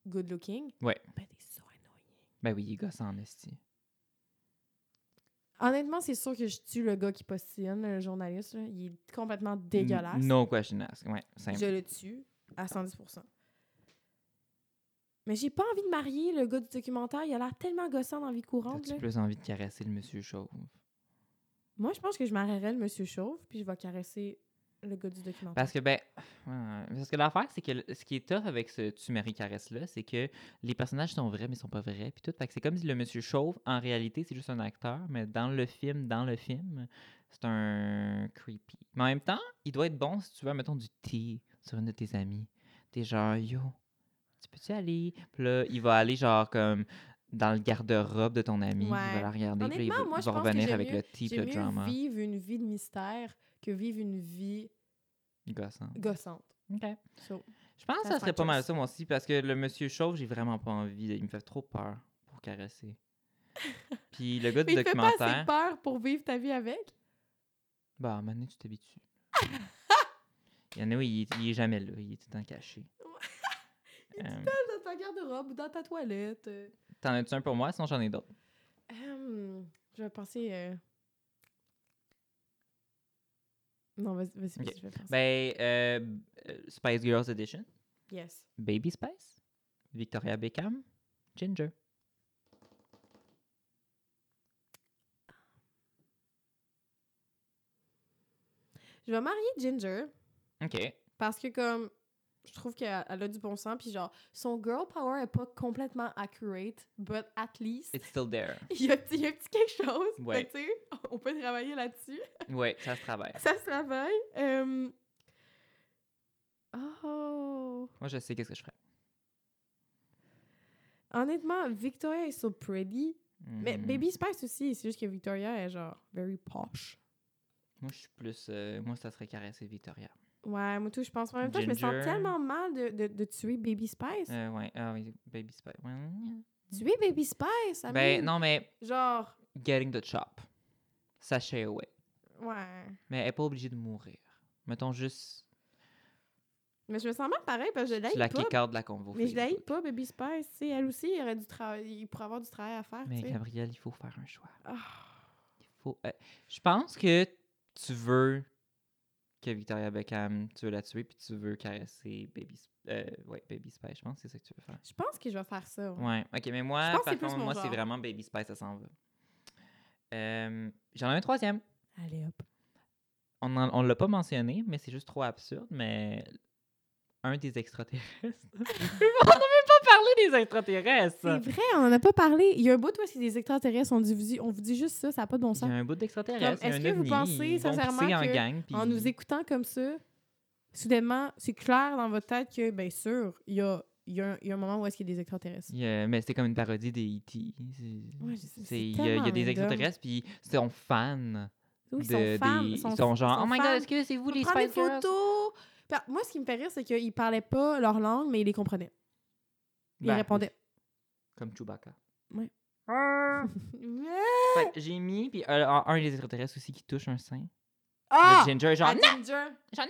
[SPEAKER 1] good looking.
[SPEAKER 2] Ouais.
[SPEAKER 1] Ben, t'es so annoying.
[SPEAKER 2] Ben oui, il gosse en esti.
[SPEAKER 1] Honnêtement, c'est sûr que je tue le gars qui postillonne, le journaliste. là. Il est complètement
[SPEAKER 2] N-
[SPEAKER 1] dégueulasse.
[SPEAKER 2] No question asked. Ouais, simple.
[SPEAKER 1] Je le tue à 110 Mais j'ai pas envie de marier le gars du documentaire. Il a l'air tellement gossant dans la vie courante.
[SPEAKER 2] T'as-tu
[SPEAKER 1] là.
[SPEAKER 2] plus envie de caresser le monsieur chauve?
[SPEAKER 1] Moi, je pense que je marierais le monsieur chauve, puis je vais caresser le gars du documentaire.
[SPEAKER 2] Parce que, ben, ouais, parce que l'affaire, c'est que le- ce qui est tough avec ce Tu Marie Caresse-là, c'est que les personnages sont vrais, mais ils sont pas vrais, puis tout. Fait que c'est comme si le monsieur chauve, en réalité, c'est juste un acteur, mais dans le film, dans le film, c'est un creepy. Mais en même temps, il doit être bon si tu veux, mettons, du thé sur une de tes amies. T'es genre, yo, tu peux-tu aller? Puis là, il va aller, genre, comme dans le garde-robe de ton ami, il va
[SPEAKER 1] Ouais.
[SPEAKER 2] la regarder, puis là, il
[SPEAKER 1] Honnêtement,
[SPEAKER 2] va,
[SPEAKER 1] moi,
[SPEAKER 2] il
[SPEAKER 1] je
[SPEAKER 2] va
[SPEAKER 1] pense que
[SPEAKER 2] revenir
[SPEAKER 1] j'aime
[SPEAKER 2] avec
[SPEAKER 1] mieux-
[SPEAKER 2] le thé puis
[SPEAKER 1] J'ai
[SPEAKER 2] le
[SPEAKER 1] mieux
[SPEAKER 2] drama.
[SPEAKER 1] vivre une vie de mystère que vivre une vie
[SPEAKER 2] Gossant.
[SPEAKER 1] gossante.
[SPEAKER 2] OK.
[SPEAKER 1] So,
[SPEAKER 2] Je pense que
[SPEAKER 1] That's
[SPEAKER 2] ça
[SPEAKER 1] my
[SPEAKER 2] serait pas mal
[SPEAKER 1] choice.
[SPEAKER 2] ça, moi aussi, parce que le monsieur chauve, j'ai vraiment pas envie. de- Il me fait trop peur pour caresser. Puis le gars
[SPEAKER 1] Mais
[SPEAKER 2] du
[SPEAKER 1] il te fait pas assez
[SPEAKER 2] documentaire,
[SPEAKER 1] peur pour vivre ta vie avec.
[SPEAKER 2] bah, maintenant tu t'habitues. il y en a où il, est- il est jamais là, il est tout le temps caché.
[SPEAKER 1] Il est
[SPEAKER 2] Euh,
[SPEAKER 1] Dans ta garde-robe ou dans ta toilette. euh.
[SPEAKER 2] T'en as-tu un pour moi, sinon j'en ai d'autres.
[SPEAKER 1] Hum, je vais penser. euh, Non, vas-y, vas-y, vas-y,
[SPEAKER 2] Ok.
[SPEAKER 1] je vais penser.
[SPEAKER 2] Ben, euh, euh, Spice Girls Edition,
[SPEAKER 1] yes.
[SPEAKER 2] Baby Spice, Victoria Beckham, Ginger.
[SPEAKER 1] Je vais marier Ginger
[SPEAKER 2] Ok.
[SPEAKER 1] parce que, comme, je trouve qu'elle elle a du bon sens. Puis, genre, son girl power est pas complètement accurate, but at least,
[SPEAKER 2] It's still there.
[SPEAKER 1] il y a un petit, il y a un petit quelque chose. Fait
[SPEAKER 2] Ouais.
[SPEAKER 1] que, tu sais, on peut travailler là-dessus.
[SPEAKER 2] Ouais, ça se travaille.
[SPEAKER 1] Ça se travaille. Hum, Oh.
[SPEAKER 2] Moi, je sais qu'est-ce que je ferais.
[SPEAKER 1] Honnêtement, Victoria est so pretty. Mais
[SPEAKER 2] Mhm.
[SPEAKER 1] Baby Spice aussi, c'est juste que Victoria est genre very posh.
[SPEAKER 2] Moi, je suis plus. euh, moi, ça serait caresser Victoria.
[SPEAKER 1] Ouais, moi tout, je pense. En même temps, je me
[SPEAKER 2] Ginger.
[SPEAKER 1] sens tellement mal de, de, de tuer Baby Spice.
[SPEAKER 2] Euh, ouais, ah oui, Baby Spice. Ouais, ouais.
[SPEAKER 1] Tuer Baby Spice, I mean,
[SPEAKER 2] Ben non, mais
[SPEAKER 1] Genre,
[SPEAKER 2] getting the chop. Sachez away.
[SPEAKER 1] ouais.
[SPEAKER 2] Mais elle n'est pas obligée de mourir. Mettons juste.
[SPEAKER 1] Mais je me sens mal pareil parce que je
[SPEAKER 2] Tu la
[SPEAKER 1] l'ai pas.
[SPEAKER 2] kick out de la convo.
[SPEAKER 1] Mais je l'ai
[SPEAKER 2] Facebook.
[SPEAKER 1] pas, Baby Spice. tu sais, elle aussi, il, aurait du travail, il pourrait avoir du travail à faire.
[SPEAKER 2] Mais
[SPEAKER 1] tu sais.
[SPEAKER 2] Gabrielle, il faut faire un choix.
[SPEAKER 1] Ah,
[SPEAKER 2] Il faut. euh, je pense que tu veux que Victoria Beckham, tu veux la tuer, puis tu veux caresser Baby, Sp- euh, ouais, Baby Spice. Je pense que c'est ça que tu veux faire.
[SPEAKER 1] je pense que je vais faire ça. ouais.
[SPEAKER 2] Ouais, ok, mais
[SPEAKER 1] Je
[SPEAKER 2] moi,
[SPEAKER 1] pense que
[SPEAKER 2] par
[SPEAKER 1] c'est plus
[SPEAKER 2] contre,
[SPEAKER 1] mon
[SPEAKER 2] moi, c'est
[SPEAKER 1] genre.
[SPEAKER 2] vraiment Baby Spice, ça s'en va. Euh, J'en ai un troisième.
[SPEAKER 1] Allez hop.
[SPEAKER 2] On ne l'a pas mentionné, mais c'est juste trop absurde, mais un des extraterrestres. on n'a même pas parlé des
[SPEAKER 1] C'est
[SPEAKER 2] extraterrestres!
[SPEAKER 1] vrai, on en a pas parlé. Il y a un bout, toi, c'est des extraterrestres. On, dit- on vous dit juste ça, ça n'a pas de bon
[SPEAKER 2] Il y a
[SPEAKER 1] sens.
[SPEAKER 2] un bout d'extraterrestre.
[SPEAKER 1] Comme,
[SPEAKER 2] il y a
[SPEAKER 1] est-ce
[SPEAKER 2] un
[SPEAKER 1] que vous
[SPEAKER 2] ovni,
[SPEAKER 1] pensez
[SPEAKER 2] ils vont
[SPEAKER 1] sincèrement
[SPEAKER 2] pisser en
[SPEAKER 1] que
[SPEAKER 2] gang, puis
[SPEAKER 1] En nous écoutant comme ça, soudainement, c'est clair dans votre tête que, bien sûr, il y a il y, a un- il y a un moment où est-ce qu'il y a des extraterrestres.
[SPEAKER 2] Il y a- mais c'était comme une parodie des E.T. C'est-
[SPEAKER 1] Ouais, je sais,
[SPEAKER 2] c'est-
[SPEAKER 1] c'est
[SPEAKER 2] Il y a- il y a
[SPEAKER 1] tellement
[SPEAKER 2] des
[SPEAKER 1] random.
[SPEAKER 2] extraterrestres, puis ils sont fans.
[SPEAKER 1] Oui,
[SPEAKER 2] de-
[SPEAKER 1] ils sont femmes.
[SPEAKER 2] des-
[SPEAKER 1] ils sont,
[SPEAKER 2] ils sont genre,
[SPEAKER 1] sont
[SPEAKER 2] oh my god,
[SPEAKER 1] femmes.
[SPEAKER 2] est-ce que c'est vous
[SPEAKER 1] On
[SPEAKER 2] les
[SPEAKER 1] prend des
[SPEAKER 2] Spice Girls?
[SPEAKER 1] photos. Par- Moi, ce qui me fait rire, c'est qu'ils parlaient pas leur langue, mais ils les comprenaient. Ils
[SPEAKER 2] Ben,
[SPEAKER 1] répondaient.
[SPEAKER 2] Comme Chewbacca.
[SPEAKER 1] Ouais.
[SPEAKER 2] Ah! Fait que j'ai mis, puis euh, un un des extraterrestres aussi qui touche un sein.
[SPEAKER 1] Ah!
[SPEAKER 2] Le Ginger, genre,
[SPEAKER 1] Ah, Ginger!
[SPEAKER 7] Genre,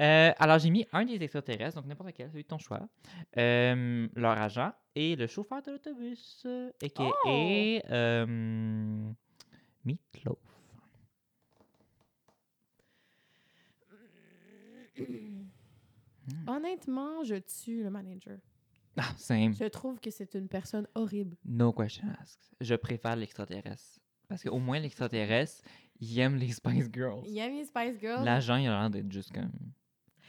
[SPEAKER 2] Euh, alors, j'ai mis un des extraterrestres, donc n'importe quel, celui de ton choix, euh, leur agent et le chauffeur de l'autobus, euh, a.k.a. Oh! euh, Meatloaf.
[SPEAKER 1] Honnêtement, je tue le manager.
[SPEAKER 2] Ah, same.
[SPEAKER 1] Je trouve que c'est une personne horrible.
[SPEAKER 2] No question asked. Je préfère l'extraterrestre. Parce qu'au moins, l'extraterrestre, il aime les Spice Girls.
[SPEAKER 1] Il y a mes Spice Girls.
[SPEAKER 2] L'agent, il a l'air d'être juste comme...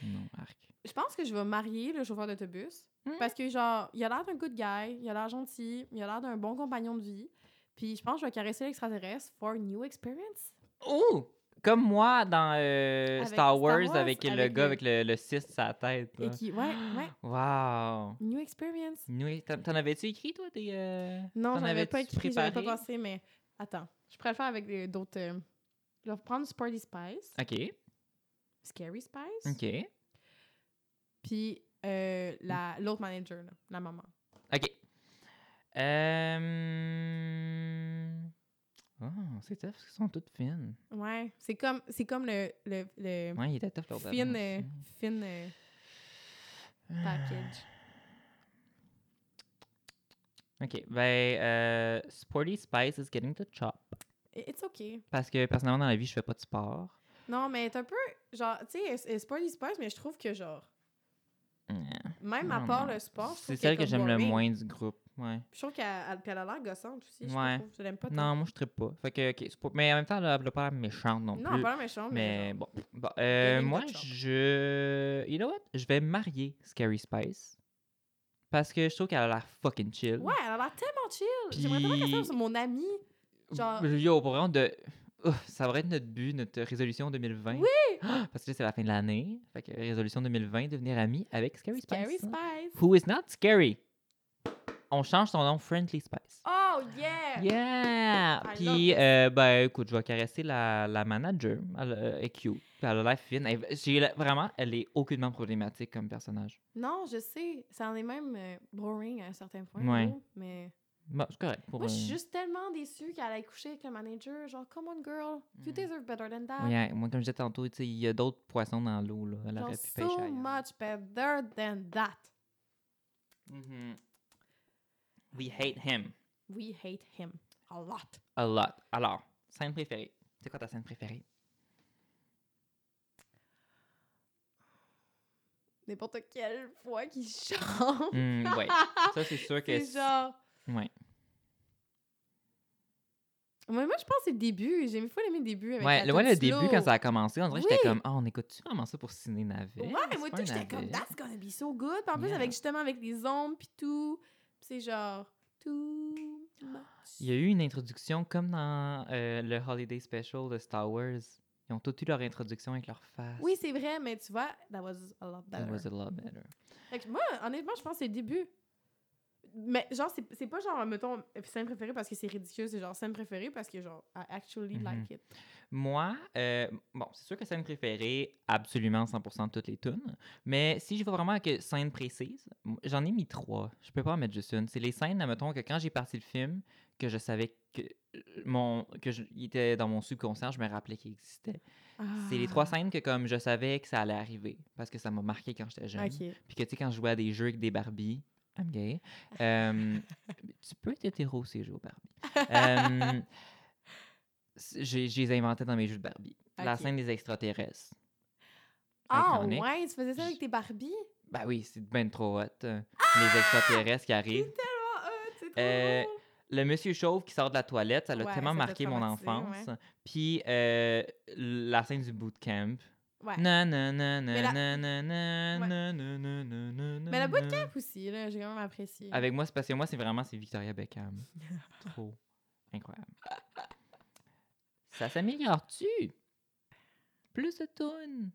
[SPEAKER 2] Non, arc.
[SPEAKER 1] Je pense que je vais marier le chauffeur d'autobus.
[SPEAKER 2] Hmm.
[SPEAKER 1] Parce que, genre, il a l'air d'un good guy, il a l'air gentil, il a l'air d'un bon compagnon de vie. Puis je pense que je vais caresser l'extraterrestre for a new experience.
[SPEAKER 2] Oh! Comme moi dans euh,
[SPEAKER 1] Avec
[SPEAKER 2] Star,
[SPEAKER 1] Star
[SPEAKER 2] Wars,
[SPEAKER 1] Wars,
[SPEAKER 2] avec, le
[SPEAKER 1] avec
[SPEAKER 2] gars
[SPEAKER 1] le-
[SPEAKER 2] avec le, le cyste sur la tête.
[SPEAKER 1] Et
[SPEAKER 2] là.
[SPEAKER 1] qui, ouais, ouais,
[SPEAKER 2] Wow!
[SPEAKER 1] new experience.
[SPEAKER 2] Oui, t'en t'en avais-tu écrit, toi, tes... euh,
[SPEAKER 1] Non,
[SPEAKER 2] t'en
[SPEAKER 1] j'en avais
[SPEAKER 2] avais-tu
[SPEAKER 1] pas écrit, j'avais pas
[SPEAKER 2] préparé?
[SPEAKER 1] pensé, mais attends. Je pourrais le faire avec des- d'autres. euh, Je vais prendre Sporty Spice,
[SPEAKER 2] OK,
[SPEAKER 1] Scary Spice,
[SPEAKER 2] OK,
[SPEAKER 1] puis euh, la- l'autre manager, là, la maman.
[SPEAKER 2] OK. Euh... Oh, c'est tough, parce qu'ils sont toutes fines.
[SPEAKER 1] Ouais, c'est comme, c'est comme le, le, le
[SPEAKER 2] Ouais, il était tough, l'autre
[SPEAKER 1] fin,
[SPEAKER 2] avant
[SPEAKER 1] euh,
[SPEAKER 2] aussi.
[SPEAKER 1] fin, euh, package.
[SPEAKER 2] OK, ben, euh, Sporty Spice is getting the chop.
[SPEAKER 1] I- It's okay.
[SPEAKER 2] Parce que, personnellement, dans la vie, je fais pas de sport.
[SPEAKER 1] Non, mais t'es un peu, genre, tu sais, elle- elle Sporty Spice, mais je trouve que, genre, même à
[SPEAKER 2] Mm. Non,
[SPEAKER 1] part
[SPEAKER 2] non.
[SPEAKER 1] le sport, je trouve
[SPEAKER 2] C'est
[SPEAKER 1] qu'elle
[SPEAKER 2] celle que
[SPEAKER 1] est
[SPEAKER 2] j'aime le
[SPEAKER 1] boring.
[SPEAKER 2] moins du groupe, ouais.
[SPEAKER 1] Puis Je trouve qu'elle elle- puis elle a l'air gossante aussi. Je
[SPEAKER 2] Ouais.
[SPEAKER 1] trouve, je l'aime pas. tant.
[SPEAKER 2] Non, moi, je trippe pas. Fait que, OK, c'est pas- mais en même temps, elle a elle a pas l'air méchante non
[SPEAKER 1] non,
[SPEAKER 2] plus.
[SPEAKER 1] elle a pas l'air méchante, Oh, mais.
[SPEAKER 2] Mais
[SPEAKER 1] genre,
[SPEAKER 2] bon. Bon, euh,
[SPEAKER 1] Getting the
[SPEAKER 2] moi,
[SPEAKER 1] chop.
[SPEAKER 2] je. You know what? Je vais marier Scary Spice. Parce que je trouve qu'elle a l'air fucking chill.
[SPEAKER 1] Ouais, elle a l'air tellement chill. J'aimerais tellement qu'elle
[SPEAKER 2] Puis-
[SPEAKER 1] soit sur mon ami. genre-
[SPEAKER 2] Yo, pour vraiment de. Ouf, ça devrait être notre but, notre résolution 2020.
[SPEAKER 1] Oui!
[SPEAKER 2] Ah, Parce que là, c'est la fin de l'année. Fait que résolution 2020, devenir ami avec Scary Spice.
[SPEAKER 1] Scary Spice.
[SPEAKER 2] Who is not scary. On change son nom Friendly Spice.
[SPEAKER 1] Oh, yeah!
[SPEAKER 2] hein. Yeah!
[SPEAKER 1] I love
[SPEAKER 2] Puis, euh, ben, écoute, je vais caresser la, la manager. Elle euh, est cute. Puis Elle a l'air fine. Elle- j'ai la- vraiment, elle est aucunement problématique comme personnage.
[SPEAKER 1] Non, je sais. Ça en est même euh, boring à un certain point.
[SPEAKER 2] Ouais.
[SPEAKER 1] là, Mais.
[SPEAKER 2] Bon, c'est correct. Pour,
[SPEAKER 1] Moi, je suis
[SPEAKER 2] euh,
[SPEAKER 1] juste tellement déçue qu'elle ait couché avec le manager. Genre, come on, girl. You
[SPEAKER 2] Mm.
[SPEAKER 1] deserve better than that.
[SPEAKER 2] ouais, moi, comme je disais tantôt, tu sais, il y a d'autres poissons dans l'eau. là. Elle
[SPEAKER 1] Genre,
[SPEAKER 2] aurait pu pêcher
[SPEAKER 1] so
[SPEAKER 2] ailleurs.
[SPEAKER 1] much better than that.
[SPEAKER 2] Mhm. We hate him
[SPEAKER 1] We hate him a lot.
[SPEAKER 2] a lot. Alors, scène préférée. C'est quoi ta scène préférée?
[SPEAKER 1] N'importe quelle fois qu'il chante.
[SPEAKER 2] Hmm, ouais. Ça, c'est sûr que.
[SPEAKER 1] Oh c'est genre.
[SPEAKER 2] Ouais.
[SPEAKER 1] Moi, moi, je pense que c'est le début. J'ai une fois aimé le début. Avec
[SPEAKER 2] Ouais,
[SPEAKER 1] la
[SPEAKER 2] le, ouais, le
[SPEAKER 1] tune
[SPEAKER 2] début,
[SPEAKER 1] slow.
[SPEAKER 2] quand ça a commencé, on dirait que j'étais
[SPEAKER 1] Oui.
[SPEAKER 2] comme, ah, on écoute-tu vraiment ça pour ciné navet?
[SPEAKER 1] Ouais, moi,
[SPEAKER 2] C'est pas
[SPEAKER 1] tout,
[SPEAKER 2] un
[SPEAKER 1] j'étais comme,
[SPEAKER 2] navet.
[SPEAKER 1] that's gonna be so good. Puis en plus,
[SPEAKER 2] Yeah.
[SPEAKER 1] avec justement, avec les ombres, puis tout. Puis c'est genre, tout.
[SPEAKER 2] Il y a eu une introduction comme dans euh, le Holiday Special de Star Wars. Ils ont tous eu leur introduction avec leur face.
[SPEAKER 1] Oui, c'est vrai, mais tu vois, that was a lot better.
[SPEAKER 2] It was a lot better.
[SPEAKER 1] Fait que moi, honnêtement, je pense que c'est le début. Mais genre, c'est c'est pas genre, mettons, scène préférée parce que c'est ridicule, c'est genre scène préférée parce que genre, I actually
[SPEAKER 2] Mhm.
[SPEAKER 1] like it.
[SPEAKER 2] Moi, euh, bon, c'est sûr que scène préférée, absolument 100% de toutes les tunes. Mais si je vais vraiment avec scène précise, m- j'en ai mis trois. Je peux pas en mettre juste une. C'est les scènes, admettons, que quand j'ai parti le film, que je savais que euh, mon que je- il était dans mon subconscient, je me rappelais qu'il existait. C'est les
[SPEAKER 1] Ah.
[SPEAKER 2] trois scènes que comme je savais que ça allait arriver parce que ça m'a marqué quand j'étais jeune.
[SPEAKER 1] Ok.
[SPEAKER 2] Puis que tu sais quand je jouais à des jeux avec des Barbie, I'm gay. euh, tu peux être hétéro ces jeux aux Barbie. Euh, c- j'ai- je les ai inventés dans mes jeux de Barbie. La
[SPEAKER 1] Ok.
[SPEAKER 2] scène des extraterrestres.
[SPEAKER 1] Ah
[SPEAKER 2] Iconique.
[SPEAKER 1] ouais, tu faisais ça avec tes Barbies?
[SPEAKER 2] Ben oui, c'est ben trop hot. euh, les extraterrestres qui arrivent.
[SPEAKER 1] Ah, ah, c'est trop
[SPEAKER 2] Euh,
[SPEAKER 1] drôle.
[SPEAKER 2] le monsieur chauve qui sort de la toilette, ça l'a
[SPEAKER 1] Ouais,
[SPEAKER 2] tellement
[SPEAKER 1] ça t'a
[SPEAKER 2] marqué mon
[SPEAKER 1] traumatisé,
[SPEAKER 2] enfance. Puis euh, la scène du bootcamp.
[SPEAKER 1] Ouais.
[SPEAKER 2] Na, na, na, na,
[SPEAKER 1] Mais la-
[SPEAKER 2] na, na, na,
[SPEAKER 1] Ouais.
[SPEAKER 2] na, na, na, na, na, na,
[SPEAKER 1] Mais la
[SPEAKER 2] na.
[SPEAKER 1] bootcamp aussi, là, j'ai quand même apprécié.
[SPEAKER 2] euh, Avec moi, c'est parce que moi, c'est vraiment c'est Victoria Beckham. Trop incroyable. Ça s'améliore-tu? Plus de tunes.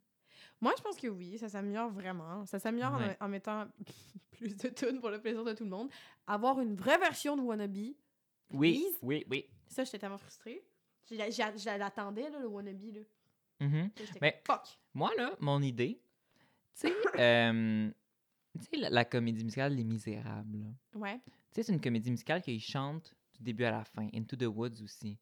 [SPEAKER 1] Moi, je pense que oui, ça s'améliore vraiment. Ça s'améliore en-
[SPEAKER 2] Ouais.
[SPEAKER 1] en, mettant plus de tunes pour le plaisir de tout le monde. Avoir une vraie version de Wannabe,
[SPEAKER 2] Oui,
[SPEAKER 1] Please.
[SPEAKER 2] oui, oui.
[SPEAKER 1] ça, j'étais tellement frustrée. Je l'a- j'a- je l'attendais, là, le Wannabe. Là.
[SPEAKER 2] Mhm.
[SPEAKER 1] Là, J'étais
[SPEAKER 2] Mais-
[SPEAKER 1] comme, fuck!
[SPEAKER 2] Moi, là, mon idée, tu sais, euh, tu sais, la, la comédie musicale Les Misérables, là.
[SPEAKER 1] Ouais.
[SPEAKER 2] Tu sais, c'est une comédie musicale qu'ils chantent du début à la fin. Into the Woods aussi.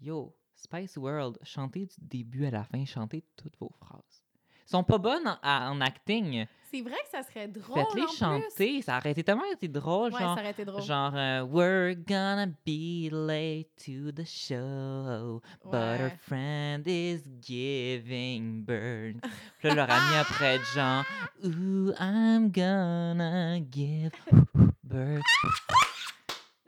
[SPEAKER 2] Yo, Spice World, chantez du début à la fin, chantez toutes vos phrases. Ils sont pas bonnes en, à- en acting.
[SPEAKER 1] C'est vrai que ça serait drôle. en
[SPEAKER 2] Faites-les
[SPEAKER 1] plus.
[SPEAKER 2] chanter. Ça aurait été tellement été drôle,
[SPEAKER 1] Ouais,
[SPEAKER 2] genre.
[SPEAKER 1] ça aurait été drôle.
[SPEAKER 2] Genre, euh, we're gonna be late to the show, but our
[SPEAKER 1] Ouais.
[SPEAKER 2] friend is giving birth. Puis là, leur ami après, genre, ooh, I'm gonna give birth.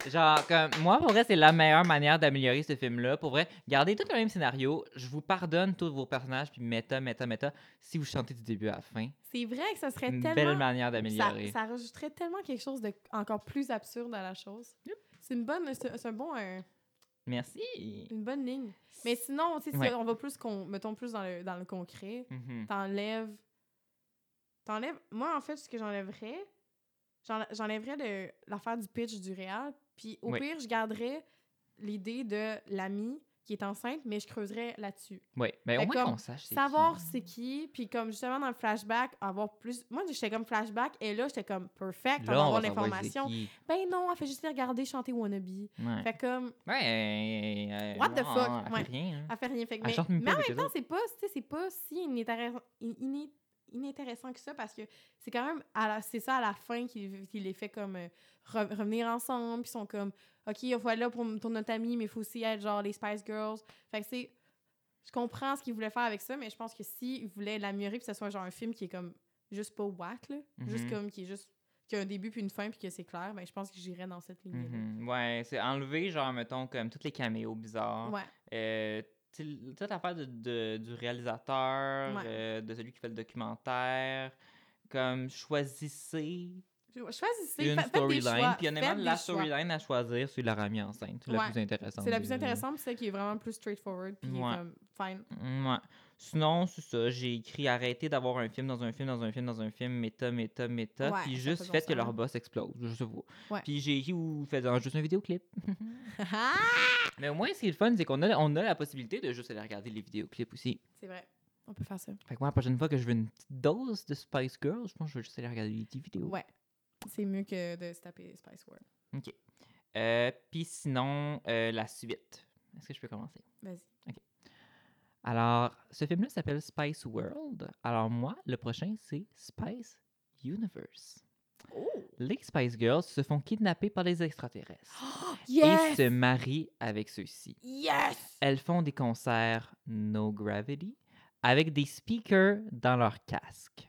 [SPEAKER 2] Genre, comme, moi, pour vrai, c'est la meilleure manière d'améliorer ce film-là. Pour vrai, gardez tout le même scénario. Je vous pardonne tous vos personnages, puis méta, méta, méta, si vous chantez du début à la fin.
[SPEAKER 1] C'est vrai que ça serait
[SPEAKER 2] Une belle
[SPEAKER 1] tellement.
[SPEAKER 2] manière
[SPEAKER 1] Ça,
[SPEAKER 2] d'améliorer.
[SPEAKER 1] ça rajouterait tellement quelque chose de encore plus absurde à la chose. C'est une bonne, c'est c'est un bon, euh,
[SPEAKER 2] Merci.
[SPEAKER 1] une bonne ligne. Mais sinon, tu sais, si
[SPEAKER 2] Ouais.
[SPEAKER 1] on va plus, qu'on mettons plus dans le, dans le concret.
[SPEAKER 2] Mhm.
[SPEAKER 1] T'enlèves. T'enlèves. Moi, en fait, ce que j'enlèverais, j'en- j'enlèverais le- l'affaire du pitch du réel. Puis au
[SPEAKER 2] Oui.
[SPEAKER 1] pire, je garderais l'idée de l'ami qui est enceinte, mais je creuserais là-dessus.
[SPEAKER 2] Oui, mais
[SPEAKER 1] Fait
[SPEAKER 2] ben, au moins
[SPEAKER 1] comme
[SPEAKER 2] qu'on sache. c'est
[SPEAKER 1] Savoir
[SPEAKER 2] qui.
[SPEAKER 1] c'est qui, puis comme justement dans le flashback, avoir plus. Moi, j'étais comme flashback, et là, j'étais comme perfect, on va
[SPEAKER 2] Là, on
[SPEAKER 1] avoir
[SPEAKER 2] va savoir c'est
[SPEAKER 1] l'information.
[SPEAKER 2] qui.
[SPEAKER 1] Ben non, elle fait juste les regarder chanter Wannabe.
[SPEAKER 2] Ouais.
[SPEAKER 1] Fait comme,
[SPEAKER 2] Ouais, euh,
[SPEAKER 1] What the
[SPEAKER 2] non,
[SPEAKER 1] fuck?
[SPEAKER 2] elle fait
[SPEAKER 1] Ouais.
[SPEAKER 2] rien, hein.
[SPEAKER 1] elle fait rien. Fait que,
[SPEAKER 2] Elle
[SPEAKER 1] mais,
[SPEAKER 2] chante même
[SPEAKER 1] mais
[SPEAKER 2] pas
[SPEAKER 1] en
[SPEAKER 2] avec
[SPEAKER 1] même
[SPEAKER 2] les
[SPEAKER 1] temps,
[SPEAKER 2] autres.
[SPEAKER 1] c'est pas, tu sais, c'est pas si inintéressant, in- iné- inintéressant que ça parce que c'est quand même, à la- c'est ça à la fin qu'il qu'il les fait comme euh, re- revenir ensemble, puis ils sont comme, OK, il faut être là pour, pour notre ami, mais il faut aussi être genre les Spice Girls. Fait que c'est. Je comprends ce qu'ils voulaient faire avec ça, mais je pense que s'ils voulaient l'améliorer, puis que ce soit genre un film qui est comme juste pas whack, là, juste
[SPEAKER 2] Mhm.
[SPEAKER 1] comme qui est juste. qui a un début puis une fin puis que c'est clair, ben je pense que j'irais dans cette ligne
[SPEAKER 2] Mhm. Ouais, c'est enlever, genre, mettons, comme tous les caméos bizarres.
[SPEAKER 1] Ouais.
[SPEAKER 2] Euh, tu sais, l- toute l'affaire de, de- du réalisateur,
[SPEAKER 1] Ouais.
[SPEAKER 2] euh, de celui qui fait le documentaire. Comme, choisissez
[SPEAKER 1] Choisissez. fa-
[SPEAKER 2] une
[SPEAKER 1] faites des
[SPEAKER 2] storyline.
[SPEAKER 1] choix,
[SPEAKER 2] Puis, honnêtement,
[SPEAKER 1] faites des
[SPEAKER 2] la
[SPEAKER 1] choix.
[SPEAKER 2] storyline à choisir, c'est la ramie enceinte. C'est la
[SPEAKER 1] Ouais,
[SPEAKER 2] plus intéressante.
[SPEAKER 1] C'est la
[SPEAKER 2] des
[SPEAKER 1] plus
[SPEAKER 2] deux.
[SPEAKER 1] intéressante, puis celle qui est vraiment plus straightforward, puis qui est
[SPEAKER 2] Ouais.
[SPEAKER 1] comme fine.
[SPEAKER 2] Ouais. Sinon, c'est ça. J'ai écrit arrêter d'avoir un film dans un film dans un film dans un film, méta, méta, méta.
[SPEAKER 1] Ouais,
[SPEAKER 2] puis
[SPEAKER 1] ça
[SPEAKER 2] juste
[SPEAKER 1] fait bon
[SPEAKER 2] fait que
[SPEAKER 1] sens.
[SPEAKER 2] leur boss explose. Je sais pas.
[SPEAKER 1] Ouais.
[SPEAKER 2] Puis j'ai écrit ou faisant juste un vidéoclip. Mais au moins, ce qui est le fun, c'est qu'on a, on a la possibilité de juste aller regarder les vidéoclips aussi.
[SPEAKER 1] C'est vrai. On peut faire ça.
[SPEAKER 2] Fait que moi, la prochaine fois que je veux une petite dose de Spice Girls, je pense que je vais juste aller regarder les petites vidéos.
[SPEAKER 1] Ouais. C'est mieux que de se taper Spice World.
[SPEAKER 2] Euh, puis sinon, euh, la suite. Est-ce que je peux commencer?
[SPEAKER 1] Vas-y.
[SPEAKER 2] Alors, ce film-là s'appelle Spice World. Alors, moi, le prochain, c'est Spice Universe. Les Spice Girls se font kidnapper par les extraterrestres
[SPEAKER 1] Ah, Yes!
[SPEAKER 2] et se marient avec ceux-ci.
[SPEAKER 1] Yes!
[SPEAKER 2] Elles font des concerts No Gravity avec des speakers dans leur casque.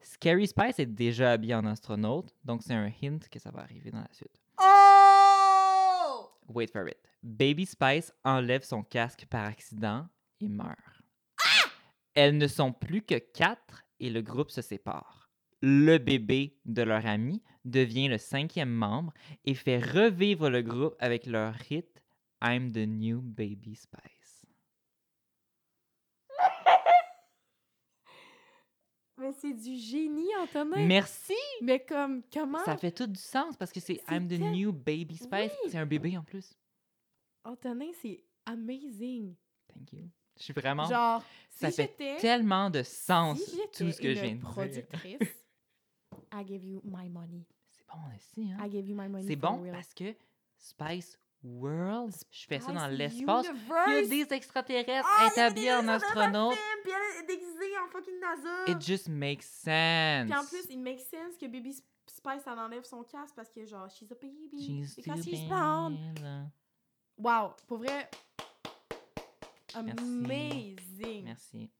[SPEAKER 2] Scary Spice est déjà habillée en astronaute, donc c'est un hint que ça va arriver dans la suite.
[SPEAKER 1] Oh!
[SPEAKER 2] Wait for it. Baby Spice enlève son casque par accident et meurt.
[SPEAKER 1] Ah!
[SPEAKER 2] Elles ne sont plus que quatre et le groupe se sépare. Le bébé de leur ami devient le cinquième membre et fait revivre le groupe avec leur hit I'm the new baby Spice.
[SPEAKER 1] Mais c'est du génie, Antonin! Mais,
[SPEAKER 2] Merci!
[SPEAKER 1] comme, comment?
[SPEAKER 2] Ça fait tout du sens parce que c'est
[SPEAKER 1] C'est
[SPEAKER 2] I'm the
[SPEAKER 1] tel-
[SPEAKER 2] new baby Spice.
[SPEAKER 1] Oui.
[SPEAKER 2] C'est un bébé en plus.
[SPEAKER 1] Antonin, c'est amazing!
[SPEAKER 2] Thank you. Je suis vraiment
[SPEAKER 1] Genre,
[SPEAKER 2] Ça
[SPEAKER 1] si
[SPEAKER 2] fait
[SPEAKER 1] j'étais...
[SPEAKER 2] tellement de sens
[SPEAKER 1] si
[SPEAKER 2] tout ce
[SPEAKER 1] j'étais
[SPEAKER 2] que je viens
[SPEAKER 1] une
[SPEAKER 2] de dire.
[SPEAKER 1] productrice, I give you my money.
[SPEAKER 2] C'est bon aussi, hein?
[SPEAKER 1] I give you my money
[SPEAKER 2] C'est
[SPEAKER 1] for
[SPEAKER 2] bon
[SPEAKER 1] real.
[SPEAKER 2] parce que Spice World, je fais ça dans
[SPEAKER 1] Spice
[SPEAKER 2] l'espace. Il y a
[SPEAKER 1] Universe!
[SPEAKER 2] des extraterrestres
[SPEAKER 1] Ah, il y a des
[SPEAKER 2] établis en
[SPEAKER 1] extraterrestres dans le
[SPEAKER 2] astronaute.
[SPEAKER 1] film, Puis elle est déguisée en fucking NASA.
[SPEAKER 2] It just makes sense.
[SPEAKER 1] Puis en plus, il make sense que Baby Sp- Spice elle enlève son casque parce que genre she's a baby
[SPEAKER 2] She's
[SPEAKER 1] because
[SPEAKER 2] too
[SPEAKER 1] she's
[SPEAKER 2] belle.
[SPEAKER 1] blonde. Wow, pour vrai
[SPEAKER 2] Merci.
[SPEAKER 1] amazing.
[SPEAKER 2] Merci.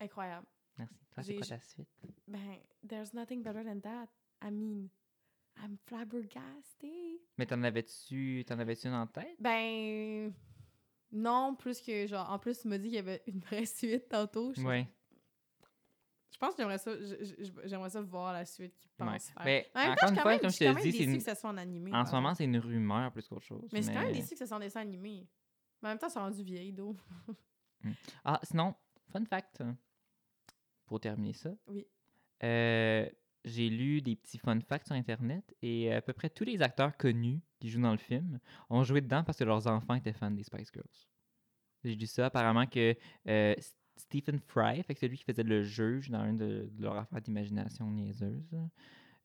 [SPEAKER 1] Incroyable.
[SPEAKER 2] Merci.
[SPEAKER 1] J'ai-
[SPEAKER 2] Toi, Ah, c'est quoi
[SPEAKER 1] j'ai-
[SPEAKER 2] ta suite?
[SPEAKER 1] Ben, there's nothing better than that. I mean, I'm flabbergasted.
[SPEAKER 2] Mais t'en avais-tu t'en avais-tu une en tête?
[SPEAKER 1] Ben non, plus que genre en plus tu m'as dit qu'il y avait une vraie suite tantôt. Je,
[SPEAKER 2] Oui.
[SPEAKER 1] je pense que j'aimerais ça je- je- j'aimerais ça voir la suite qui pense
[SPEAKER 2] Ouais.
[SPEAKER 1] faire.
[SPEAKER 2] Mais
[SPEAKER 1] En même temps, je
[SPEAKER 2] encore une
[SPEAKER 1] suis quand
[SPEAKER 2] fois,
[SPEAKER 1] même-
[SPEAKER 2] comme
[SPEAKER 1] je
[SPEAKER 2] je
[SPEAKER 1] suis quand
[SPEAKER 2] te
[SPEAKER 1] même
[SPEAKER 2] dis, c'est
[SPEAKER 1] déçue
[SPEAKER 2] une-
[SPEAKER 1] que ça soit en animé.
[SPEAKER 2] en
[SPEAKER 1] par
[SPEAKER 2] ce
[SPEAKER 1] exemple.
[SPEAKER 2] moment, c'est une rumeur plus qu'autre chose.
[SPEAKER 1] Mais je suis quand même déçue que ça soit en dessin animé. Mais en même temps, c'est rendu vieille, d'eau.
[SPEAKER 2] Ah, sinon, fun fact. pour terminer ça.
[SPEAKER 1] Oui.
[SPEAKER 2] Euh, j'ai lu des petits fun facts sur Internet et à peu près tous les acteurs connus qui jouent dans le film ont joué dedans parce que leurs enfants étaient fans des Spice Girls. J'ai lu ça apparemment que euh, S- Stephen Fry, fait que celui qui faisait le juge dans un de, de leurs affaires d'imagination niaiseuse, là,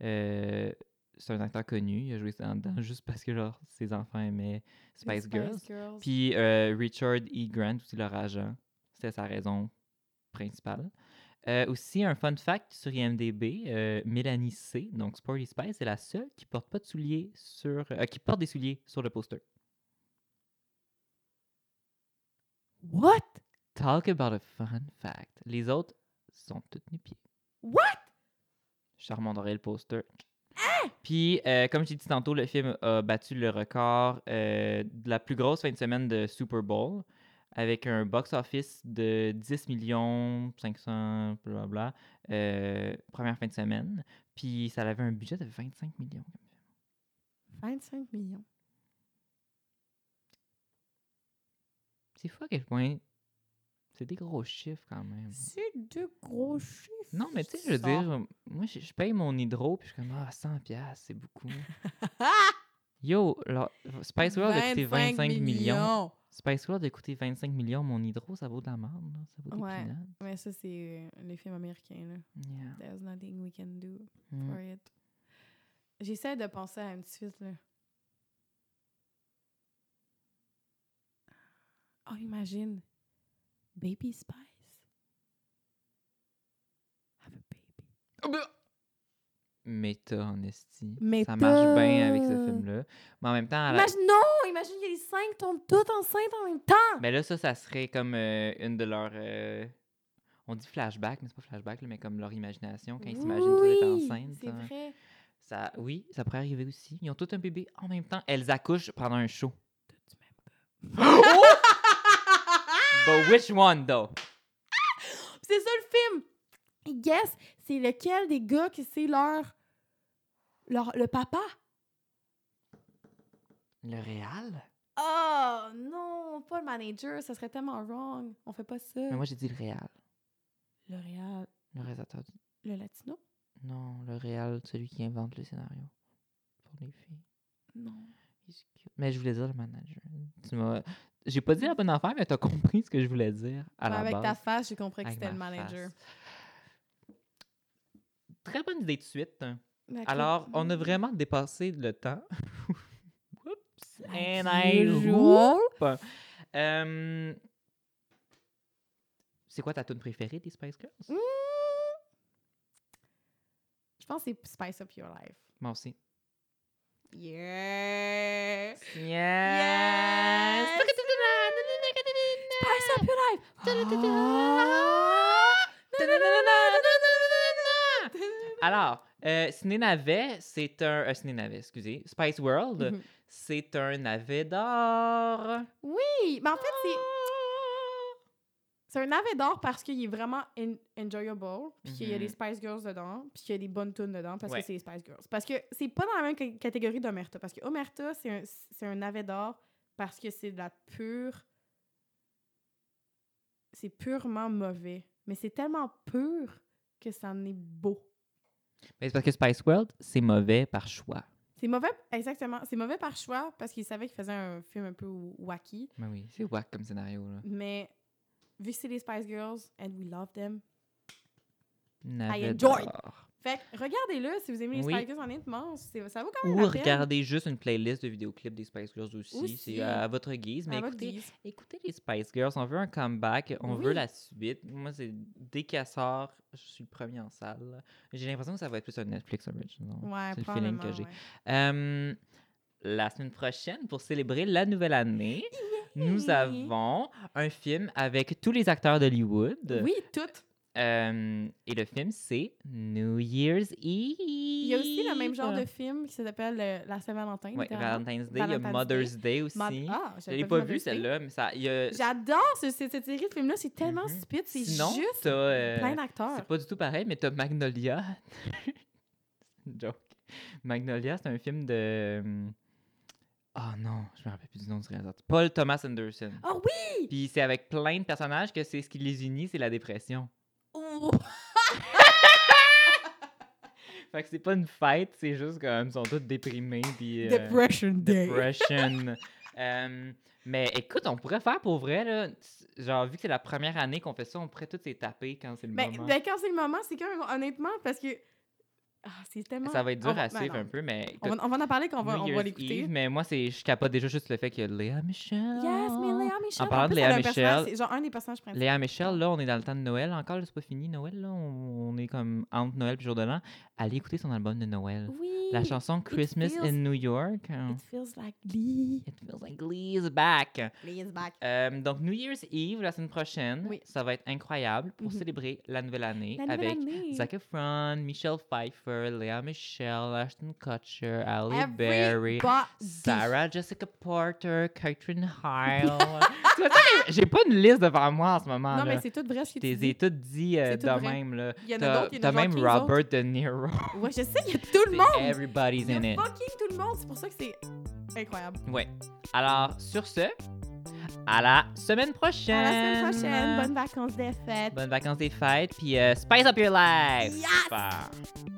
[SPEAKER 2] euh, c'est un acteur connu, il a joué ça dedans juste parce que genre, ses enfants aimaient
[SPEAKER 1] Les
[SPEAKER 2] Spice Girls.
[SPEAKER 1] Girls.
[SPEAKER 2] Puis euh, Richard E. Grant, aussi leur agent, c'était sa raison principale. Euh, aussi, un fun fact sur IMDb, euh, Mélanie C., donc Sporty Spice, est la seule qui porte pas de souliers sur... euh, qui porte des souliers sur le poster.
[SPEAKER 1] What?
[SPEAKER 2] Talk about a fun fact. Les autres sont toutes nu-pieds.
[SPEAKER 1] What?
[SPEAKER 2] Je te remonterai le poster. Puis, euh, comme j'ai dit tantôt, le film a battu le record euh, de la plus grosse fin de semaine de Super Bowl avec un box-office de 10 millions 500 blablabla euh, première fin de semaine. Puis, ça avait un budget de 25 millions.
[SPEAKER 1] 25 millions.
[SPEAKER 2] C'est fou à quel point c'est des gros chiffres quand même.
[SPEAKER 1] C'est de gros chiffres.
[SPEAKER 2] Mm. Non, mais tu sais, je veux
[SPEAKER 1] ça.
[SPEAKER 2] dire, moi, je, je paye mon hydro, puis je suis comme, ah, 100 piastres, c'est beaucoup. Yo, alors, Spice World a coûté 25 millions. Spice World a coûté 25 millions, mon hydro, ça vaut de la merde, là. ça vaut des
[SPEAKER 1] Ouais.
[SPEAKER 2] peanuts.
[SPEAKER 1] Mais ça, c'est euh, les films américains, là.
[SPEAKER 2] Yeah.
[SPEAKER 1] There's nothing we can do
[SPEAKER 2] Mm.
[SPEAKER 1] for it. J'essaie de penser à un petit suite, là. Oh, imagine. Baby Spice. Have a baby.
[SPEAKER 2] Méta, en esti.
[SPEAKER 1] Méta.
[SPEAKER 2] Ça marche bien avec ce film-là. Mais en même temps, à la-
[SPEAKER 1] Imagine, non! Imagine que les cinq tombent toutes enceintes en même temps!
[SPEAKER 2] ben là, ça, ça serait comme euh, une de leurs. euh, On dit flashback, mais c'est pas flashback, là, mais comme leur imagination, quand ils s'imaginent tout être hein.
[SPEAKER 1] Oui,
[SPEAKER 2] enceinte.
[SPEAKER 1] C'est vrai.
[SPEAKER 2] Ça, oui, ça pourrait arriver aussi. Ils ont tout un bébé en même temps. Elles accouchent pendant un show.
[SPEAKER 1] Tout du même gars.
[SPEAKER 2] But which one, though?
[SPEAKER 1] Puis C'est ça le film! Et guess, c'est lequel des gars que c'est leur... leur. le papa?
[SPEAKER 2] Le réal?
[SPEAKER 1] Oh non, pas le manager, ça serait tellement wrong. On fait pas ça.
[SPEAKER 2] Mais moi, j'ai dit le réal.
[SPEAKER 1] Le réal,
[SPEAKER 2] Le réalisateur. du-
[SPEAKER 1] le latino?
[SPEAKER 2] Non, le réal, celui qui invente le scénario. Pour les filles.
[SPEAKER 1] Non.
[SPEAKER 2] Il est cute. Mais je voulais dire le manager. Tu m'as... J'ai pas dit la bonne affaire, mais t'as compris ce que je voulais dire à la
[SPEAKER 1] avec
[SPEAKER 2] base.
[SPEAKER 1] ta face, j'ai compris que
[SPEAKER 2] Avec
[SPEAKER 1] c'était le
[SPEAKER 2] ma
[SPEAKER 1] manager.
[SPEAKER 2] face. Très bonne idée de suite.
[SPEAKER 1] D'accord.
[SPEAKER 2] Alors, on a vraiment dépassé le temps. Oups. And I
[SPEAKER 1] Usual.
[SPEAKER 2] whoop. Euh, c'est quoi ta tune préférée des Spice Girls?
[SPEAKER 1] Mmh. Je pense que c'est Spice Up Your Life.
[SPEAKER 2] Moi aussi.
[SPEAKER 1] Yeah! Spice
[SPEAKER 2] Yes!
[SPEAKER 1] Up Your Life!
[SPEAKER 2] 아. Alors, euh, Ciné Navet, c'est un. euh, Ciné Navet, excusez. Spice World,
[SPEAKER 1] Mhm.
[SPEAKER 2] c'est un navet d'or.
[SPEAKER 1] Oui, mais en fait, c'est. C'est un navet d'or parce qu'il est vraiment en- enjoyable, puis qu'il y a
[SPEAKER 2] Mhm.
[SPEAKER 1] des Spice Girls dedans, puis qu'il y a des bonnes tunes dedans parce
[SPEAKER 2] Ouais.
[SPEAKER 1] que c'est les Spice Girls. Parce que c'est pas dans la même ca- catégorie d'Omerta, parce que Omerta, c'est un, c'est un navet d'or parce que c'est de la pure. C'est purement mauvais, mais c'est tellement pur que ça en est beau.
[SPEAKER 2] Mais c'est parce que Spice World, c'est mauvais par choix.
[SPEAKER 1] C'est mauvais, exactement. C'est mauvais par choix parce qu'il savait qu'il faisait un film un peu wacky,
[SPEAKER 2] Mais oui, c'est wack comme scénario, là.
[SPEAKER 1] mais vu que c'est les Spice Girls and we love them,
[SPEAKER 2] Navet
[SPEAKER 1] I enjoyed.
[SPEAKER 2] d'or.
[SPEAKER 1] Fait que regardez-le si vous aimez les
[SPEAKER 2] Oui.
[SPEAKER 1] Spice Girls en immense. c'est- Ça vaut quand même
[SPEAKER 2] Ou
[SPEAKER 1] la peine.
[SPEAKER 2] regardez juste une playlist de vidéoclips des Spice Girls aussi.
[SPEAKER 1] Aussi.
[SPEAKER 2] C'est à votre guise. Mais
[SPEAKER 1] À votre
[SPEAKER 2] écoutez,
[SPEAKER 1] guise.
[SPEAKER 2] écoutez les Spice Girls. On veut un comeback. On veut
[SPEAKER 1] Oui.
[SPEAKER 2] la suite. Moi, c'est dès qu'elle sort, je suis le premier en salle. J'ai l'impression que ça va être plus un Netflix original.
[SPEAKER 1] Ouais,
[SPEAKER 2] c'est le feeling
[SPEAKER 1] probablement,
[SPEAKER 2] que j'ai.
[SPEAKER 1] ouais.
[SPEAKER 2] Euh, la semaine prochaine, pour célébrer la nouvelle année, nous avons un film avec tous les acteurs d'Hollywood.
[SPEAKER 1] Oui, toutes.
[SPEAKER 2] Euh, et le film, c'est New Year's Eve.
[SPEAKER 1] Il y a aussi le même genre de film qui s'appelle euh, La Saint-Valentin.
[SPEAKER 2] Ouais,
[SPEAKER 1] littéralement.
[SPEAKER 2] Valentine's Day, il y a
[SPEAKER 1] Valentine's
[SPEAKER 2] Mother's Day, aussi.
[SPEAKER 1] Mad- Ah,
[SPEAKER 2] je
[SPEAKER 1] j'avais
[SPEAKER 2] l'ai pas
[SPEAKER 1] Mother's
[SPEAKER 2] vu
[SPEAKER 1] Day.
[SPEAKER 2] celle-là, mais ça, il y a.
[SPEAKER 1] J'adore ce- ce- cette série de films-là. C'est tellement
[SPEAKER 2] Mhm.
[SPEAKER 1] stupide. C'est
[SPEAKER 2] Sinon,
[SPEAKER 1] juste
[SPEAKER 2] t'as, euh,
[SPEAKER 1] plein d'acteurs.
[SPEAKER 2] C'est pas du tout pareil, mais t'as Magnolia. C'est une joke. Magnolia, c'est un film de. hum, Ah non, je me rappelle plus du nom du réalisateur. Paul Thomas Anderson.
[SPEAKER 1] Ah oui!
[SPEAKER 2] Puis c'est avec plein de personnages que c'est ce qui les unit, c'est la dépression.
[SPEAKER 1] Oh!
[SPEAKER 2] Fait que c'est pas une fête, c'est juste comme ils sont tous déprimés. Puis, euh,
[SPEAKER 1] Depression Day.
[SPEAKER 2] Depression. Euh, mais écoute, on pourrait faire pour vrai, là. s- Genre, vu que c'est la première année qu'on fait ça, on pourrait toutes les taper quand c'est le
[SPEAKER 1] Ben,
[SPEAKER 2] moment.
[SPEAKER 1] ben, quand c'est le moment, c'est quand même honnêtement parce que ah, c'est tellement.
[SPEAKER 2] ça va être dur
[SPEAKER 1] on va-
[SPEAKER 2] à
[SPEAKER 1] ben
[SPEAKER 2] suivre
[SPEAKER 1] non.
[SPEAKER 2] un peu, mais.
[SPEAKER 1] On va, on va en parler quand on va,
[SPEAKER 2] New
[SPEAKER 1] on va
[SPEAKER 2] Year's
[SPEAKER 1] l'écouter.
[SPEAKER 2] Eve, mais moi, c'est, je capote déjà juste le fait qu'il y a Léa Michel.
[SPEAKER 1] Yes, mais Léa Michel.
[SPEAKER 2] En parlant de
[SPEAKER 1] plus,
[SPEAKER 2] Léa
[SPEAKER 1] elle a un personnage,
[SPEAKER 2] Michel-
[SPEAKER 1] C'est genre un des personnages principaux.
[SPEAKER 2] Léa Michel, là, on est dans le temps de Noël encore, là, c'est pas fini Noël, là, on, on est comme entre Noël et jour de l'an. Allez écouter son album de Noël.
[SPEAKER 1] Oui.
[SPEAKER 2] La chanson Christmas
[SPEAKER 1] feels-
[SPEAKER 2] in New York. hein.
[SPEAKER 1] It feels like Lee.
[SPEAKER 2] It feels like Glee is back.
[SPEAKER 1] Lee is back.
[SPEAKER 2] Euh, donc, New Year's Eve, la semaine prochaine,
[SPEAKER 1] Oui.
[SPEAKER 2] ça va être incroyable pour
[SPEAKER 1] Mhm.
[SPEAKER 2] célébrer la nouvelle année
[SPEAKER 1] La nouvelle
[SPEAKER 2] avec
[SPEAKER 1] année.
[SPEAKER 2] Zac Efron, Michelle Pfeiffer, Léa Michelle, Ashton Kutcher, Halle Berry,
[SPEAKER 1] Everybody.
[SPEAKER 2] Sarah Jessica Porter, Catherine Heil. Tu vois, tu sais, J'ai pas une liste devant moi en ce moment.
[SPEAKER 1] Non,
[SPEAKER 2] là.
[SPEAKER 1] mais c'est tout vrai ce que tu
[SPEAKER 2] T'es
[SPEAKER 1] dis.
[SPEAKER 2] toutes dit euh,
[SPEAKER 1] C'est
[SPEAKER 2] de
[SPEAKER 1] tout vrai.
[SPEAKER 2] même. Là.
[SPEAKER 1] Il y en a
[SPEAKER 2] T'as-
[SPEAKER 1] d'autres, il y en a
[SPEAKER 2] T'as
[SPEAKER 1] genre
[SPEAKER 2] même
[SPEAKER 1] 15
[SPEAKER 2] Robert De Niro.
[SPEAKER 1] Ouais, je sais, il y a tout le
[SPEAKER 2] C'est
[SPEAKER 1] monde.
[SPEAKER 2] Everybody's
[SPEAKER 1] Il y a
[SPEAKER 2] in it.
[SPEAKER 1] fucking tout le monde. C'est pour ça que c'est incroyable.
[SPEAKER 2] Ouais. Alors, sur ce, à la semaine prochaine.
[SPEAKER 1] À la semaine prochaine. Bonnes vacances des fêtes.
[SPEAKER 2] Bonnes vacances des fêtes, puis euh, spice up your life!
[SPEAKER 1] Yes!
[SPEAKER 2] Super.